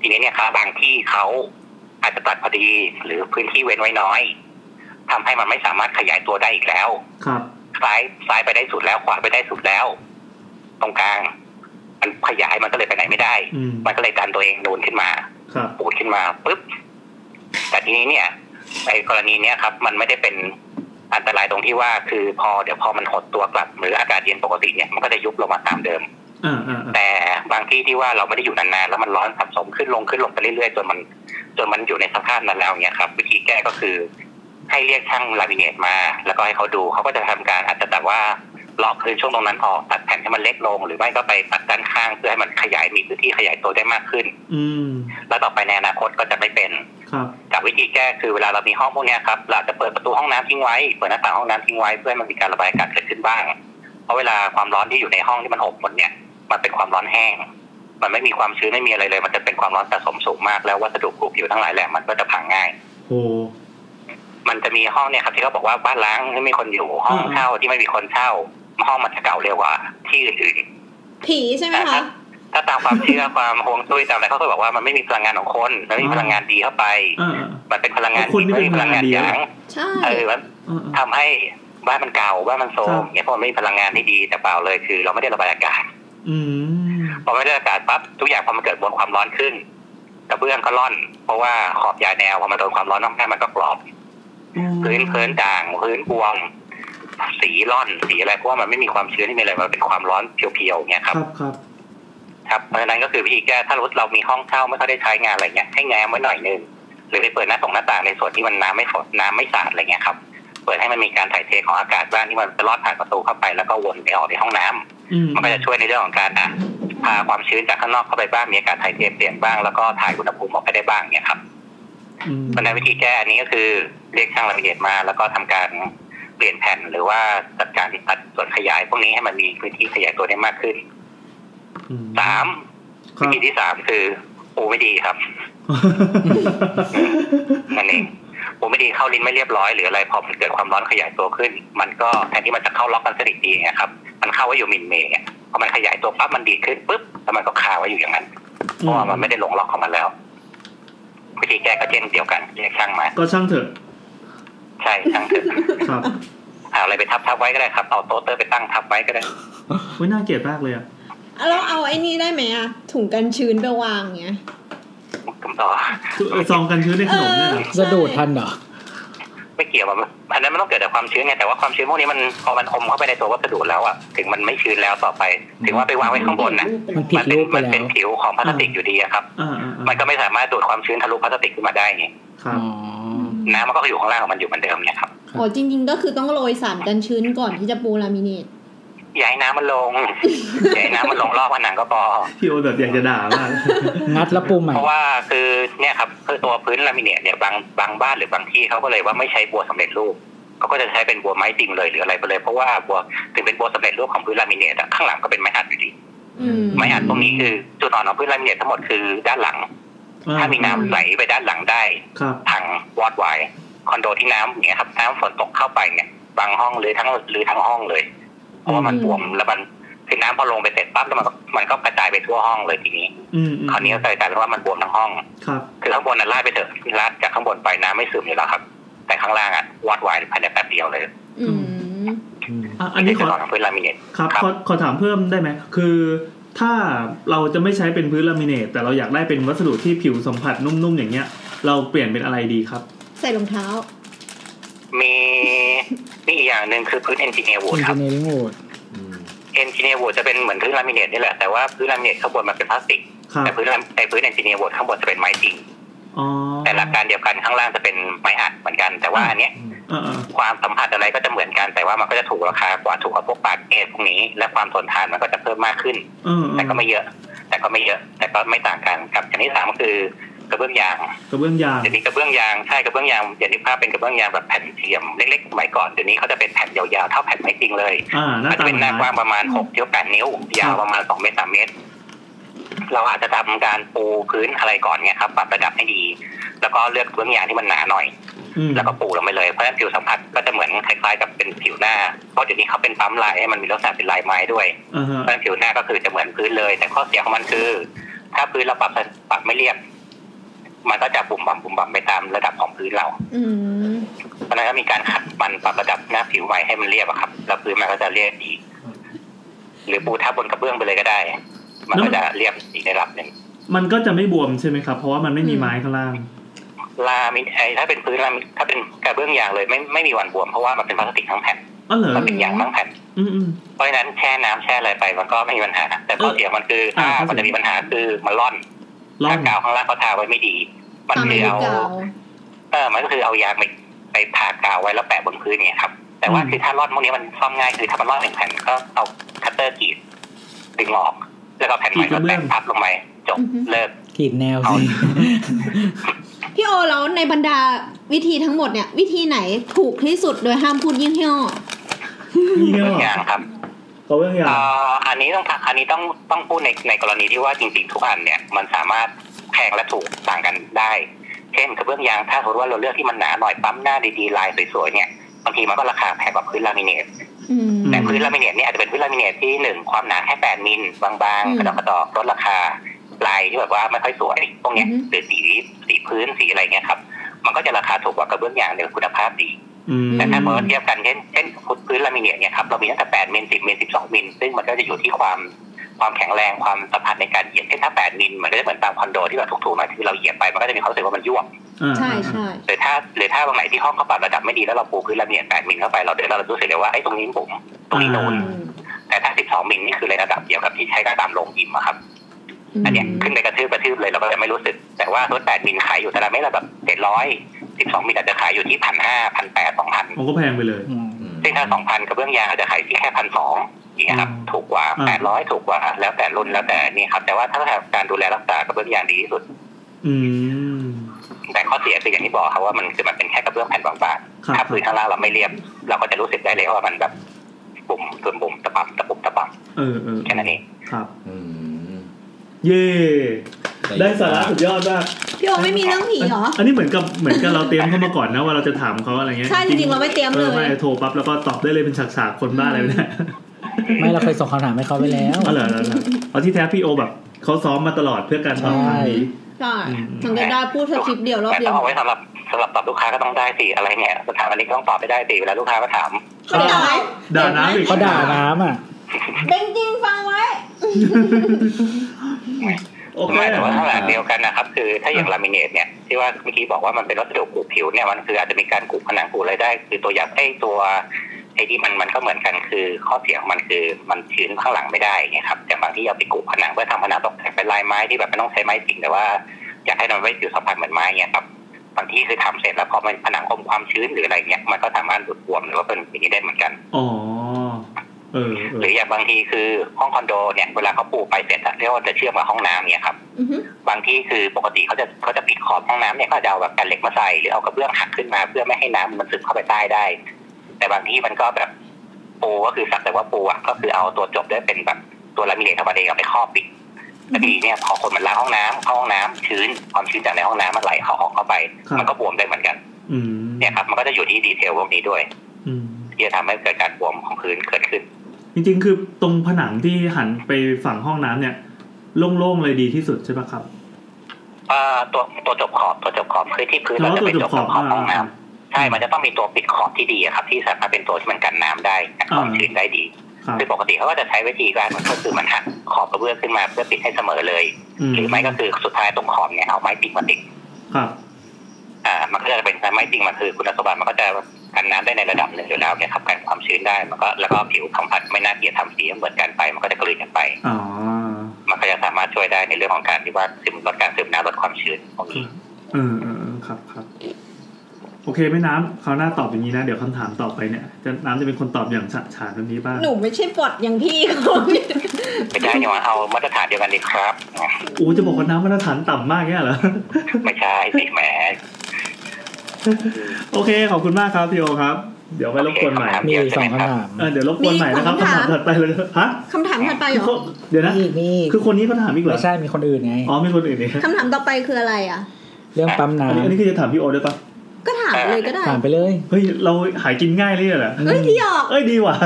Speaker 7: ทีนี้เนี่ยครับบางที่เขาอาจจะตัดพอดีหรือพื้นที่เว้นไว้น้อยทำให้มันไม่สามารถขยายตัวได้อีกแล้ว
Speaker 3: ครับ
Speaker 7: ซ้ายซ้ายไปได้สุดแล้วขวาไปได้สุดแล้ว ตรงกลาง มันขยายมันก็เลยไปไหนไม่ได้
Speaker 3: อืม
Speaker 7: มันก็เลยดันตัวเองโดนขึ้นมา
Speaker 3: ครับ
Speaker 7: ปูดขึ้นมาปุ๊บแต่ทีนี้เนี่ยในกรณีเนี้ยครับ มันไม่ได้เป็นอันตรายตรงที่ว่า คือพอเดี๋ยวพอมันหดตัวกลับ หรืออากาศเย็นปกติเนี่ยมันก็จะยุบลงมาตามเดิม
Speaker 3: อ่าอ่าอ่า
Speaker 7: แต่บางที่ที่ว่าเราไม่ได้อยู่นานๆแล้วมันร้อนสะสมขึ้นลงขึ้นลงไปเรื่อยๆจนมันจนมันอยู่ในสภาพนั้นแล้วเนี่ยครับ วิธีแก้ก็คือ ให้เรียกช่างลามิเนตมา แล้วก็ให้เขาดูเขาก็จะทำการอาจจะแต่ว่าลอกพื้นช่วงตรงนั้นออกตัดแผ่นให้มันเล็กลง หรือไม่ก็ไปตัดด้านข้างเพื่อให้มันขยายมีพื้นที่ขยายตัวได้มากขึ้น
Speaker 3: อืม
Speaker 7: แล้วต่อไปในอนาคตก็จะไม่เป็น
Speaker 3: ครับ
Speaker 7: กับวิธีแก้คือเวลาเรามีห้องพวกเนี้ยครับเราจะเปิดประตูห้องน้ำทิ้งไว้เปิดหน้าต่างห้องน้ำทิ้งไว้เพื่อให้มันมีการระบายอากาศเกิดขึ้นบ้าง เพราะเวลาความร้อนที่อยู่ในห้องที่มันอบหมดเนี่ยมันเป็นความร้อนแห้ง มันไม่มีความชื้นไม่มีอะไรเลย มันจะเป็นความร้อนสะสมสูงมากแล้ววัสดุกลุ่มผิวทั้งหลายแหละมันก็จะพังง่าย
Speaker 3: โห
Speaker 7: มันจะมีห้องเนี่ยครับที่เขาบอกว่าบ้านล้างที่ไม่มีคนอยู่ห้อง
Speaker 3: อืม
Speaker 7: เช่าที่ไม่มีคนเช่าห้องมันจะเก่าเร็วกว่าที่อื่น
Speaker 5: ผีใช่ไหม
Speaker 7: อ่าครั
Speaker 5: คะ
Speaker 7: บ ถ้าตามความ
Speaker 3: (laughs)
Speaker 7: เชื่อ ความฮวงจุ้ยตามอะไรเขาก็บอกว่ามันไม่มีพลังงานของคนมันไม่มีพลังงานดีเข้าไป
Speaker 3: อ่า
Speaker 7: มันเป็นพลังงาน
Speaker 3: คนที่
Speaker 7: ไม่
Speaker 3: เป็น
Speaker 7: มีพลังงาน
Speaker 3: พลังงานดีอะ
Speaker 7: หยาง
Speaker 5: ใช่
Speaker 7: เออมัน
Speaker 3: อ่าอ่า
Speaker 7: ทำให้บ้านมันเก่าบ้านมันโทร
Speaker 3: ครั
Speaker 7: ม
Speaker 3: บ
Speaker 7: เนี่ยเพราะมันไม่มีพลังงานที่ดีแต่เปล่าเลยคือ เราไม่ได้ระบายอากาศ
Speaker 3: อืม
Speaker 7: พอไม่ได้อากาศปั๊บทุกอย่างพอมันเกิดมวลความร้อนขึ้นกระเบื้องก็ร่อน เพราะว่าขอบยาแนวพอมันโดนความร้อนน้องแค่มันก็กรอบ พื้นเพื้นด่างพื้นบวมสีร่อนสีอะไรเพราะว่ามันไม่มีความชื้นที่มีอะไรมันเป็นความร้อนเพียวๆเนี่ยค
Speaker 3: ครับ รับครับ
Speaker 7: ครับเพราะฉะนั้นก็คือวิธีแก้ถ้ารู้เรามีห้องเช่าไม่ค่อยได้ใช้งานอะไรเงี้ยให้แง้มไว้หน่อยนึงหรือไปเปิดหน้าต่างหน้าต่างในส่วนที่มันน้ำไม่ฝนน้ำไม่สาดอะไรเงี้ยครับเปิดให้มันมีการถ่ายเทของอากาศบ้างที่มันจะลอดผ่านประตูเข้าไปแล้วก็วนไปออกในห้องน้ำ
Speaker 3: อืม
Speaker 7: มันก็จะช่วยในเรื่องของการอ่ะพาความชื้นจากข้างนอกเข้าไปบ้างมีอากาศถ่ายเทเปลี่ยนบ้างแล้วก็ถ่ายอุณหภูมิออกไปได้บ้างเนี่ยครับ
Speaker 3: อืม
Speaker 7: เพราะฉะนั้นวิธีแก้อันนี้ก็คือเรียกช่างละเอียดมา แล้วก็ทำการเปลี่ยนแผ่นหรือว่าจัดการตัดส่วนขยาย พวกนี้ให้มันมีพื้นที่ขยายตัวได้มากขึ้น
Speaker 3: อืม
Speaker 7: สาม
Speaker 3: ค
Speaker 7: วิ
Speaker 3: รับ
Speaker 7: ธีที่สามคือปูไม่ดีครับนั่นเองปูไม่ดีเข้าลิ้นไม่เรียบร้อยหรืออะไรพอมันเกิดความร้อนขยายตัวขึ้น มันก็แทนที่มันจะเข้าล็อกกันสนิทดีไงครับ มันเข้าไว้อยู่มิลลิเมตรเนี่ยพอมันขยายตัวปั๊บมันดีดขึ้นปุ๊บแล้วมันก็คาไว้อยู่อย่างนั้นเพราะว่ามันไม่ได้ลงล็อกของมันแล้ว วิธีแก้ก็เช่นเดียวกันเรียกช่างมา
Speaker 3: (laughs) ก็ช่างเถอะ
Speaker 7: ใช่ช่างเถอะ
Speaker 3: ครับ
Speaker 7: เอาอะไรไปทับทับไว้ก็ได้ครับเอาโต๊ะเตอร์ไปตั้งทับไว้ก็ได้
Speaker 3: ไม่น่าเกลียดมากเลยอ่ะ
Speaker 5: แล้วเอาไอ้นี่ได้ไหมอะถุงกันชื้นไปวางเงี้ย
Speaker 7: ผมต่อ
Speaker 3: ซองกันชื้นในขนมเนี่ยเหรอ
Speaker 4: จะดูดทันเหรอ
Speaker 7: ไม่เกี่ยวมัน อันนั้นมันต้องเกิดจากความชื้นไงแต่ว่าความชื้นพวกนี้มันพอมันอมเข้าไปในตัววัสดุแล้วอ่ะถึงมันไม่ชื้นแล้วต่อไป ถึงว่าไปวางไว้ข้างบนนะ
Speaker 4: มันผิด
Speaker 7: มัเป็น
Speaker 4: รูปไป
Speaker 7: มัน
Speaker 4: แล้
Speaker 7: เป็น
Speaker 4: ว
Speaker 7: ผิวของพลาสติกอยู่ดีอะครับ
Speaker 3: อ่าอ่าอ่า
Speaker 7: มันก็ไม่สามารถดูดความชื้นทะลุพลาสติกขึ้นมาได้ไง
Speaker 3: ครั
Speaker 4: อ๋
Speaker 3: บ
Speaker 4: อ
Speaker 7: น้ำมันก็อยู่ข้างล่างของมันอยู่เหมือนเดิมเนี่ยครับ
Speaker 5: โอ้จริง ๆ ก็คือต้องโรยสารกันชื้นก่อนที่จะปูลามิเนต
Speaker 7: ย้ายน้ำมัน
Speaker 4: (laughs)
Speaker 7: ลง ย้ายน้ำมันลงรอบผนังก็พอ
Speaker 3: พี่โอแบบอยากจะด่ามาก
Speaker 4: งัดแล้วปูใหม่
Speaker 7: เพราะว่าคือเนี่ยครับคือตัวพื้นลามิเนตเนี่ยบางบางบ้านหรือบางที่เขาก็เลยว่าไม่ใช้บัวสำเร็จรูปเขาก็จะใช้เป็นบัวไม้จริงเลยหรืออะไรไปเลย เพราะว่าบัวถึงเป็นบัวสำเร็จรูปของพื้นลามิเนตอะข้างหลังก็เป็นไม้อัดอยู่ดี
Speaker 5: อืม
Speaker 7: ไม้อัดตรงนี้คือจุดอ่อนของพื้นลามิเนตทั้งหมดคือด้านหลัง ถ้ามีน้ำไหลไปด้านหลังได้
Speaker 3: ครับ
Speaker 7: พังวอดวายคอนโดที่น้ำอย่างเนี่ยครับน้ำฝนตกเข้าไปเนี่ยบางห้องหรือทั้งหรือทั้งห้องเลยเพราะว่ามัน
Speaker 5: อืม
Speaker 7: บวมแล้วมันคือน้ำพอลงไปเสร็จปั๊บแล้วมันก็มันก็กระจายไปทั่วห้องเลยทีนี้
Speaker 3: อืมอืม
Speaker 7: คราวนี้ก็กลายเป็นว่ามันบวมทั้งห้อง
Speaker 3: ครับ
Speaker 7: คือข้างบนน่ะลาดไปเถอะลาดจากข้างบนไปน้ำไม่ซึมอยู่แล้วครับ แต่ข้างล่างอ่ะวัดไวายภายในแป๊บเดียวเลย
Speaker 5: อืม
Speaker 1: อืม
Speaker 3: อ่ะอันนี้ขอ
Speaker 7: เป็ของพื้นลามิเนต
Speaker 3: ครับ
Speaker 7: ครับ
Speaker 3: ขอขอถามเพิ่มได้ไหมคือถ้าเราจะไม่ใช้เป็นพื้นลามิเนตแต่เราอยากได้เป็นวัสดุที่ผิวสัมผัสนุ่มๆอย่างเงี้ย เราเปลี่ยนเป็นอะไรดีครับ
Speaker 5: ใส่รองเท้า
Speaker 7: มีมีอีกอย่างหนึ่งคือพื้นเอนจิเนียร์วูดครับ
Speaker 4: engineering wood
Speaker 1: อืม
Speaker 7: เอนจิเนียร์วูดจะเป็นเหมือนพื้นลามิเนตนี่แหละแต่ว่าพื้นลามิเนตข้างบนมันเป็นพลาสติก
Speaker 3: ครับ
Speaker 7: แต่พื้นลามแต่พื้นเอนจิเนียร์วูดข้างบนจะเป็นไม้จริง
Speaker 3: อ๋อ
Speaker 7: แต่หลักการเดียวกันข้างล่างจะเป็นไม้อัดเหมือนกัน แต่ว่าอันเนี้ย
Speaker 3: อ่า
Speaker 7: ความสัมผัสอะไรก็จะเหมือนกันแต่ว่ามันก็จะถูกราคากว่าถูกกว่าพวกปาดเอทพวกนี้ และความทนทานมันก็จะเพิ่มมากขึ้น
Speaker 3: ๆเออ
Speaker 7: แต่ก็ไม่เยอะ แต่ก็ไม่เยอะ แต่ก็ไม่ต่างกันครับอย่างที่สามก็คือกระเบื้องยาง
Speaker 3: กระเบื้องยาง
Speaker 7: เดี๋ยวนี้กระเบื้องยางใช่กระเบื้องยางเดี๋ยวนี้ภาพเป็นกระเบื้องยางแบบแผ่นเทียมเล็กๆสมัยก่อนเดี๋ยวนี้เขาจะเป็นแผ่นยาวๆเท่าแผ่นไม้จริงเลย
Speaker 3: อ่าหน้า
Speaker 7: มัน
Speaker 3: ตา
Speaker 7: จะเป็นหน้ากว้าง
Speaker 3: ง
Speaker 7: ประมาณหกเที่ยวแปดนิ้ว ยาวประมาณสองเมตรสามเมตร เราอาจจะทำการปูพื้นอะไรก่อนไงครับปรับระดับให้ดี แล้วก็เลือกเบื้องยางที่มันหนาหน่อย
Speaker 3: อืม
Speaker 7: แล้วก็ปูลงไปเลยเพราะฉะนั้นผิวสัมผัสก็จะเหมือนคล้ายๆกับเป็นผิวหน้าเพราะเดี๋ยวนี้เขาเป็นปั๊มลายให้มันมีลักษณะเป็นลายไม้ด้วย
Speaker 3: อ่าฮะ
Speaker 7: ด้านผิวหน้าก็คือจะเหมือนพื้นเลย แต่ข้อเสียของมันคือ ถ้าพื้นเราปรับปรับไม่เรียบ มันก็จะบุ่มบ่ำบุ่มบ่ำไปตามระดับของพื้นเรา
Speaker 5: อืม
Speaker 7: เพราะฉะนั้นก็มีการขัดมันปรับระดับหน้าผิวใหม่ให้มันเรียบอะครับ แล้วพื้นมันก็จะเรียบดี หรือปูทับบนกระเบื้องไปเลยก็ได้ มันก็จะเรียบอีกระดับหนึ่ง
Speaker 3: มันก็จะไม่บวมใช่ไหมครับ เพราะว่ามันไม่มี
Speaker 5: อืม
Speaker 3: ไม้ข้างล่าง
Speaker 7: ลามินไอถ้าเป็นพื้นลามิถ้าเป็นกระเบื้องยางเลยไม่ไม่มีวันบวมเพราะว่ามันเป็นพลาสติกทั้งแผ่น
Speaker 3: อ๋อเหรอ
Speaker 7: มันเป็นยางทั้งแผ่น
Speaker 3: อืมอืม
Speaker 7: เพราะฉะนั้นแช่น้ำแช่อะไรไปมันก็ไม่มีปัญหา แต่ข้อเสียมันคือถ้า
Speaker 3: อ่าข้อเสีย
Speaker 7: มันจะมีปัญหาคือมันร่อน
Speaker 3: ลอง
Speaker 7: ถ้ากาวข้างล่างเขาทาไว้ไม่ดี มัน
Speaker 5: ตาม
Speaker 7: คือ
Speaker 5: ฤดู
Speaker 7: เอา
Speaker 5: กาล
Speaker 7: เออมันก็คือเอายางไปไปทากาวไว้แล้วแปะบนพื้นเนี่ยครับ แต่ว่าคือถ้าร่อนพวกนี้มันซ่อมง่ายคือถ้ามันร่อนหนึ่งแผ่นก็เอาคัตเตอร์กรีดดึงออก แล้วก็แผ่นใหม่ก็แปะทับลงไปจบเลิก
Speaker 4: ขีดแนว
Speaker 7: เอา
Speaker 4: สิ
Speaker 5: พี่โอแล้วในบรรดาวิธีทั้งหมดเนี่ย วิธีไหนถูกที่สุดโดยห้ามพูดยี่ห้อ
Speaker 3: นี่เน
Speaker 7: เรื่อง
Speaker 3: าะ
Speaker 7: ยางครับ
Speaker 3: กระเบื้องยา
Speaker 7: เอ่
Speaker 3: ง
Speaker 7: ออันนี้ต้องอันนี้ต้องต้องพูดในในกรณีที่ว่าจริงๆทุกอันเนี่ย มันสามารถแพงและถูกต่างกันได้ เช่นกระเบื้องยางถ้าสมมติว่าเราเลือกที่มันหนาหน่อยปั๊มหน้าดีๆลายสวยๆเนี่ยบางทีมันก็ราคาแพงกว่าพื้นลามิเนต
Speaker 5: อืม
Speaker 7: แต่พื้นลามิเนตเนี่ยอาจจะเป็นพื้นลามิเนตที่หนึ่งความหนาแค่แปดมิลบาง
Speaker 5: อืม
Speaker 7: ๆกระดอกกระดอกลดราคาลายที่แบบว่าไม่ค่อยสวยพวกเนี้ย
Speaker 5: อือฮึ
Speaker 7: หรือสีสีพื้นสีอะไรเงี้ยครับ มันก็จะราคาถูกกว่ากระเบื้องยางในคุณภาพดี
Speaker 3: อืม
Speaker 7: แต่ถ้าเมื่อเทียบกันเช่นเช่นพื้นลามิเนตเนี่ยครับเรามีตั้งแต่แปดมิลสิบมิลสิบสองมิลซึ่งมันก็จะอยู่ที่ความความแข็งแรงความสัมผัสในการเหยียบเช่นถ้าแปดมิลมันก็จะเหมือนตามคอนโดที่เราถูกๆหน่อยคือเราเหยียบไปมันก็จะมีความรู้สึกว่ามันยวบ
Speaker 3: อ่า
Speaker 5: ใช่ใช่
Speaker 7: หรือถ้าหรือถ้าบางไหนที่ห้องเขาปรับระดับไม่ดีแล้วเราปูพื้นลามิเนตแปดมิลเข้าไปเราเดี๋ยวเรารู้สึกเลยว่าไอ้ยตรงนี้บุ๋มตรงนี้นูน
Speaker 5: อืม
Speaker 7: แต่ถ้า 12 มิลนี่คือในระดับเดียวกับที่ใช้กับตามโรงยิมอะครับ อันเนี้ยขึ้นไปกระทืบกระทืบเลยเราก็จะไม่รู้สึก แต่ว่ารุ่น8มิลขายอยู่แต่ละเม็ดละแบบ700 12มิลอาจจะขายอยู่ที่พันห้าพันแปดสองพัน
Speaker 3: มันก็แพงไปเลย
Speaker 1: อืม
Speaker 7: ซึ่งถ้าสองพันกระเบื้องยางอาจจะขายที่แค่พันสองอย่างเงี้ยครับ
Speaker 3: อืม
Speaker 7: ถูกกว่า
Speaker 3: อ่า
Speaker 7: แปดร้อยถูกกว่า แล้วแต่รุ่นแล้วแต่นี่ครับ แต่ว่าถ้าการดูแลรักษากระเบื้องยางดีที่สุด
Speaker 3: อืม
Speaker 7: แต่ข้อเสียคืออย่างที่บอกครับว่ามันคือมันเป็นแค่กระเบื้องแผ่นบาง
Speaker 3: ครับ
Speaker 7: ๆถ้าพื้นข้างล่างเราไม่เรียบ เราก็จะรู้สึกได้เลยว่ามันแบบบุ่มตุ่มบุ่มตะปับตะปุบตะปับ
Speaker 3: เออเออ
Speaker 7: แค่นั้นเอง
Speaker 3: ครับ
Speaker 1: อืม
Speaker 3: เย่ได้สาระสุดยอดมาก
Speaker 5: พี่โอไม่มีเรื่องผีเหรอ
Speaker 3: อันนี้เหมือนกับเหมือนกับเราเตรียมเข้ามาก่อนนะว่าเราจะถามเขาอะไรเงี้ย
Speaker 5: ใช่จริงๆเราไม่เตรียม
Speaker 3: เอ
Speaker 5: เล
Speaker 3: อไม่
Speaker 5: ย
Speaker 3: โทรปั๊บแล้วก็ตอบได้เลยเป็นฉากๆคนบ้าอะไรไปเนี่ย
Speaker 4: ไม่เราเคยส่งคำถามให้เขาไปแล้ว
Speaker 3: เอาเหรอเอาเหรอเอาที่แท้พี่โอแบบเขาซ้อมมาตลอดเพื่อการตอบคำนี้
Speaker 5: ใช่
Speaker 3: อืม
Speaker 5: มันก็ได้พูดสคริปต์เดียวรอบ
Speaker 7: แต่
Speaker 5: เดีย
Speaker 7: ต้
Speaker 5: ว
Speaker 7: องเอาไว้สำหรับสำหรับตอบลูกค้าก็ต้องได้สิอะไรเนี่ยสถาบันนี้ก็ต้องตอบไปได้สิเวลาลูกค้าก็ถาม
Speaker 5: ไม่ได้
Speaker 3: ด่าน้ำอีก
Speaker 4: เขาด่าน้ำอ่ะ
Speaker 5: เด้งจริงฟังไว้
Speaker 3: โอเค
Speaker 7: แต่ว่าถ้าแบบเดียวกันนะครับ คือถ้าอย่างลามิเนตเนี่ย จ ที่ว่าเมื่อกี้บอกว่ามันเป็นวัสดุขูดผิวเนี่ยมันคืออาจจะมีการขูดผนังขูดอะไรได้ คือตัวยักษ์ไอ้ตัวไอ้ที่มันมันก็เหมือนกันคือข้อเสียของมันคือมันชื้นข้างหลังไม่ได้ไงครับแต่บางที่เอาไปขูดผนังเพื่อทำผนังตกแต่งเป็นลายไม้ที่แบบไม่ต้องใช้ไม้จริงแต่ว่าอยากให้มันไว้ผิวสัมผัสเหมือนไม้เนี่ยครับบางที่คือทำเสร็จแล้วพอมันผนังอมความชื้นหรืออะไรเงี้ยมันก็สามารถหลุดบวมหรือว่าเป็นอย่างนี้ได้เหมือนกัน
Speaker 3: อ๋อเออเอ
Speaker 7: ห
Speaker 3: อ
Speaker 7: รืออย่างบางทีคือห้องคอนโดเนี่ยเวลาเขาปูไปเสร็จอะเรียกว่าจะเชื่อมกับห้องน้ำเนี่ยครับ
Speaker 5: อือฮึ
Speaker 7: บางที่คือปกติเขาจะเขาจะปิดขอบห้องน้ำเนี่ยก็จะเอาแบบแผ่นเหล็กมาใส่หรือเอากระเบื้องหักขึ้นมาเพื่อไม่ให้น้ำมันซึมเข้าไปใต้ได้ แต่บางที่มันก็แบบปูก็คือสักแต่ว่าปูอะก็คือเอาตัวจบด้วยเป็นแบบตัวลามิเนตธรรมดาเอาไปครอบปิดแต่ทีเนี่ยพอคนมันล้างห้องน้ำเข้าห้องน้ำชื้นความชื้นจากในห้องน้ำมันไหลเข้าห้องเข้าไป มันก็บวมได้เหมือนกัน
Speaker 3: อืม
Speaker 7: เนี่ยครับมันก็จะอยู่ที่ดีเทลพวกนี้ด้วย
Speaker 3: อืม
Speaker 7: ที่จะทำให้เกิดการบวมของพื้นเกิดขึ้น
Speaker 3: จริงๆ คือตรงผนังที่หันไปฝั่งห้องน้ำเนี่ย โล่งๆ เลยดีที่สุดใช่ปะครับ
Speaker 7: เอ่อตัวตัวจบขอบตัวจบขอบคือที่พื้นเราจะเป็นตัวจบขอบห้องน้ำใช่ มันจะต้องมีตัวปิดขอบที่ดีอะครับ ที่สามารถเป็นตัวที่มันกันน้ำได้กันความชื้นได้ดี
Speaker 3: ครับ
Speaker 7: คือปกติเขาก็จะใช้วิธีการมันก็คือมันหักขอบกระเบื้องขึ้นมาเพื่อปิดให้เสมอเลย หรือไม่ก็คือสุดท้ายตรงขอบเนี่ยเอาไม้ปิดมาติด
Speaker 3: ครับ
Speaker 7: อ่ามันก็จะเป็นไม้ปิดมันคือคุณสมบัติมันก็จะกันน้ำได้ในระดับหนึ่งอยู่แล้วเนี่ยครับกันความชื้นได้มันก็แล้วก็ผิวสัมผัสไม่น่าเกลียดทำสีเหมือนกันไป มันก็จะกลืนกันไป
Speaker 3: อ๋อ
Speaker 7: มันก็จะสามารถช่วยได้ในเรื่องของการที่ว่าซึมลดการซึมน้ำลดความชื้นพวกนี้
Speaker 3: เออเออเออครับครับโอเคไม่น้ำคราวหน้าตอบอย่างนี้นะ เดี๋ยวคำถามต่อไปเนี่ยจะน้ำจะเป็นคนตอบอย่างฉะฉานแบบนี้บ้าง
Speaker 5: หนูไม่ใช่ปลดอย่างพี่เขา
Speaker 7: ไม่ใช่เนี่ยเอามาตรฐานเดียวกันดีครับ
Speaker 3: โอ้จะบอกว่าน้ำมาตรฐานต่ (laughs) ำมากเงี้ยเหรอ (laughs)
Speaker 7: ไม่ใช่สิแหม
Speaker 3: โอเค ขอบคุณมากครับพี่โอครับ เดี๋ยวไปรบกวนใหม่
Speaker 4: มีอีกสองคำถาม
Speaker 3: เออเดี๋ยวรบกวนใหม่นะครับคำถามถัดไปเลยฮะ
Speaker 5: คำถามถัดไปเหรอ
Speaker 3: เดี๋ยวนะ
Speaker 4: มีอีกมีอีก
Speaker 3: คือคนนี้เขาถามอีกเหรอ
Speaker 4: ไม่ใช่มีคนอื่นไง
Speaker 3: อ๋อมีคนอื่นอีก
Speaker 5: คำถามต่อไปคืออะไรอ่ะ
Speaker 4: เรื่องปั๊มน้
Speaker 3: อันนี้อันนี้คือจะถามพี่โอด้วยปะ
Speaker 5: ก็ถามเลยก็ได้
Speaker 4: ำถามไปเลย
Speaker 3: เฮ้ยเราหายกินง่ายเลยเหรอ
Speaker 5: เอ้ยพี่หยอก
Speaker 3: เอ้ยดีว่ะ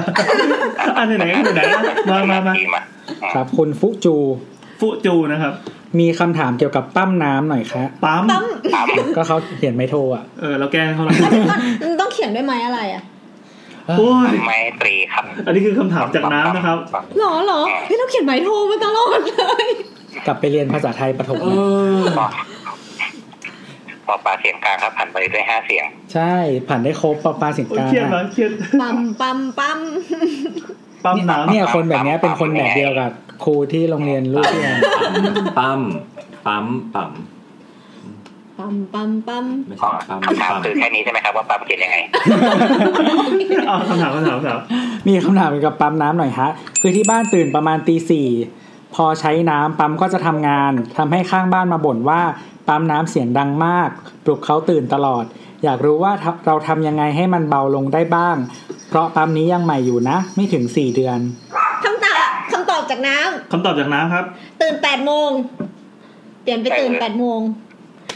Speaker 3: อันไหนๆก็ไหนๆนะมามามา
Speaker 7: ดีมา
Speaker 4: ครับ คุณฟุจู
Speaker 3: ฟุจูนะครับ
Speaker 4: มีคำถามเกี่ยวกับปั๊มน้ำหน่อยครับ
Speaker 3: ปั๊ม
Speaker 5: ปั๊ม
Speaker 7: ครับ
Speaker 4: ก็เขาเขียนไม่โทรอ่ะ
Speaker 3: เออเราแกล้งเขาละ
Speaker 5: มันต้องเขียนด้วยไม้อะไรอ่ะ
Speaker 3: โอ้ย
Speaker 7: ไมตรีครับ
Speaker 3: อันนี้คือคำถามจากน้ำนะครับ
Speaker 5: หรอหรอเฮ้ยเราเขียนไม้โทรมาตลอดเลย
Speaker 4: กลับไปเรียนภาษาไทยประถม
Speaker 3: เอ
Speaker 4: นะ
Speaker 3: อ
Speaker 7: พอปลาเสียงกลางครับผ่านไปด้วยห้าเสียง
Speaker 4: ใช่ผ่านได้ครบปอปลาสิน
Speaker 3: โอ้ย
Speaker 4: กลาง
Speaker 3: เครียดนะ
Speaker 4: อะ
Speaker 3: เครียด
Speaker 5: ปั๊มปั๊มปั๊ม
Speaker 3: ปั๊มน้ำ
Speaker 4: เนี่ยคนแบบเนี้ยเป็นคนแบบเดียวกับครูที่โรงเรียนลูกเรี (laughs) ยน
Speaker 1: ปั๊มปั๊มปั๊ม
Speaker 5: ปั๊มปั๊มปั๊ม
Speaker 1: ไม่ใช่ปั๊ม
Speaker 7: คำถาม
Speaker 1: ปั๊ม
Speaker 7: คือแค่นี้ใช่ไหมครับว่าปั๊มเขียนยังไง
Speaker 3: เอาคำถามคำถามคำถาม
Speaker 4: มีคำถามเกี่ยวกับปั๊มน้ำหน่อยฮะ คือที่บ้านตื่นประมาณตีสี่พอใช้น้ำปั๊มก็จะทำงานทำให้ข้างบ้านมาบ่นว่าปั๊มน้ำเสียงดังมาก ปลุกเขาตื่นตลอด อยากรู้ว่าทำเราทำยังไงให้มันเบาลงได้บ้าง เพราะปั๊มนี้ยังใหม่อยู่นะ ไม่ถึงสี่เดือน
Speaker 5: คำตอบคำตอบจากน้
Speaker 3: คำตอบจากน้ำครับ
Speaker 5: ำตื่นแปดโมง เปลี่ยนไปตื่นแปดโมง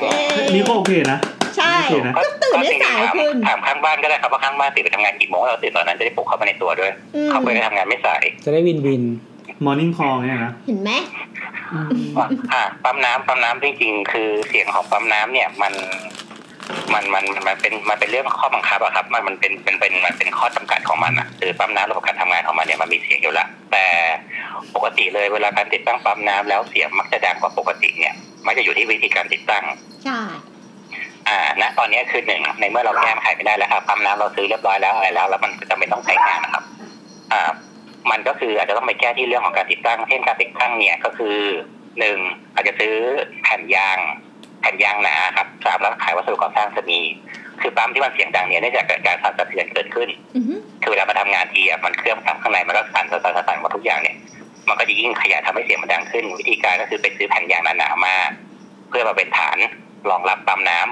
Speaker 5: เย้
Speaker 3: นี่ก็โอเคนะ
Speaker 5: ใช่
Speaker 3: โอเคนะ
Speaker 5: ก็ตื่นได้สายขึ้น
Speaker 7: ถามข้างบ้านก็ได้ครับว่าข้างบ้านตื่นไปทำงานกี่โมงเราตื่นตอนนั้นจะได้ปลุกเข้ามาในตัวด้วย
Speaker 5: อืม
Speaker 7: เขาไปได้ทำงานไม่สาย
Speaker 4: จะได้วินวิน
Speaker 3: มอร์นิ่งคอลเนี่ยนะ
Speaker 5: เห็นไหม
Speaker 3: อืม
Speaker 7: อ่าปั๊มน้ำปั๊มน้ำจริงๆ คือเสียงของปั๊มน้ำเนี่ยมันมันมันมันเป็นมันเป็นเรื่องข้อบังคับอะครับ มันมันเป็นเป็นเป็นมันเป็นข้อจำกัดของมันอะคือปั๊มน้ำระบบการทำงานของมันเนี่ยมันมีเสียงอยู่ละแต่ปกติเลยเวลาการติดตั้งปั๊มน้ำแล้วเสียงมักจะดังกว่าปกติเนี่ยมันจะอยู่ที่วิธีการติดตั้ง
Speaker 5: ใช่
Speaker 7: อ่าณตอนนี้คือหนึ่งในเมื่อเราแก้ไขไม่ได้แล้วครับปั๊มน้ำเราซื้อเรียบร้อยแล้วอะไรแล้ว แล้วมันก็จะไม่ต้องใช้งานนะครับ อ่า มันก็คืออาจจะต้องไปแก้ที่เรื่องของการติดตั้งเช่นการติดตั้งเนี่ยก็คือหนึ่งอาจจะซื้อแผ่นยางแผ่นยางหนาครับสามร้านขายวัสดุก่อสร้างจะมี คือปั๊มที่มันเสียงดังเนี่ยเนื่องจากเกิดการสั่นสะเทือนเกิดขึ้น
Speaker 5: อือฮึ
Speaker 7: คือเวลามาทำงานทีอ่ะมันเครื่องปั๊มข้างในมันก็สั่นสั่นสั่นสั่นหมดทุกอย่างเนี่ย มันก็จะยิ่งขยายทำให้เสียงมันดังขึ้น วิธีการก็คือไปซื้อแผ่นยางหนาๆมา เพื่อมาเป็นฐานรองรับปั๊มน้ำ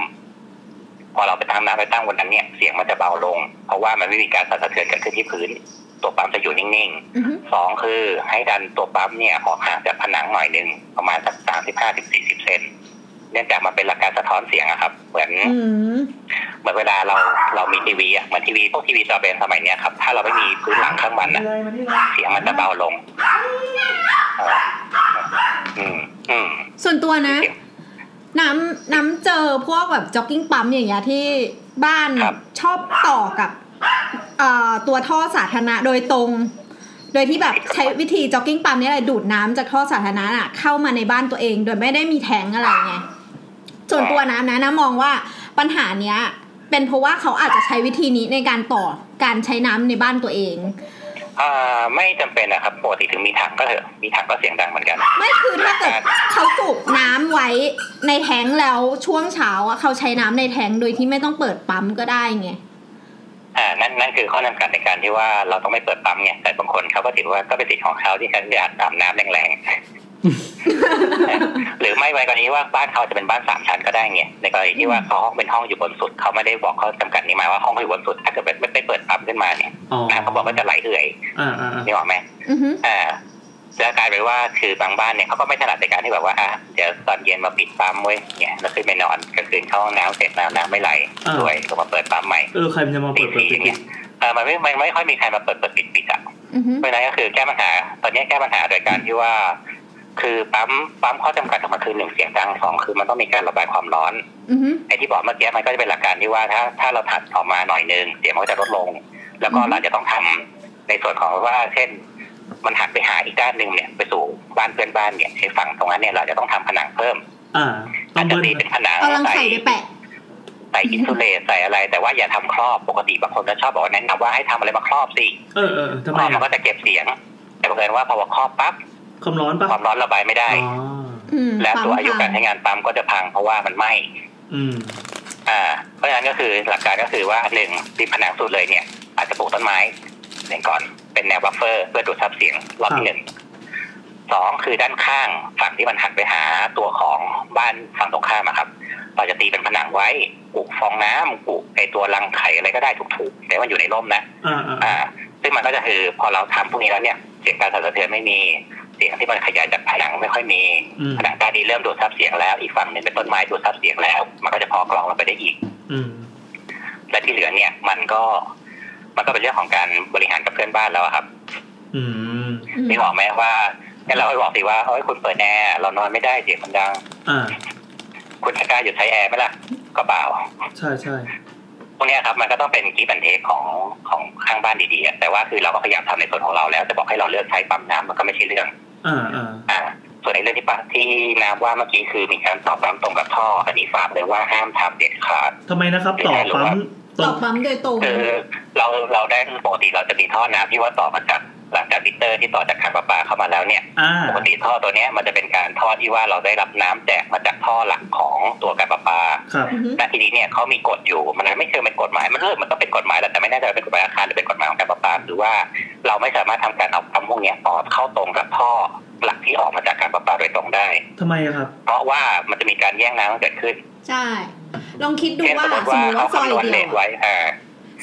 Speaker 7: พอเราไปทำน้ำไปตั้งบนนั้นเนี่ยเสียงมันจะเบาลง เพราะว่ามันไม่มีการสั่นสะเทือนเกิดขึ้นที่พื้น ตัวปั๊มจะอยู่นิ่ง
Speaker 5: อือฮึ
Speaker 7: ๆสองคือให้ดันตัวปั๊มเนี่ยออกห่างจากผนังหน่อยหนึงประมาณสักสามสิบห้าถึงสี่สิบเซนเนื่องจากมันเป็นหลักการสะท้อนเสียงอะครับ เหมือน
Speaker 5: อืม
Speaker 7: เหมือนเวลาเราเรามีทีวีอ่ะเหมือนทีวีพวกทีวีจอแบนสมัยเนี้ยครับ ถ้าเราไม่มีพื้นหลังข้างมันอ่ะเสียงมันจะเบาลงเอออืมอืม
Speaker 5: ส่วนตัวนะ
Speaker 7: เสียง
Speaker 5: น้ำน้ำเจอพวกแบบจ็อกกิ้งปั๊มอย่างเงี้ยที่บ้าน
Speaker 7: ครับ
Speaker 5: ชอบต่อกับเอ่อตัวท่อสาธารณะโดยตรง โดยที่แบบใช้วิธีจ็อกกิ้งปั๊มเนี่ยแหละดูดน้ำจากท่อสาธารณะน่ะเข้ามาในบ้านตัวเอง โดยไม่ได้มีแทงอะไรไง ส่วนตัวนะนะนะมองว่าปัญหาเนี้ย เป็นเพราะว่าเขาอาจจะใช้วิธีนี้ในการต่อการใช้น้ำในบ้านตัวเอง
Speaker 7: อ่าไม่จำเป็นนะครับปกติถึงมีถังก็เถอะมีถังก็เสียงดังเหมือนกัน
Speaker 5: ไม่คือถ้าเกิดเขาสูบน้ำไว้ในแทงค์แล้วช่วงเช้าอะเขาใช้น้ำในแทงค์โดยที่ไม่ต้องเปิดปั๊มก็ได้ไง
Speaker 7: อ่านั่นนั่นคือข้อจำกัดในการที่ว่าเราต้องไม่เปิดปั๊มไงแต่บางคนเขาก็ถือว่าก็เป็นสิทธิ์ของเขาที่เขาอยากอาบน้ำแรงๆ หรือไม่ไว้กรณีว่าบ้านเขาจะเป็นบ้านสามชั้นก็ได้ไงในกรณีที่ว่าเขาห้องเป็นห้องอยู่บนสุดเขาไม่ได้บอกข้อจำกัดนี้มาว่าห้องอยู่บนสุด ถ้าเกิดไม่ไม่เปิดปั๊มขึ้นมาเนี่ย
Speaker 3: อ๋อ
Speaker 7: น้ำเขาบอกว่าจะไหลเอื่อย
Speaker 3: อ่าอ่าอ่า
Speaker 7: นี่หรอกไหม
Speaker 5: อือฮึ
Speaker 7: อ่าจะกลายเป็นว่าคือบางบ้านเนี่ยเขาก็ไม่ถนัดในการที่แบบว่าอ่ะเดี๋ยวตอนเย็นมาปิดปั๊มไว้ยเนี่ยแล้วขึ้นไปนอนกลางคืนเข้าห้องน้ำเสร็จแล้วน้ำไม่ไหลสวยก็มาเปิดปั๊มใหม่
Speaker 3: เออใครมันจะมาเปิดเปิดปิดปิด
Speaker 7: เออมันไม่มันไม่ค่อยมีใครมาเปิดเปิดปิดปิดอ่ะ
Speaker 5: อือฮึ
Speaker 7: เพราะฉะนั้นก็คือแก้ปัญหา ตอนนี้แก้ปัญหาโดยการที่ว่า คือปั๊มปั๊มข้อจำกัดของมันคือหนึ่งเสียงดังสองคือมันต้องมีการระบายความร้อน
Speaker 5: อือฮึ
Speaker 7: ไอ้ที่บอกเมื่อกี้มันก็จะเป็นหลักการที่ว่าถ้าถ้าเราถัดออกมาหน่อยนึงเสียงมันก็จะลดลง แล้วก็
Speaker 5: อืม
Speaker 7: เราจะต้องทำในส่วนของว่า เช่น มันหันไปหาอีกด้านหนึ่งเนี่ยไปสู่บ้านเพื่อนบ้านเนี่ยไอ้ฝั่งตรงนั้นเนี่ยเราจะต้องทำผนังเพิ่ม
Speaker 3: อ่าต้
Speaker 7: อา
Speaker 3: อง
Speaker 7: จจะ
Speaker 3: เบิ้ล
Speaker 7: ตีเป็นผนัง
Speaker 5: เอาลัง
Speaker 7: ใส่
Speaker 5: ไข่ไปแปะ
Speaker 7: ใส่อินซูเลตใส่อะไร แต่ว่าอย่าทำครอบปกติบางคนก็ชอบบอกว่าแนะนำว่าให้ทำอะไรมาครอบสิ
Speaker 3: เออเออทำ
Speaker 7: ค
Speaker 3: ไม
Speaker 7: รอบมั
Speaker 3: อ่ะ
Speaker 7: นก็จะเก็บเสียง แต่บังเอิญว่าพอครอบปั๊บ
Speaker 3: ความร้อนปะ
Speaker 7: ความร้อนระบายไม่ได้
Speaker 3: อ๋อ
Speaker 5: อืม
Speaker 7: และตัวอายุกาว
Speaker 5: คาร ม
Speaker 7: ใช้งานปั๊มก็จะพังเพราะว่ามันไหม
Speaker 3: อืม
Speaker 7: อ่า เพราะฉะนั้นก็คือหลักการก็คือว่าหนึ่งริมผนังสุดเลยเนี่ย อาจจะปลูกต้นไม้หนึ่งก่อนเป็นแนวบัฟเฟอร์เพื่อดูดซับเสียงรอบที่หนึ่งสองคือด้านข้างฝั่งที่มันหันไปหาตัวของบ้านฝั่งตรงข้ามอะครับ เราจะตีเป็นผนังไว้ปลูกฟองน้ำปลูกไอตัวรังไข่อะไรก็ได้ถูกๆแต่ว่าอยู่ในร่มนะ
Speaker 3: อ่าอ่า
Speaker 7: อ่าซึ่งมันก็จะคือพอเราทำพวกนี้แล้วเนี่ย เสียงการสั่นสะเทือนไม่มี เสียงที่มันขยายจากผนังไม่ค่อยมี
Speaker 3: อืม
Speaker 7: ผนังด้านนี้เริ่มดูดซับเสียงแล้วอีกฝั่งหนึ่งเป็นต้นไม้ดูดซับเสียงแล้ว มันก็จะพอกรองเราไปได้อีก
Speaker 3: อืม
Speaker 7: และที่เหลือเนี่ยมันก็มันก็เป็นเรื่องของการบริหารกับเพื่อนบ้านแล้วอะครับ
Speaker 3: อืม
Speaker 5: อืม
Speaker 7: นี่บอกไหมว่าให้เราไปบอกสิว่าเอ้ยคุณเปิดแอร์เรานอนไม่ได้เสียงมันดัง
Speaker 3: อ่า
Speaker 7: คุณจะกล้าหยุดใช้แอร์ไหมล่ะก็เปล่า
Speaker 3: ใช่ใช่
Speaker 7: พวกเนี้ยครับมันก็ต้องเป็นกีบันเทคของของข้างบ้านดีๆอะแต่ว่าคือเราก็พยายามทำในส่วนของเราแล้วจะบอกให้เราเลือกใช้ปั๊มน้ำมันก็ไม่ใช่เรื่อง
Speaker 3: อ่าอ่า
Speaker 7: อ่าส่วนในเรื่องที่ปะที่น้ำว่าเมื่อกี้คือมีการตอบรับตรงกับท่ออันนี้ฝากเลยว่าห้ามทำเด็ดขาด
Speaker 3: ทำไมนะครับต่อปั๊ม
Speaker 5: ต
Speaker 3: ต่อ
Speaker 5: อกปั๊มโดยตรง
Speaker 7: คือเราเราได้ปกติเราจะมีท่อน้ำที่ว่าต่อมาจากหลังจากมิเตอร์ที่ต่อจากทางประปาเข้ามาแล้วเนี่ย
Speaker 3: อ่า
Speaker 7: ปกติท่อตัวเนี้ยมันจะเป็นการท่อที่ว่าเราได้รับน้ำแจกมาจากท่อหลักของตัวการประปา
Speaker 3: ครับ
Speaker 5: อือฮึ
Speaker 7: แต่ทีนี้เนี่ยเขามีกฎอยู่มันไม่เชิงเป็นกฎหมายมันเออมันก็เป็นกฎหมายแหละแต่ไม่แน่ใจว่าเป็นกฎหมายอาคารหรือเป็นกฎหมายของการประปาหรือว่าเราไม่สามารถทำการเอาปั๊มพวกเนี้ยต่อเข้าตรงกับท่อหลักที่ออกมาจากการประปาโดยตรงได้
Speaker 3: ทำไมอะครับ
Speaker 7: เพราะว่ามันจะมีการแย่งน้ำกันเกิดขึ้น
Speaker 5: ใช่ ลองคิดดู
Speaker 7: เช่น
Speaker 5: ว่า
Speaker 7: สมมติ
Speaker 5: สม
Speaker 7: ว่าม
Speaker 5: ติ
Speaker 7: เขา
Speaker 5: ว่าซอย
Speaker 7: คำนวณเล
Speaker 5: เดีย
Speaker 7: ท
Speaker 5: ว
Speaker 7: ไว้อ่า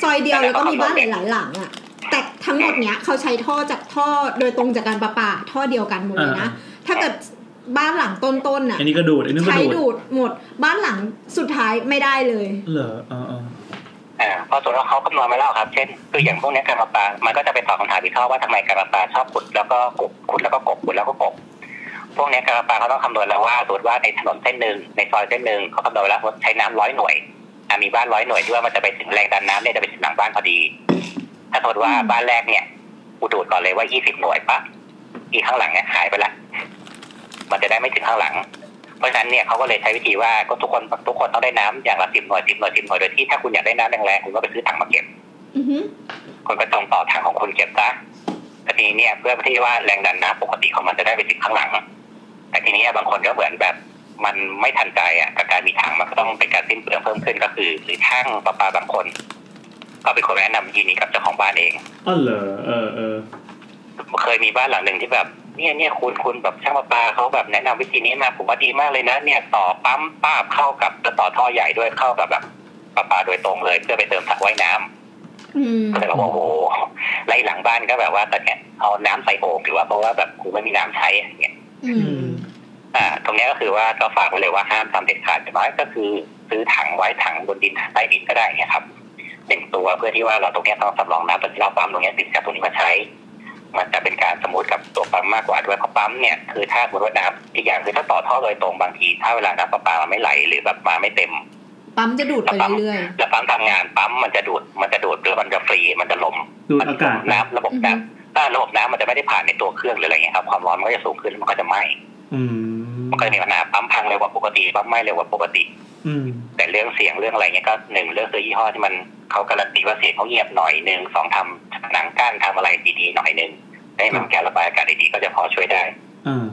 Speaker 5: ซอยเดียวแล้วก็มี
Speaker 7: แล้วก็
Speaker 5: บ้านหลายๆหลังอะแต่ทั้งหมดเนี้ยเขาใช้ท่อจากท่อโดยตรงจากการประปาท่อเดียวกันหมดเลยนะ ถ้าเกิดบ้านหลังต้นๆน่ะ
Speaker 3: อันนี้ก็ดูดอันนี้ก็
Speaker 5: ใช้
Speaker 3: ดูด
Speaker 5: ดูดหมดบ้านหลังสุดท้ายไม่ได้เลย
Speaker 3: เหรออ่าอ่า
Speaker 7: อ่าเพอส่วนของเขาคำนวณมาแล้วครับ เช่นคืออย่างพวกเนี้ยการประปา มันก็จะไปตอบคำถามอีกข้อว่าทำไมการประปาชอบขุดแล้วก็กบขุดแล้วก็กบขุดแล้วก็กบพวกเนี้ยการประปาเขาต้องคำนวณแล้วว่าสมมติว่าในถนนเส้นหนึ่งในซอยเส้นหนึ่งเขาคำนวณไว้แล้วว่าใช้น้ำร้อยหน่วยอ่ะมีบ้านร้อยหน่วยที่ว่ามันจะไปถึงแรงดันน้ำเนี่ยจะไปถึงหลังบ้านพอดี ถ้าสมมติว่าบ้านแรกเนี่ยกูดูดก่อนเลยว่ายี่สิบหน่วยปั๊บอีกข้างหลังเนี่ยหายไปละมันจะได้ไม่ถึงข้างหลัง เพราะฉะนั้นเนี่ยเขาก็เลยใช้วิธีว่าก็ทุกคนทุกคนต้องได้น้ำอย่างละสิบหน่วยสิบหน่วยสิบหน่วยโดยที่ถ้าคุณอยากได้น้ำแรงๆคุณก็ไปซื้อถังมาเก็บ
Speaker 5: อือฮึ
Speaker 7: คนก็จงต่อทางของคนเก็บซะแต่ทีนี้เนี่ยเพื่อที่ว่าแรงดันน้ำปกติของมันจะได้ไปถึงข้างหลัง แต่ทีนี้บางคนก็เหมือนแบบมันไม่ทันใจอ่ะกับการมีถังมันก็ต้องเป็นการสิ้นเปลืองเพิ่มขึ้นก็คือ หรือช่างประปาบางคน ก็เป็นคนแนะนำทีนี้กับเจ้าของบ้านเอง
Speaker 3: อ๋อเหรอเออเออ
Speaker 7: เคยมีบ้านหลังหนึ่งที่แบบเนี่ยเนี่ยคุณคุณแบบช่างประปาเขาแบบแนะนำวิธีนี้มาผมว่าดีมากเลยนะ เนี่ยต่อปั๊มป้าบเข้ากับต่อท่อใหญ่ด้วยเข้ากับแบบประปาโดยตรงเลย เพื่อไปเติมสระว่ายน้ำ
Speaker 5: อืม
Speaker 7: ก็เลยบอกว่าโอ้โหไล่หลังบ้านก็แบบว่าตอนเนี้ยเอาน้ำใส่โอ่งหรือว่าเพราะว่าแบบกูไม่มีน้ำใช้อะไรเงี้ย
Speaker 5: อื
Speaker 3: อื
Speaker 5: ม
Speaker 3: ม
Speaker 7: อ่า ตรงเนี้ยก็คือว่าก็ฝากไว้เลยว่าห้ามทำเด็ดขาดแต่ว่าก็คือซื้อถังไว้ถังบนดินถังใต้ดินก็ได้เนะครับหนึ่งตัวเพื่อที่ว่าเราตรงเนี้ยต้องสำรองน้ำตอนที่เราปั๊มตรงเนี้ยติดจากตรงนี้มาใช้ มันจะเป็นการสมมติกับตัวปั๊มมากกว่าด้วยเพราะปั๊มเนี่ยคือถ้าสมมติว่าน้ำอีกอย่างคือถ้าต่อท่อโดยตรงบางที ถ้าเวลาน้ำประปามันไม่ไหลหรือแบบมาไม่เต็ม
Speaker 5: ปั๊มจะดูดไปเรื่อย
Speaker 7: แล้วปั๊มทำงานปั๊มมันจะดูดมันจะดูดหรือมันจะฟรีมันจะลม
Speaker 3: ดูดอากาศ
Speaker 7: น้ำระบบน้
Speaker 5: อือฮึ
Speaker 7: ำถ้าระบบน้ำมันจะไม่ได้ผ่านในตัวเครื่องหรืออะไรเงี้ยครับความร้อนมันก็จะสูงขึ้นแล้วมันก็จะไหม้
Speaker 3: อืม
Speaker 7: มันก็จะมีปัญหาปั๊มพังเร็วกว่าปกติปั๊มไหม้เร็วกว่าปกติ
Speaker 4: อืม
Speaker 7: แต่เรื่องเสียงเรื่องอะไรเงี้ยก็หนึ่งเรื่องคือยี่ห้อที่มันเขาการันตีว่าเสียงเขาเงียบหน่อยหนึ่งสองทำหนังก้านทำอะไรดีๆหน่อยหนึ่งได้มันการระบายอากาศได้ดีก็จะพอช่วยได้
Speaker 3: อ่า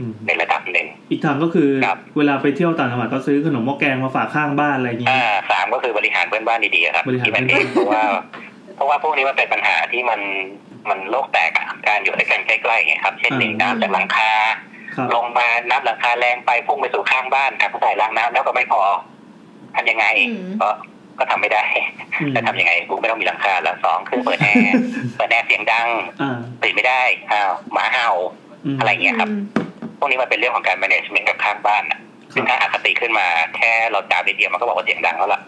Speaker 3: อืม
Speaker 7: ในระดับหนึ่ง
Speaker 3: อีกทางก็คือ
Speaker 7: ครับ
Speaker 3: เวลาไปเที่ยวต่างจังหวัดก็ซื้อขนมหม้อแกงมาฝากข้างบ้านอะไรอย่างงี้
Speaker 7: อ่าสามก็คือบริหารเพื่อนบ้านดีๆครับ
Speaker 3: บริหาร
Speaker 7: ที่มันเอ
Speaker 3: เพื่อน
Speaker 7: ง
Speaker 3: บ้าน
Speaker 7: เพราะว่า เพราะว่าพวกนี้มันเป็นปัญหาที่มันมันโลกแตกอะการอยู่ด้วยกันใกล้ๆไงครับ เช่นหนึ่งน้ำจากหลังคา
Speaker 3: ครับ
Speaker 7: ลงมาน้ำหลังคาแรงไปพุ่งไปสู่ข้างบ้านอ่ะผู้ใส่ล้างน้ำแล้วก็ไม่พอทำยังไง
Speaker 5: อืม
Speaker 7: ก็ก็ทำไม่ได้
Speaker 3: อืม
Speaker 7: จะทำยังไงกูไม่ต้องมีหลังคาแล้วสอง
Speaker 3: (laughs)
Speaker 7: เครื่องเปิดแอร์ เปิดแอร์เสียงดัง
Speaker 3: อ่า
Speaker 7: ตื่นไม่ได้อ้าวหมาเห่า
Speaker 3: ม
Speaker 7: อะไรเงี้ยครับ พวกนี้มันเป็นเรื่องของการ management กับข้างบ้านน่ะ
Speaker 3: ครับ
Speaker 7: ซึ่งถ้าอคติขึ้นมาแค่เราจามนิดเดียวมันก็บอกว่าเสียงดังแล้วล่ะ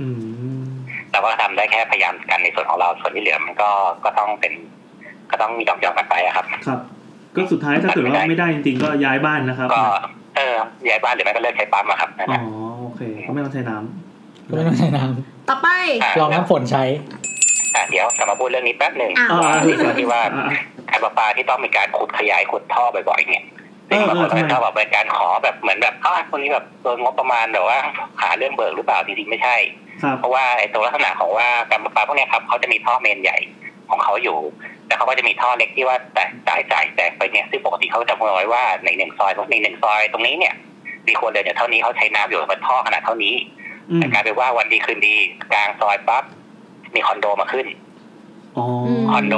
Speaker 3: อืม
Speaker 7: เราก็ทำได้แค่พยายามกันในส่วนของเราส่วนที่เหลือมันก็ก็ต้องเป็น ก็ต้องยอมยอมๆกันไปอะครับ
Speaker 3: ครับ ก็สุดท้ายถ้าเกิดว่าไม่ได้จริงๆก็ย้ายบ้านนะครับ
Speaker 7: ก็เออย้ายบ้านหรือไม่ก็เลิกใช้ปั๊มอะครับนั่น
Speaker 3: อ๋อ
Speaker 7: น่ะ
Speaker 3: โอเคก็ไม่ต้องใช้น้ำ
Speaker 4: ก็ไม่ต้องใช้น้
Speaker 5: ต่อไป
Speaker 7: า
Speaker 4: ำลองน้ำฝนใช้
Speaker 7: อ่ะเดี๋ยวกลับมาพูดเรื่องนี้แป๊บหนึ่ง
Speaker 5: อ่ะ
Speaker 7: ว่าเรื่องที่ว่า
Speaker 3: อ่ะ
Speaker 7: การประปาที่ต้องมีการขุดขยายขุดท่อบ่อยๆเนี่ย
Speaker 3: เอ
Speaker 7: ซึ่
Speaker 3: อบ
Speaker 7: งางคน
Speaker 3: เออ
Speaker 7: ก็
Speaker 3: ทำไม
Speaker 7: ชอบแบบเป็นการขอแบบเหมือนแบบอ้าวคนนี้แบบโดนงบประมาณแบบว่าหาเรื่องเบิกหรือเปล่าจริงๆไม่ใช่
Speaker 3: ครับ
Speaker 7: เพราะว่าไอ้ตัวลักษณะของว่าการประปาพวกเนี้ยครับเขาจะมีท่อเมนใหญ่ของเขาอยู่ แต่เขาก็จะมีท่อเล็กที่ว่าแตกจ่ายจ่ายแตกไปเนี่ยซึ่งปกติเขาจะมำนวณไว้ว่าในหนึ่งซอยตรงในหนึ่งซอยตรงนี้เนี่ย มีคนเดินอยู่เท่านี้เขาใช้น้ำอยู่บนท่อขนาดเท่านี้
Speaker 3: อืม
Speaker 7: แต่กลายเป็นว่าวันดีคืนดีกลางซอยปั๊บมีคอนโดมาขึ้น
Speaker 3: อ๋อ
Speaker 7: คอนโด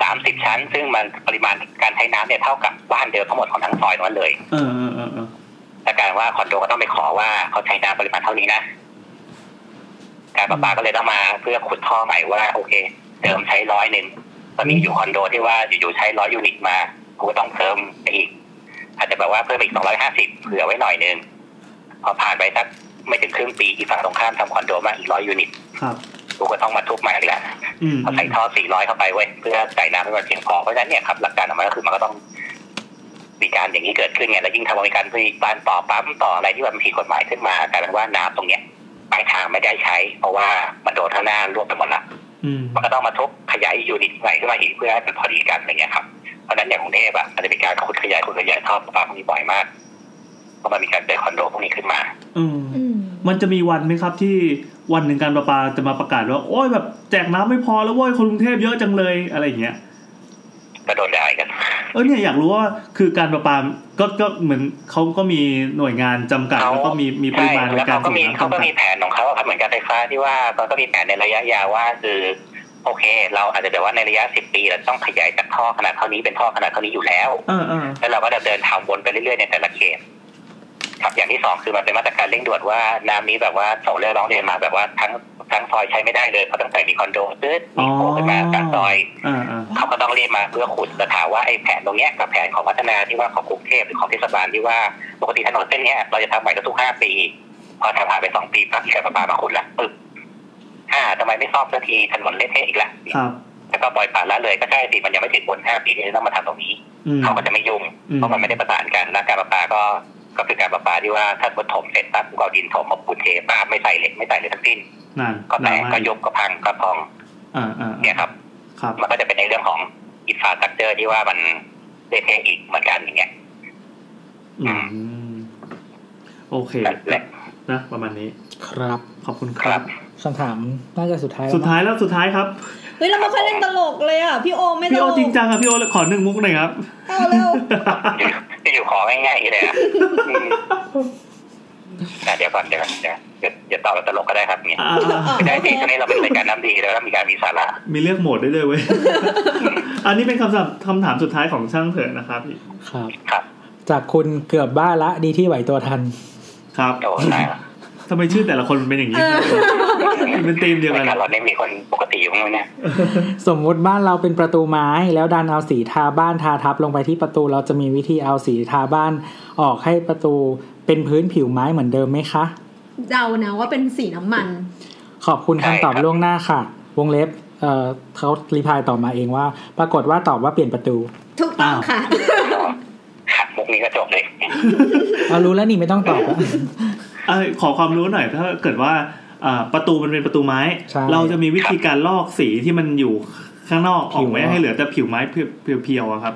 Speaker 7: สามสิบชั้น ซึ่งมันปริมาณการใช้น้ำเนี่ยเท่ากับบ้านเดิมทั้งหมดของทั้งซอยนั้นเลย
Speaker 3: เออเออเออเออ
Speaker 7: แต่กลารว่าคอนโดก็ต้องไปขอว่าเขาใช้น้ำปริมาณเท่านี้นะ การประปาก็เลยต้องมาเพื่อขุดท่อใหม่ว่า โอเค เดิมใช้ร้อยหนึ่งตอนนี้อยู่คอนโดที่ว่าอยู่ๆใช้ร้อยยูนิตมากูก็ต้องเพิ่มไปอีก อาจจะแบบว่าเพิ่มไปอีกสองร้อยห้าสิบเผื่อไว้หน่อยหนึงพอผ่านไปสักไม่ถึงครึ่งปีอีกฝั่งตรงข้ามทำคอนโดมาอีกร้อยยูนิต
Speaker 3: ครับ
Speaker 7: กูก็ต้องมาทุบใหม่อีกแล้ว
Speaker 3: อืม
Speaker 7: เขาใส่ท่อ 400 เข้าไปเว้ยเพื่อจ่ายน้ำให้มันเพียงพอ เพราะฉะนั้นเนี่ยครับหลักการออกมาก็คือมันก็ต้องมีการอย่างนี้เกิดขึ้นไงแล้วยิ่งทำมีการที่บานต่อปั๊มต่ออะไรที่มันผิดกฎหมายขึ้นมากลายเป็นว่าน้ำตรงเนี้ยปลายทางไม่ได้ใช้ เพราะว่ามันโดนข้างหน้ารวบไปหมดละ
Speaker 3: อืม
Speaker 7: มันก็ต้องมาทบขยายยูนิตใหม่ขึ้นมาอีกเพื่อให้มันพอดีกันอะไรเงี้ยครับเพราะฉะนั้นอย่างกรุงเทพอะมันจะมีการขุดขยายขุดขยายท่อประปาพวกนี้บ่อยมากเพราะมันมีการเกิดคอนโดพวกนี้ขึ้นมา
Speaker 3: อืม
Speaker 5: อืม
Speaker 3: มันจะมีวันไหมครับที่วันหนึ่งการประปาจะมาประกาศว่า โอ้ยแบบแจกน้ำไม่พอแล้วโว้ยคนกรุงเทพเยอะจังเลยอะไรอย่างเงี้ย
Speaker 7: ก็โดนด่าอีกกัน
Speaker 3: เออเนี่ยอยากรู้ว่าคือการประปาก็ก็เหมือนเขาก็มีหน่วยงานจำกัด
Speaker 7: เขา
Speaker 3: แล้วก็มีมีปริมาณใน
Speaker 7: แล้ว
Speaker 3: การ
Speaker 7: เขาก็
Speaker 3: ส่ง
Speaker 7: มี
Speaker 3: น้ำ
Speaker 7: เขาก็
Speaker 3: จำกั
Speaker 7: มี
Speaker 3: ด
Speaker 7: แผนของเขาอะครับเหมือนการไฟฟ้าที่ว่าเขาก็มีแผนในระยะยาวว่าคือโอเค เราอาจจะแบบว่าในระยะสิบปีเราต้องขยายจากท่อขนาดเท่านี้เป็นท่อขนาดเท่านี้อยู่แล้ว
Speaker 3: เออเออ
Speaker 7: แล้วเราก็ดำเนินทางวนไปเรื่อยๆในแต่ละเขตครับอย่างที่สองคือมันเป็นมาตรการเร่งด่วนว่าน้ำนี้แบบว่าสองเรื่องร้องเรียนมาแบบว่าทั้งทั้งซอยใช้ไม่ได้เลยเพราะตั้งแต่มีคอนโดซื้อมีโผล่ขึ้นมากลางซอย
Speaker 3: อ่าอ่า
Speaker 7: เขาก็ต้องเรียนมาเพื่อขุดสถามว่าไอ้แผนตรงเนี้ยกับแผนของพัฒนาที่ว่าของกรุงเทพหรือของเทศบาลที่ว่าปกติถนนเส้นเนี้ยเราจะทำใหม่ทุกห้าปี พอทำผ่านไปสองปีปั๊บแค่ประปามาขุดละปึ๊บอ่าทำไมไม่ซ่อมสักทีถนนเละเทะอีกละ
Speaker 3: ครับ
Speaker 7: แล้วก็ปล่อยปละละเลยก็ใช่สิมันยังไม่ถึงบนห้าปีที่จะต้องมาทำตรงนี้
Speaker 3: อืม
Speaker 7: เขาก็จะไม่ยุ่ง
Speaker 3: อืม
Speaker 7: เพราะมันไม่ได้ประสานกันและการประปาก็ก็คือการประปาที่ว่าถ้าบนถมเสร็จปั๊บก็เอาดินถมมาปูเทป้าบไม่ใส่เหล็กไม่ใส่เลยทั้งสิ้น
Speaker 3: นาน
Speaker 7: ก็แต
Speaker 3: นาน
Speaker 7: ก
Speaker 3: มา
Speaker 7: ก็
Speaker 3: ก
Speaker 7: ยบก็พังก็พอง
Speaker 3: อ่าอ่าอ่า
Speaker 7: เนี่ยครับ
Speaker 3: ครับ
Speaker 7: มันก็จะเป็นในเรื่องของอินฟาสตรักเจอร์ที่ว่ามันเละเทะอีกเหมือนกันอย่างเงี้ย
Speaker 3: อืมโอเค
Speaker 7: นั่นแหละ
Speaker 3: นะ ประมาณนี้
Speaker 4: ครับ
Speaker 3: ขอบคุณครับ
Speaker 4: คำถามน่าจะสุดท้ายแล้ว
Speaker 3: สุดท้ายแล้วสุดท้ายครับ
Speaker 5: เฮ้ยเราไม่ค่อยเล่นตลกเลยอ่ะ พี่โอไม่ต
Speaker 3: พี่
Speaker 5: ล
Speaker 3: โอก จริงจังอะพี่โอขอหนึ่งมุกหน่อย
Speaker 7: (laughs)
Speaker 3: ครับ
Speaker 5: เอาเร็ว
Speaker 7: อยู่จะอยู่ของ่ายๆเลยอ่ะอืมอ่ะเดี๋ยวก่อนเดี๋ยวก่อนเดี๋ยวเดี๋ยวเดี๋ยวตอบแบบตลกก็ได้ครับเนี่ย
Speaker 3: อ่า
Speaker 5: โอเค
Speaker 7: ไม่ได้ที่ช่วงนี้เราเป็นรายการน้ำดีแล้วก็มีการมีสาระ
Speaker 3: มีเลือกโหมดได้เลยเว้ย
Speaker 7: (laughs)
Speaker 3: อันนี้เป็นคำถามคำถามสุดท้ายของช่างเถอะนะครับ
Speaker 4: ครับ
Speaker 7: ครับ
Speaker 4: จากคุณเกือบบ้าละดีที่ไหวตัวทัน
Speaker 3: ครับ
Speaker 7: โอ้ตายละ
Speaker 3: ทำไมชื่อแต่ละคนเป็นอย่างนี้ครับมันเป็นธีมเดียวกั
Speaker 7: ราน ยการเราเนี่ยมีคนปกติอยู่มั้างไหมเนี่ย
Speaker 4: สมมุติบ้านเราเป็นประตูไม้ แล้วดันเอาสีทาบ้านทาทับลงไปที่ประตูเราจะมีวิธีเอาสีทาบ้านออกให้ประตูเป็นพื้นผิวไม้เหมือนเดิมไหมคะ
Speaker 5: เดานะว่าเป็นสีน้ำมัน
Speaker 4: ขอบคุณคำตอบล่วงหน้าค่ะ วงเล็บเอ่อเขารีพลายต่อมาเองว่า ปรากฏว่าตอบว่าเปลี่ยนประตู
Speaker 5: ถูกต้องค่ะ
Speaker 7: ครับมุกนี้ก็จบเลย
Speaker 4: เอารู้แล้วนี่ไม่ต้องต (laughs) อบแล้ว
Speaker 3: เอ้ยขอความรู้หน่อย ถ้าเกิดว่าอ่าประตูมันเป็นประตูไม้
Speaker 4: ใช่
Speaker 3: เราจะมีวิธีการลอกสีที่มันอยู่ข้างนอกออกไว้ให้เหลือแต่ผิวไม้เพียวๆอะครับ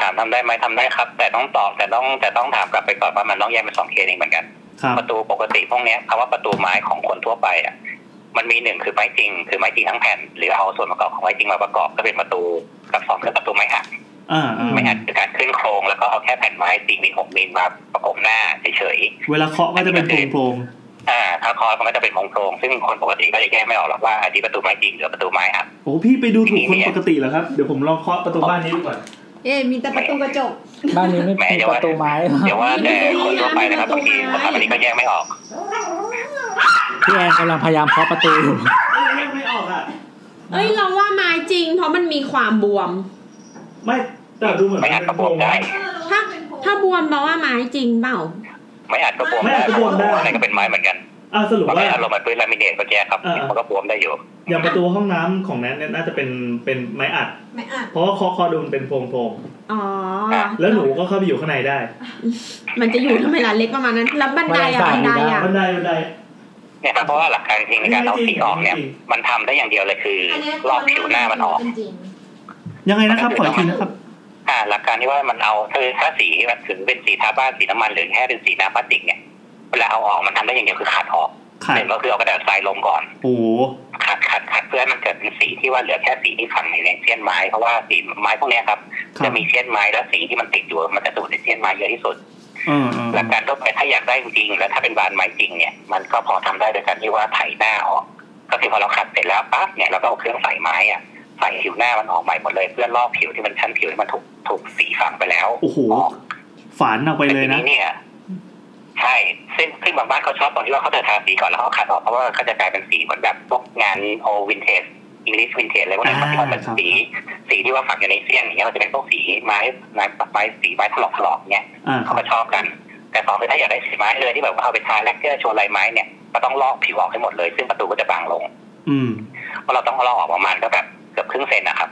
Speaker 7: ถามทำได้ไหมทำได้ครับ แต่ต้องตอบแต่ต้องแต่ต้องถามกลับไปก่อนว่ามันต้องแยกเป็นสองเคสเองเหมือนกัน
Speaker 3: ครับ
Speaker 7: ประตูปกติพวกเนี้ยคำว่าประตูไม้ของคนทั่วไปอ่ะมันมีหนึ่งคือไม้จริง คือไม้จริงทั้งแผ่น หรือเอาส่วนประกอบของไม้จริงมาประกอบก็เป็นประตูกับสองคือประตูไม้อัด
Speaker 3: อ่าอ่า
Speaker 7: ไม้อัดคือการขึ้นโครงแล้วก็เอาแค่แผ่นไม้สี่มิลหกมิลมาประกบหน้าเฉยๆ
Speaker 3: เวลาเคาะก็จะเป็นโพรง
Speaker 7: อ่าถ้าคอร์สมันก็จะเป็นโพรงๆซึ่งคนปกติก็จะแยกไม่ออกหรอกว่าอันนี้ประตูไม้จริงหรือประตูไม้อัด
Speaker 3: ๆโอ้พี่ไปดูถูกคนปกติเหรอครับ เดี๋ยวผมลองเคาะประตูบ้านนี้ดูก่อน
Speaker 5: เอ๊ะมีแต่ประตูกระจก
Speaker 4: บ้านนี้ไม่
Speaker 7: แหม่
Speaker 4: มี
Speaker 7: เดี๋ยว
Speaker 4: ประ
Speaker 7: ว่า
Speaker 4: ตูไม้
Speaker 7: เดี๋ยวว่าแต่คนทั่วไปนะครับบางที
Speaker 2: มี
Speaker 7: ส
Speaker 2: ประตูไม้
Speaker 7: ถาปนิกก็แยกไม่ออก
Speaker 4: พี่แอนกำลังพยายามเคาะประตูอยู่
Speaker 3: แยกไม่ออกอ่ะ
Speaker 2: เอ้ยเราว่าไม้จริง เพราะมันมีความบวม
Speaker 3: ไม่แต่ดูเหมือน
Speaker 7: ไม่อัดก็บวมได้
Speaker 2: ถ้าถ้าบวมแปลว่าไม้จริงเปล่า
Speaker 7: ไม่อัดก็บวม
Speaker 3: ไม่
Speaker 7: ได้
Speaker 3: อัดก็บวมได้
Speaker 7: อะไรก็เป็นไม้เหมือนกัน
Speaker 3: อ่าสรุป
Speaker 7: มัน
Speaker 3: ว่า
Speaker 7: ไม่อารมณ์เหมือนพื้นลามิเนตเมื่อกี้ครับ
Speaker 3: อ่า
Speaker 7: มันก็บวมได้อยู่
Speaker 3: อย่างประตูห้องน้ำของแนทเนี่ยน่าจะเป็นเป็นไม้อัด
Speaker 5: ไม่อ่าน
Speaker 3: เพราะว่าเคาะเคาะดูมันเป็นโพรงโพรง
Speaker 2: อ๋อ
Speaker 7: อ่ะ
Speaker 3: ๆแล้วหนูก็เข้าไปอยู่ข้างในได้
Speaker 2: มันจะอยู่ทำไมล่ะเล็กประมาณนั้น แล้วบันไดอะ
Speaker 4: บั
Speaker 2: บัน
Speaker 4: น
Speaker 2: ได
Speaker 4: ไดอะ
Speaker 2: อะ
Speaker 3: บันไดบันได
Speaker 7: เนี่ยครับเพราะว่าหลักการจริงในการเอาสีออกเนี่ย
Speaker 3: ไม่จริง
Speaker 7: มันทำได้อย่างเดียวเลยคือลอกผิวหน้ามันออก
Speaker 5: จริง
Speaker 3: ยังไงนะครับขออีกทีนะครับ
Speaker 7: อ่าหลักการที่ว่ามันเอาคือถ้าสีมันถึงเป็นสีทาบ้านสีน้ำมันหรือแค่เป็นสีน้ำพลาสติกเนี่ยเวลาเอาออกมันทำได้อย่างเดียวคือขัดออก
Speaker 3: ขัด
Speaker 7: หนึ่งก็คือเอากระดาษทรายลงก่อน
Speaker 3: โอ้โห
Speaker 7: ขัดขัดขัดเพื่อให้มันเกิดเป็นสีที่ว่าเหลือแค่สีที่ขังในเส้นไม้เพราะว่าสีไม้พวกเนี้ยครับ
Speaker 3: ครั
Speaker 7: จะ
Speaker 3: บ
Speaker 7: มีเส้นไม้และสีที่มันติดอยู่มันจะสูดในเส้นไม้เยอะที่สุด
Speaker 3: เออเออ
Speaker 7: หลักการทั่วไปถ้าอยากได้จริงๆและถ้าเป็นบานไม้จริงเนี่ยมันก็พอทำได้โดยการที่ว่าไถหน้าออก ก็คือพอเราขัดเสร็จแล้วปั๊บเนี่ยเราก็เอาเครื่องใส่ไม้อะใส่ผิวหน้ามันออกใหม่หมดเลยเพื่อลอกผิวที่มันชั้นผิวที่มันถูกถูกสีฝังไปแล้ว
Speaker 3: โอ้โห
Speaker 7: ออก
Speaker 3: ฝานออกไปเลยนะ
Speaker 7: แต่ทีเนี่ยใช่ซึ่งซึ่งบางบ้านเขาชอบตรงที่ว่าเขาเดินทาสีก่อนแล้วเขาขัดออกเพราะว่าก็จะกลายเป็นสีเหมือนแบบพวกงานโอวินเทจอิงลิชวินเทจอะไรพวกนั้นที่มันเป็นสีสีที่ว่าฝังอยู่ในเสี้ยนอย่างเงี้ยมันจะเป็นพวกสีไม้ไม้ไม้สีไม้ถลอกถลอกๆเงี้ย
Speaker 3: อ่าค
Speaker 7: เขา
Speaker 3: รับ
Speaker 7: ก็ชอบกัน แต่สองคือถ้าอยากได้สีไม้เลยที่แบบว่าเอาไปทาแลกเกอร์โชว์ลายไม้เนี่ยก็ต้องลอกผิวออกให้หมดเลย ซึ่งประตูก็จะบางลง
Speaker 3: อืม
Speaker 7: เพราะเราต้องลอกออกประมาณก็แบบเกือบครึ่งเซนนะครับ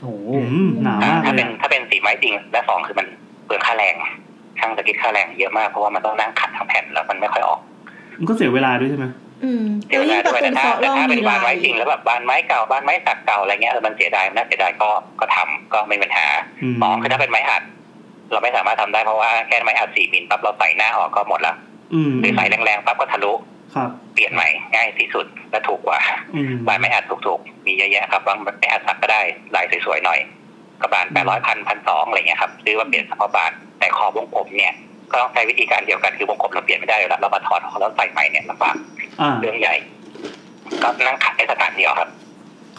Speaker 4: โอ้โห
Speaker 3: อืมหนา
Speaker 7: อ่าม
Speaker 3: าก
Speaker 7: ถ้า
Speaker 3: เล
Speaker 7: เป็
Speaker 3: ย
Speaker 7: น
Speaker 3: อะ
Speaker 7: ถ้าเป็นสีไม้จริง และสองคือมันเปลืองค่าแรงช่างจะคิดค่าแรงเยอะมากเพราะว่ามันต้องนั่งขัดทั้งแผ่นแล้วมันไม่ค่อยออก
Speaker 3: มันก็เสียเวลาด้วยใช่ไหม
Speaker 5: ๆอืม
Speaker 7: เสียเวลาด้วยแต่ถ้าแต่ถ้าเป็นบานไม้จริงแล้วแบบบานไม้เก่าบานไม้สักเก่าอะไรเงี้ยเออมันเสียดายมันน่าเสียดายก็ก็ทำก็ไม่มีปัญหา
Speaker 3: อืม
Speaker 7: สองคือถ้าเป็นไม้อัด เราไม่สามารถทำได้เพราะว่าแค่ไม้อัดสี่มิลปั๊บเราใส่หน้าออกก็หมดละ
Speaker 3: อืม
Speaker 7: หรือใส่แรงๆปั๊บก็ทะลุ
Speaker 3: ครับ
Speaker 7: เปลี่ยนใหม่ง่ายที่สุดและถูกกว่า
Speaker 3: อืม
Speaker 7: บานไม้อัดถูกๆมีเยอะแยะครับบางไม้อัดสักก็ได้ลายสวยๆหน่อยก็บานแปดร้อยพันพันสองอะไรเงี้ยครับซื้อมาเปลี่ยนเฉพาะบานแต่ขอบวงกลมเนี่ยก็ต้องใช้วิธีการเดียวกันคือวงกลมเราเปลี่ยนไม่ได้อยู่แล้วเรามาถอดออกแล้วใส่ใหม่เนี่ยลำบาก
Speaker 3: อ่า
Speaker 7: เรื่องใหญ่ก็นั่งขัดในสถานเดียวครับ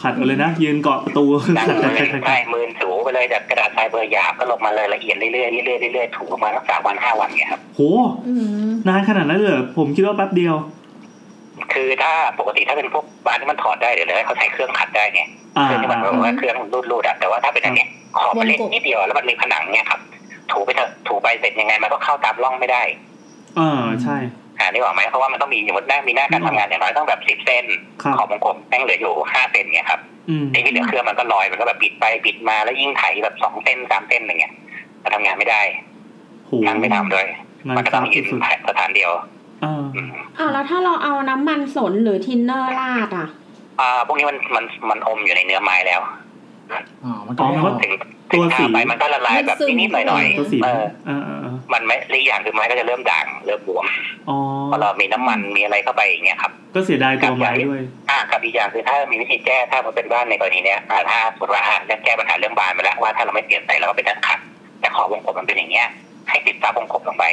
Speaker 3: ขัดเอาเลยนะ ยืนเกาะประตู
Speaker 7: นั่ง
Speaker 3: ขัดขัด
Speaker 7: มือ
Speaker 3: ขัดขัด
Speaker 7: ใช่มือถูไปเลยจากกระดาษทรายเบอร์หยาบก็ลงมาเลยละเอียดเรื่อยๆเรื่อยๆเรื่อยๆถูลงมาสักสามวันห้าวันเนี่ยครับ
Speaker 3: โห
Speaker 5: อืม
Speaker 3: นานขนาดนั้นเลยเหรอผมคิดว่าแป๊บเดียว
Speaker 7: คือถ้าปกติถ้าเป็นพวกบ้านที่มันถอดได้เดี๋ยวเลยเขาใช้เครื่องขัดได้เนี่ย
Speaker 3: อ่า
Speaker 7: เครื่องที่มันแบบว่าเครื่องรูดๆอะแต่ว่าถ้าเป็นอันเนี้ยขอบมันเล็กนิดเดียวแล้วมันมีผนังเนี่ยครับ ถูไปเถอะถูไปเสร็จยังไงมันก็เข้าตามร่องไม่ได้
Speaker 3: เออใช่
Speaker 7: อ่านี่บอกไหมเพราะว่ามันต้องมีอยู่บนหน้ามีหน้าการทำงานอย่างน้อยต้องแบบสิบ10เซน
Speaker 3: ครับ
Speaker 7: ขอบวงกลมแม่งเหลืออยู่ห้าเซนเนี่ยครับ
Speaker 3: อืม
Speaker 7: ไอ้ที่เหลือเครื่องมันก็ลอยมันก็แบบบิดไปบิดมาแล้วยิ่งไถแบบสองเส้นสามเส้นอะไรเงี้ยมันทำงานไม่ได้
Speaker 3: โห
Speaker 7: ช่างไม่ทำด้วย
Speaker 3: งาน
Speaker 7: มันก็
Speaker 3: ซั
Speaker 7: ต้อง
Speaker 3: บ
Speaker 7: ยืน
Speaker 3: สุด
Speaker 7: สถานเดียว
Speaker 3: ๆอ่า
Speaker 7: อืม
Speaker 2: อ้าวแล้วถ้าเราเอาน้ำมันสนหรือทินเนอร์ราดอะ
Speaker 7: อ่าพวกนี้มันมันมันอมอยู่ในเนื้อไม้แล้ว
Speaker 4: อ๋อมันก็ไม่
Speaker 3: อ๋อมันก็
Speaker 4: ออก
Speaker 7: ถึงถึงทาไปมันก็ละลายแบบนิดๆหน่อย
Speaker 3: ก็สี
Speaker 7: เออ
Speaker 3: เออเออเออ
Speaker 7: ๆ มันไม่และอีกอย่างคือไม้ก็จะเริ่มด่างเริ่มบวม
Speaker 3: อ๋อ
Speaker 7: พอเรามีน้ำมันมีอะไรเข้าไปอย่างเงี้ยครับ
Speaker 3: ก็เสียดายตัวไม้ด้วย
Speaker 7: อ่ากับอีกอย่างคือถ้ามีวิธีแก้ถ้ามันเป็นบ้านในกรณีเนี้ยอ่าถ้าสมมติว่าอ่าเรื่องแก้ปัญหาเรื่องบานไปแล้วว่าถ้าเราไม่เปลี่ยนใจเราก็เป็นนักขัด แต่ขอวงกลมมันเป็นอย่างเงี้ยให้ติดซับวงกลมลงไป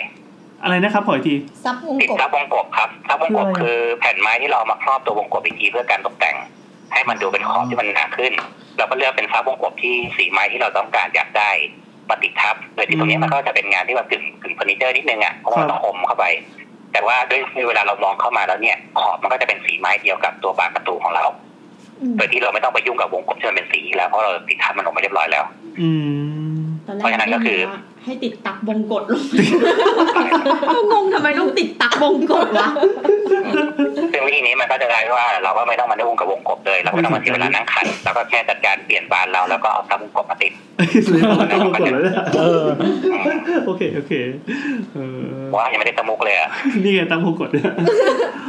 Speaker 3: อะไรนะครับขออีกที
Speaker 5: ซับวง
Speaker 7: ติด
Speaker 5: กบ
Speaker 7: ทับวงกบครับทับวงกบ
Speaker 3: คืออะไร
Speaker 7: คือแผ่นไม้ที่เราเอามาครอบตัววงกบอีกทีเพื่อการตกแต่ง ให้มันดูเป็นขอบที่มันหนาขึ้น เราก็เลือกเป็นทับวงกบที่สีไม้ที่เราต้องการอยากได้มาติดทับโดยที่ตรงนี้มันก็จะเป็นงานที่แบบกึ่งกึ่งเฟอร์นิเจอร์นิดนึงอ่ะเพราะว่าเราต้องอมเข้าไป แต่ว่าด้วยเวลาเรามองเข้ามาแล้วเนี่ยขอบมันก็จะเป็นสีไม้เดียวกับตัวบานประตูของเรา
Speaker 5: อืม
Speaker 7: โดยที่เราไม่ต้องไปยุ่งกับวงกบที่มันเป็นสีอีกแล้วเพราะเราติดทับมันลงมาเรียบร้อยแล้ว
Speaker 3: อืม
Speaker 2: ตอนแรก
Speaker 7: เพราะฉะนั้นก็คือ
Speaker 2: ได้ยิว่าให้ติดตักบงกฎลงก็งงทำไมต้องติดตักบงกฎวะ
Speaker 7: ซึ่งวิธีนี้มันก็จะได้ว่าเราก็ไม่ต้องมายุ่งกับวงกบเลยเราไม่ต้องมาเสียเวลานั่งขัดแล้วก็แค่จัดการเปลี่ยนบานเราแล้วก็เอาทับวงกบมาติด
Speaker 3: เอ้ยซื้อมาต้องมากดแล้วเนี่ย
Speaker 4: เออ
Speaker 3: โอเค โอเค เออ
Speaker 7: ว่ายังไม่ได้ตะมุก
Speaker 5: (laughs)
Speaker 7: เลยอ่ะ
Speaker 3: นี่ไงตั้งพงกด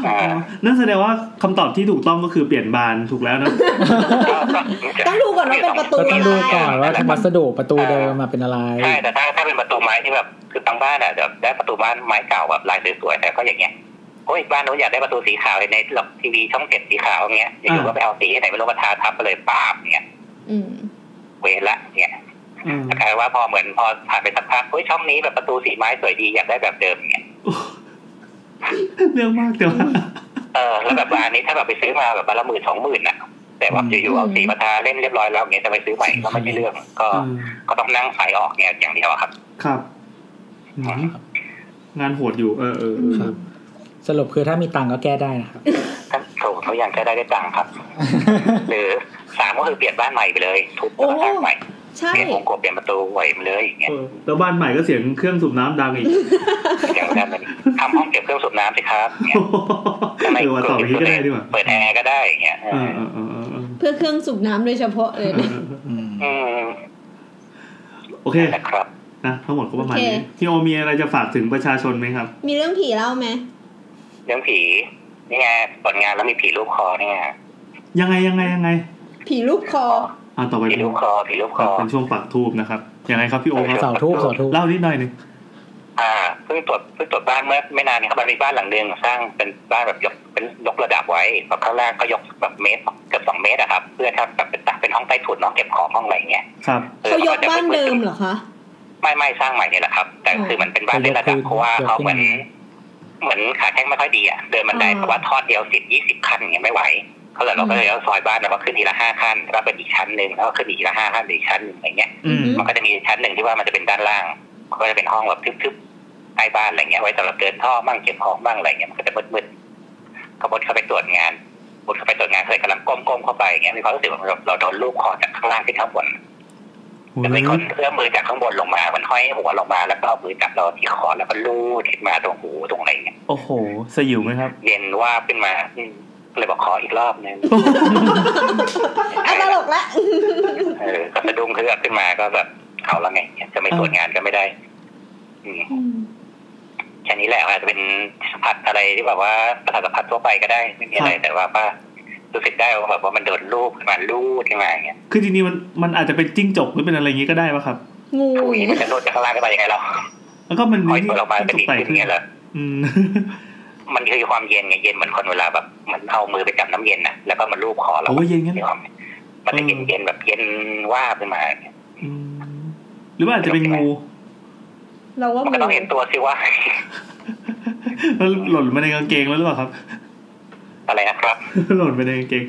Speaker 7: อ่า
Speaker 3: นั่นแสดงว่าคำตอบที่ถูกต้องก็คือเปลี่ยนบานถูกแล้วนะ
Speaker 5: ต้องดูก่อนว่าเป็นประตู
Speaker 4: ก็ต้องดูก่อนว่าวัสดุประตู
Speaker 7: เออ
Speaker 4: เดิมมาเป็นอะไร
Speaker 7: ใช่แต่ถ้าถ้าเป็นประตูไม้ที่แบบคือบางบ้านอ่ะแบบได้ประตูบ้านไม้เก่าแบบลายสวยๆแต่ก็อย่างเงี้ยโอ้ยบ้านโน้นอยากได้ประตูสีขาวเลยในหลอกทีวีช่องเจ็ดสีขาวอย่างเงี้ยอยู่ๆก็ไปเอาสีไหนไม่รู้มาทาทับไปเลยปาบเงี้ย
Speaker 5: อืม
Speaker 7: เวรละเนี่ยแต่กลายว่าพอเหมือนพอผ่านไปสักพักเฮ้ยช่องนี้แบบประตูสีไม้สวยดีอยากได้แบบเดิมเนี่ย
Speaker 3: เรื่องมากแต่ว่า
Speaker 7: เออแล้วแบบอันนี้ถ้าแบบไปซื้อมาแบบวันละหมื่นสองหมื่นอ่ะ แต่ว่าอยู่ๆเอาสีมาทาเล่นเรียบร้อยแล้วอย่างเงี้ยจะไปซื้อใหม่ก็ไม่ใช่เรื่องก็
Speaker 3: อืม
Speaker 7: ก็ต้องนั่งใส่ออกเนี่ยอย่างเดียวอะครับ
Speaker 3: ครับอืมงานโหดอยู่ เออเออเออ
Speaker 4: ครับ สรุปคือถ้ามีตังค์ก็แก้ได้นะครับ
Speaker 7: ถ้าถูกทุกอย่างจะได้ได้ตังค์
Speaker 3: (laughs)
Speaker 7: ครับ หรือสามก็คือเปลี่ยนบ้านใหม่ไปเลย ทุบ
Speaker 5: โอ้
Speaker 7: แล้วก็สร้างใหม่
Speaker 5: ใช่
Speaker 7: เปลี่ยนองค์กรเปลี่ยนประตูไหวไปเลยอย่างเงี้ย
Speaker 3: เออแล้วบ้านใหม่ก็เสียงเครื่องสูบน้ำดังอีก
Speaker 7: อย่างนั้นมันทำห้องเก็บเครื่องสูบน้ำสิครับอย่างเงี้ยข้างใน
Speaker 3: เออว่าต่อไปนี้ก็ได้ดีกว่า
Speaker 7: เปิดแอร์ก็ได้อย่างเงี้ยเอ
Speaker 3: เอ
Speaker 7: อ
Speaker 3: อเออเออเออเออ
Speaker 5: เพื่อเครื่องสูบน้ำโดยเฉพาะเลยนะ
Speaker 7: อืม
Speaker 3: โอเค
Speaker 7: นะครับ
Speaker 3: นะทั้งหมดก็ประมาณ
Speaker 5: โอเค
Speaker 3: นี้พี่โอมีอะไรจะฝากถึงประชาชนไหมครับ
Speaker 5: มีเรื่องผีเล่าไหม
Speaker 7: เรื่องผีนี่ไงผลงานแล้วมีผีรูปคอนี่ไง
Speaker 3: ยังไงยังไงยังไง
Speaker 5: ผีลูกคอ
Speaker 3: อ่าต่อไป
Speaker 7: ผี
Speaker 3: เป็น
Speaker 7: รูปคอผีรูปคอ
Speaker 3: เป็นช่วงปักทูบนะครับยังไงครับพี่โอครับ
Speaker 4: เสาทูบเสาทูบ
Speaker 3: เล่านิดหน่อยหนึ่ง
Speaker 7: อ่าเพิ่งตรวจเพิ่งตรวจบ้านเมื่อไม่นานนี้ครับมันมีบ้านหลังหนึ่งสร้างเป็นบ้านแบบยกเป็นยกระดับไว้แบบข้างล่างก็ยกแบบเมตรเกือบสองเมตรอะครับ เพื่อถ้าแบบเป็นตักเป็นห้องใต้ถุนเนาะเก็บของห้องอะไรอย่างเงี้ย
Speaker 3: ครับ
Speaker 7: ออ
Speaker 5: เขายกบ้านเดิมเหรอคะ
Speaker 7: ไม่ไม่สร้างใหม่เนี่ยแหละครับ แต่คือมันเป็นบ้านเลื่อนระดับเพราะว่าเขาเหมือนเหมือนขาแข้งไม่ค่อยดีอะเดินบันได
Speaker 5: อ๋อ
Speaker 7: เพราะว่าทอดเดียวสิบยี่สิบขั้นอย่างเงี้ยไม่ไหวเขาเลยเราก็เลยเอาซอยบ้านเราก็ขึ้นทีละห้าขั้นแล้วก็เป็นอีกชั้นหนึ่งแล้วก็ขึ้นอีกละห้าขั้นหรืออกชั้นหนึ่งอะไรเงี้ย
Speaker 3: อืม
Speaker 7: มันก็จะมีชั้นหนึ่งที่ว่ามันจะเป็นด้านล่าง ก็จะเป็นห้องแบบทึบๆใต้บ้านอะไรเงี้ยไว้สำหรับเดินท่อบ้างเก็บของบ้างอะไรเงี้ยมันก็จะมืดๆก็บดเข้าไปตรวจงานบดเข้าไปตรวจงานเคยกำลังก้มๆเข้าไปเงี้ยมีความรู้สึกว่าเราเราโดนลูกคอจากข้างล่างขึ้นข้างบนจะเป็นคนเอื้อมมือจากข้างบนลงมา มันห้อยหัวลงมาแล้วก็เอามือจับเราที่คอแล้วก็ลูดขึ้นมาตรงหูตรงอะไรเงี้ย
Speaker 3: โอ้โห สยิวไหมครับ
Speaker 7: เย็นว่าบขึ้นมาอืมก็เลยบอกขออีกรอบนึง
Speaker 5: (laughs) อ่ะตลกละ
Speaker 7: เออก็สะดุ้งเฮือกขึ้นมาก็แบบเอาละไงเนี่ยจะไม่ตรวจงานก็ไม่ได้ อืมแค่นี้แหละอาจจะเป็นสัมผัสอะไรที่แบบว่าประสาทสัมผัสทั่วไปก็ได้ ไม่มีอะไรแต่ว่าป้ารู้สึกได้ว่าแบบว่ามันโดนลูบขึ้นมาลูดขึ้นมาอย่างเงี้ย
Speaker 3: คือจริงๆมันมันอาจจะเป็นจิ้งจกหรือเป็นอะไรอย่างงี้ก็ได้ป่ะครับ
Speaker 5: งู
Speaker 7: ถุยมันจะลูดจากข้างล่างขึ้นมายังไงเรา
Speaker 3: แล้วก็มัน
Speaker 7: คอยตัวเรามาเป็นดี
Speaker 3: แต
Speaker 7: ขึ้นเงี้ยเหรอ
Speaker 3: อืม
Speaker 7: มันคือความเย็นไงเย็นเหมือนคนเวลาแบบเหมือนเอามือไปจับน้ำเย็นนะแล้วก็มันลูบคอเรา
Speaker 3: โอ้ยเย็นงั้น
Speaker 7: มีความมันจะเย็นเย็นๆแบบเย็นว่าบขึ้นมา
Speaker 3: อืมหรือว่าอาจจะเป็นงู
Speaker 5: เราว่า
Speaker 7: มันก็
Speaker 5: งู
Speaker 7: ต้องเห็นตัวสิว่า
Speaker 3: แล้วหล่นมาในกางเกงแล้วหรือเปล่าครับ (laughs)
Speaker 7: อะไรนะครับ
Speaker 3: หล่นมาในกางเกง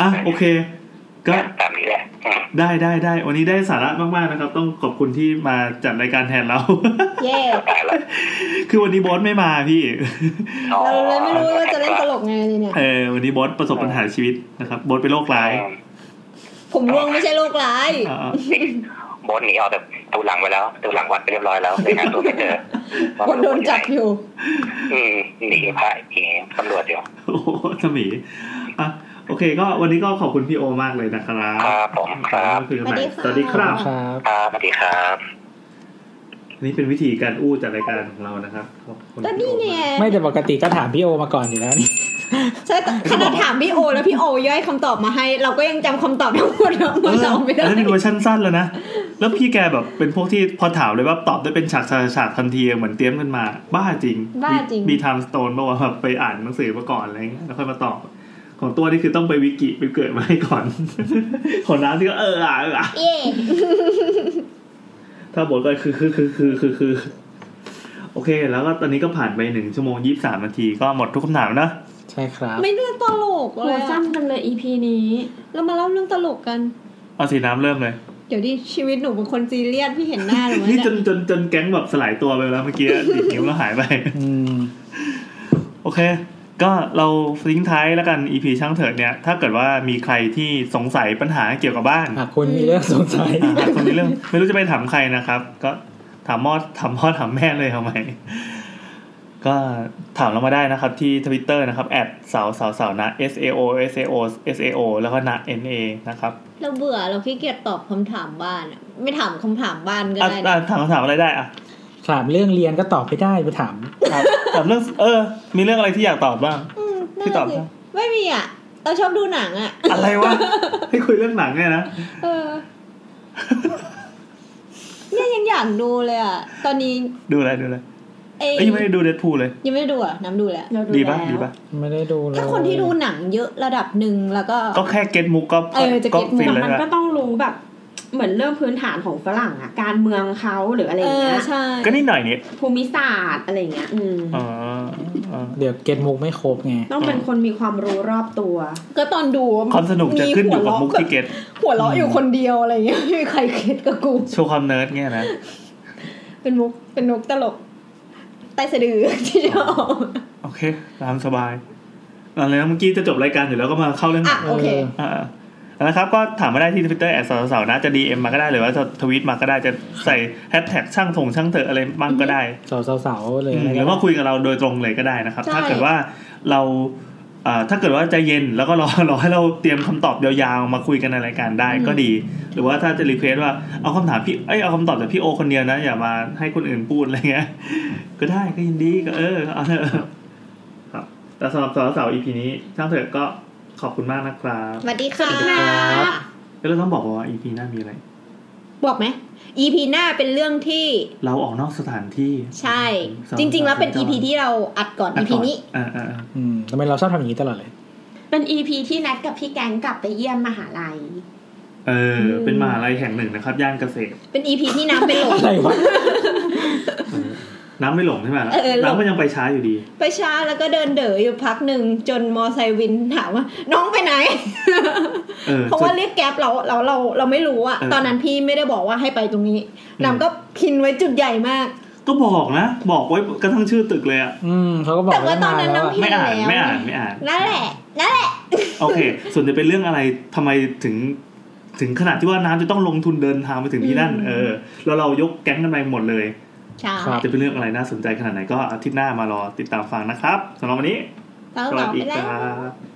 Speaker 3: อ่ะโอเค ก็
Speaker 7: ตามนี้แหละอืม
Speaker 3: ได้ได้ได้ วันนี้ได้สาระมากๆนะครับ ต้องขอบคุณที่มาจัดรายการแทนเรา (laughs)
Speaker 5: แย่
Speaker 7: ตายละ
Speaker 3: คือวันนี้โบอสไม่มาพี่ (laughs)
Speaker 5: เราเลยไม่รู้ว่าจะเล่นตลกไงเลยเนี่ย
Speaker 3: เออ วันนี้โบอสประสบปัญหาชีวิตนะครับโบอสเป็นโรคร้าย
Speaker 5: ผมร่วงไม่ใช่โรคร้าย
Speaker 3: อ่า
Speaker 7: โบนหนีออกจากตูหลังไปแล้วตูหลังวัดไปเรียบร้อยแล้วไปหาตัวไม่เจอ
Speaker 5: คนโดน (laughs) จับอยู่
Speaker 7: อืมหนีพระหนีตำรวจเดียว
Speaker 3: (laughs) โอ้โหสมีอ่ะโอเค ก็วันนี้ก็ขอบคุณพี่โอมากเลยนะครับ
Speaker 7: ครับผมครับ
Speaker 3: คุยกันใหม่ส
Speaker 5: ส
Speaker 3: ว
Speaker 5: วั
Speaker 3: ัส
Speaker 5: สดี
Speaker 3: ดีค
Speaker 5: ค่ะ
Speaker 3: รับ
Speaker 4: ครับ
Speaker 7: ครับสวัสดีครับ
Speaker 3: อันนี่เป็นวิธีการอู้จัดรายการของเรานะครับขอบคุณ
Speaker 5: ก็นี่ไง
Speaker 4: ไม่แต่ปกติก็ถามพี่โอมาก่อนอยู่แล้วนี่
Speaker 5: ใช่แต่ขนาดถามพี่โอ แล้วพี่โอย่อยคำตอบมาให้ เราก็ยังจำคำตอบทั้งหมดแล้ว
Speaker 3: เอ
Speaker 5: มา
Speaker 3: อ
Speaker 5: ตอบไม่ได้
Speaker 3: อันนั้นเป็นเวอร์ชันสั้นแล้วนะ แล้วพี่แกแบบเป็นพวกที่พอถามเลยว่าตอบได้เป็นฉากฉากฉากทันทีเหมือนเตรียมกันมา บ้าจริง
Speaker 2: บ้าจริง
Speaker 3: มีไทม์สโตนบอกว่าแบบไปอ่านหนังสือมาก่อนอะไรเงี้ยแล้วค่อยมาตอบ ของตัวนี่คือต้องไปวิกิไปเกิดมาให้ก่อน (laughs) ของน้ำที่ก็เอออ่ะเอออ่ะ
Speaker 5: เย่
Speaker 3: ถ้าบทก็คือคือคือคือคือคือโอเค แล้วก็ตอนนี้ก็ผ่านไปหนึ่งชั่วโมงยี่สิบสามนาทีก็หมดทุกคำถามนะ
Speaker 4: ใช่ครับ
Speaker 5: ไม่เล่นตลกเล
Speaker 2: หัวย สั้
Speaker 5: อะ
Speaker 2: นกันเลย EP นี้
Speaker 5: เรามาเล่าเรื่องตลกกัน
Speaker 3: เอาสีน้ำเริ่มเลย
Speaker 5: เดี๋ยวดิชีวิตหนูเป็นคนซีเรียสพี่เห็นหน้าหนูไหม
Speaker 3: นี่
Speaker 5: เนี่
Speaker 3: จ
Speaker 5: ย
Speaker 3: นจนจนแก๊งแบบสลายตัวไปแล้วเมื่อกี้ (laughs) ดิดนิ้วแล้วหายไป
Speaker 4: อืม
Speaker 3: โอเค ก็เราทิ้งท้ายแล้วกัน EP ช่างเถิดเนี่ย ถ้าเกิดว่ามีใครที่สงสัยปัญหาเกี่ยวกับบ้าน
Speaker 4: หากคุณมีเรื่องสงสัย
Speaker 3: อ่ะคนนี้เรื่องไม่รู้จะไปถามใครนะครับ ก็ถามมอดถามมอดถามแม่เลยทำไม ก็ถามเรามาได้นะครับที่ทวิตเตอร์นะครับแอดสาวสาวสาวนะ S A O S A O S A O แล้วก็นะ N A นะครับ
Speaker 5: เราเบื่อเราขี้เกียจตอบคำถามบ้านอะไม่ถามคำถามบ้านก็
Speaker 3: อ่ะ
Speaker 5: ได้นะ
Speaker 3: อ่ะถามคำถามอะไรได้อ่ะ
Speaker 4: ถามเรื่องเรียนก็ตอบไม่ได้ไปถาม
Speaker 3: ครับแต่เรื่องเออ มีเรื่องอะไรที่อยากตอบบ้าง
Speaker 5: มนั่น
Speaker 3: พี่ตอบ
Speaker 5: สิ
Speaker 3: นะ
Speaker 5: ไม่มีอ่ะ เราชอบดูหนังอ่ะ
Speaker 3: อะไรวะ ให้คุยเรื่องหนังเนี่ยนะ
Speaker 5: เอ
Speaker 3: (laughs)
Speaker 5: อ เนี่ยยังอยากดูเลยอ่ะ ตอนนี้
Speaker 3: ดูอะไรดูอะไร
Speaker 5: เอ้ย
Speaker 3: เอ้ยยังไม่ได้ดูเด p พูเลย
Speaker 5: ยังไม่ได้ดูอ่ะ น้ำดูแหละ
Speaker 2: เรา
Speaker 3: ดี
Speaker 2: แล้
Speaker 3: ปะ
Speaker 2: ว
Speaker 3: ดีปะ
Speaker 4: ไม่ได้ดูเลย
Speaker 5: ถ้าคนที่ดูหนังเยอะระดับหนึ่งแล้วก็
Speaker 3: ก็แค่เก็ตมุกก็
Speaker 5: เออจะ
Speaker 3: ก็
Speaker 5: get
Speaker 3: ฟิน
Speaker 2: แต่
Speaker 3: แล้ว
Speaker 2: มัน
Speaker 3: นะ
Speaker 2: ก็ต้องรู้แบบ เหมือนเรื่องพื้นฐานของฝรั่งอะการเมืองเขาหรืออะไรอ
Speaker 5: เอย่าง อ
Speaker 2: เงี้ย
Speaker 5: ใช่
Speaker 3: ก็นิดหน่อยเนี่ย
Speaker 2: ภูมิศาสตร์อะไรอย่างเงี้ยอืม
Speaker 3: อ๋ออ๋อ
Speaker 4: เดี๋ยวเก็ตมุกไม่ครบไง
Speaker 2: ต้องเป็นคนมีความรู้รอบตัว
Speaker 5: ก็ตอนดู
Speaker 3: ความสนุกจะขึ้นอยู่กับ
Speaker 5: หัวเราะ
Speaker 3: มุกที่เก็ต
Speaker 5: หัวเราะอยู่คนเดียวอะไรเงี้ยไม่มีใครเก็ตกับกู
Speaker 3: โชว์ความเนิร์ดเงี้ยนะ
Speaker 5: เป็นมุกเป็นมุกตลกใต้สะดือที่ชอบ
Speaker 3: โอเค ตามสบายเอาเลยนะเมื่อกี้จะจบรายการอยู่แล้วก็มาเข้าเรื่องห
Speaker 5: อ่ะ
Speaker 3: นัง
Speaker 5: โอเค
Speaker 3: อ่านะครับ ก็ถามมาได้ที่ทวิตเตอร์แอดสาวๆนะ จะดีเอ็มมาก็ได้หรือว่าจะทวีตมาก็ได้จะใส่แฮชแท็กช่างถงช่างเถอะอะไรบ้างก็ได้
Speaker 4: สาวๆเลย
Speaker 3: อืม
Speaker 4: นะ
Speaker 3: หรือว่าคุยกับเราโดยตรงเลยก็ได้นะครับ
Speaker 5: ใช่
Speaker 3: ถ้าเกิดว่าเราเอ่อถ้าเกิดว่าใจเย็นแล้วก็รอ (laughs) รอให้เราเตรียมคำตอบยาวๆมาคุยกันในรายการได้ก็ดี หรือว่าถ้าจะรีเควสว่าเอาคำถามพี่เอ้ยเอาคำตอบจากพี่โอคนเดียวนะ อย่ามาให้คนอื่นพูดอะไรเงี้ย (laughs) ก็ได้ก็ยินดีก็เออ (laughs) เอาเถอะครับ แต่สำหรับสาวๆ EP นี้ช่างเถอะก็ขอบคุณมากนะครับ
Speaker 5: สวัสดีค่ะ
Speaker 3: แล้วเราต้องบอกว่า EP หน้ามีอะไร
Speaker 5: บอกไหม EP หน้าเป็นเรื่องที่
Speaker 3: เราออกนอกสถานที่
Speaker 5: ใช่
Speaker 3: สอง
Speaker 5: จริง ๆ แล้วเป็น
Speaker 3: สาม
Speaker 5: EP ที่เราอัดก่อน
Speaker 3: อ่ะ
Speaker 5: EP นี้
Speaker 3: อ่าอ่า
Speaker 4: อืมทำไมเราชอบทำอย่างนี้ตลอดเลย
Speaker 2: เป็นอีพีที่นัดกับพี่แก๊งกลับไปเยี่ยมมหาลัย
Speaker 3: เออ
Speaker 5: อืม
Speaker 3: เป็นมหาลัยแห่งหนึ่งนะครับ ย่านเกษตร
Speaker 5: เป็น EP ที่น้ำเป็นหลง
Speaker 4: อะไรวะ
Speaker 3: น้ำไม่หลงใช่ไหมล่ะ
Speaker 5: เออหลง
Speaker 3: น้ำก็ยังไปช้าอยู่ดี
Speaker 5: ไปช้าแล้วก็เดินเด๋ออยู่พักหนึ่งจนมอไซค์วินถามว่า น้องไปไหน
Speaker 3: เออ
Speaker 5: เพราะ
Speaker 3: สุด
Speaker 5: ว่าเรียกแก๊ปเราเราเราเราไม่รู้อะ
Speaker 3: เออ
Speaker 5: ตอนนั้นพี่ไม่ได้บอกว่าให้ไปตรงนี้
Speaker 3: ม
Speaker 5: น้ำก็พินไว้จุดใหญ่มาก
Speaker 3: ก็บอกนะ บอกไว้กระทั่งชื่อตึกเลยอะ
Speaker 4: อืมเขาก็บอก
Speaker 5: แต่ว่าตอนนั้น
Speaker 4: ไว้มาแล้ว
Speaker 5: น้ำ
Speaker 4: อะ
Speaker 5: พิ
Speaker 3: ไม่อ่าน
Speaker 5: นแล้ว
Speaker 3: ไม่อ่านไม่อ่าน
Speaker 5: นั่นแหละนั่นแหละ
Speaker 3: โอเค ส่วนจะเป็นเรื่องอะไรทำไมถึง ถึงขนาดที่ว่าน้ำจะต้องลงทุนเดินทางไปถึงที่นั่น
Speaker 5: อืม
Speaker 3: เออ แล้วเรายกแก๊งกันไปหมดเลย
Speaker 5: ใช่
Speaker 4: ครับ
Speaker 3: จะเป็นเรื่องอะไรน่าสนใจขนาดไหนก็อาทิตย์หน้ามารอติดตามฟังนะครับสำหรับวันนี้
Speaker 5: แล้ว
Speaker 3: ส
Speaker 5: ต่
Speaker 3: วั
Speaker 5: อ
Speaker 3: ส
Speaker 5: ไป
Speaker 3: ดีค
Speaker 5: แล้
Speaker 3: รั
Speaker 5: ว
Speaker 3: บ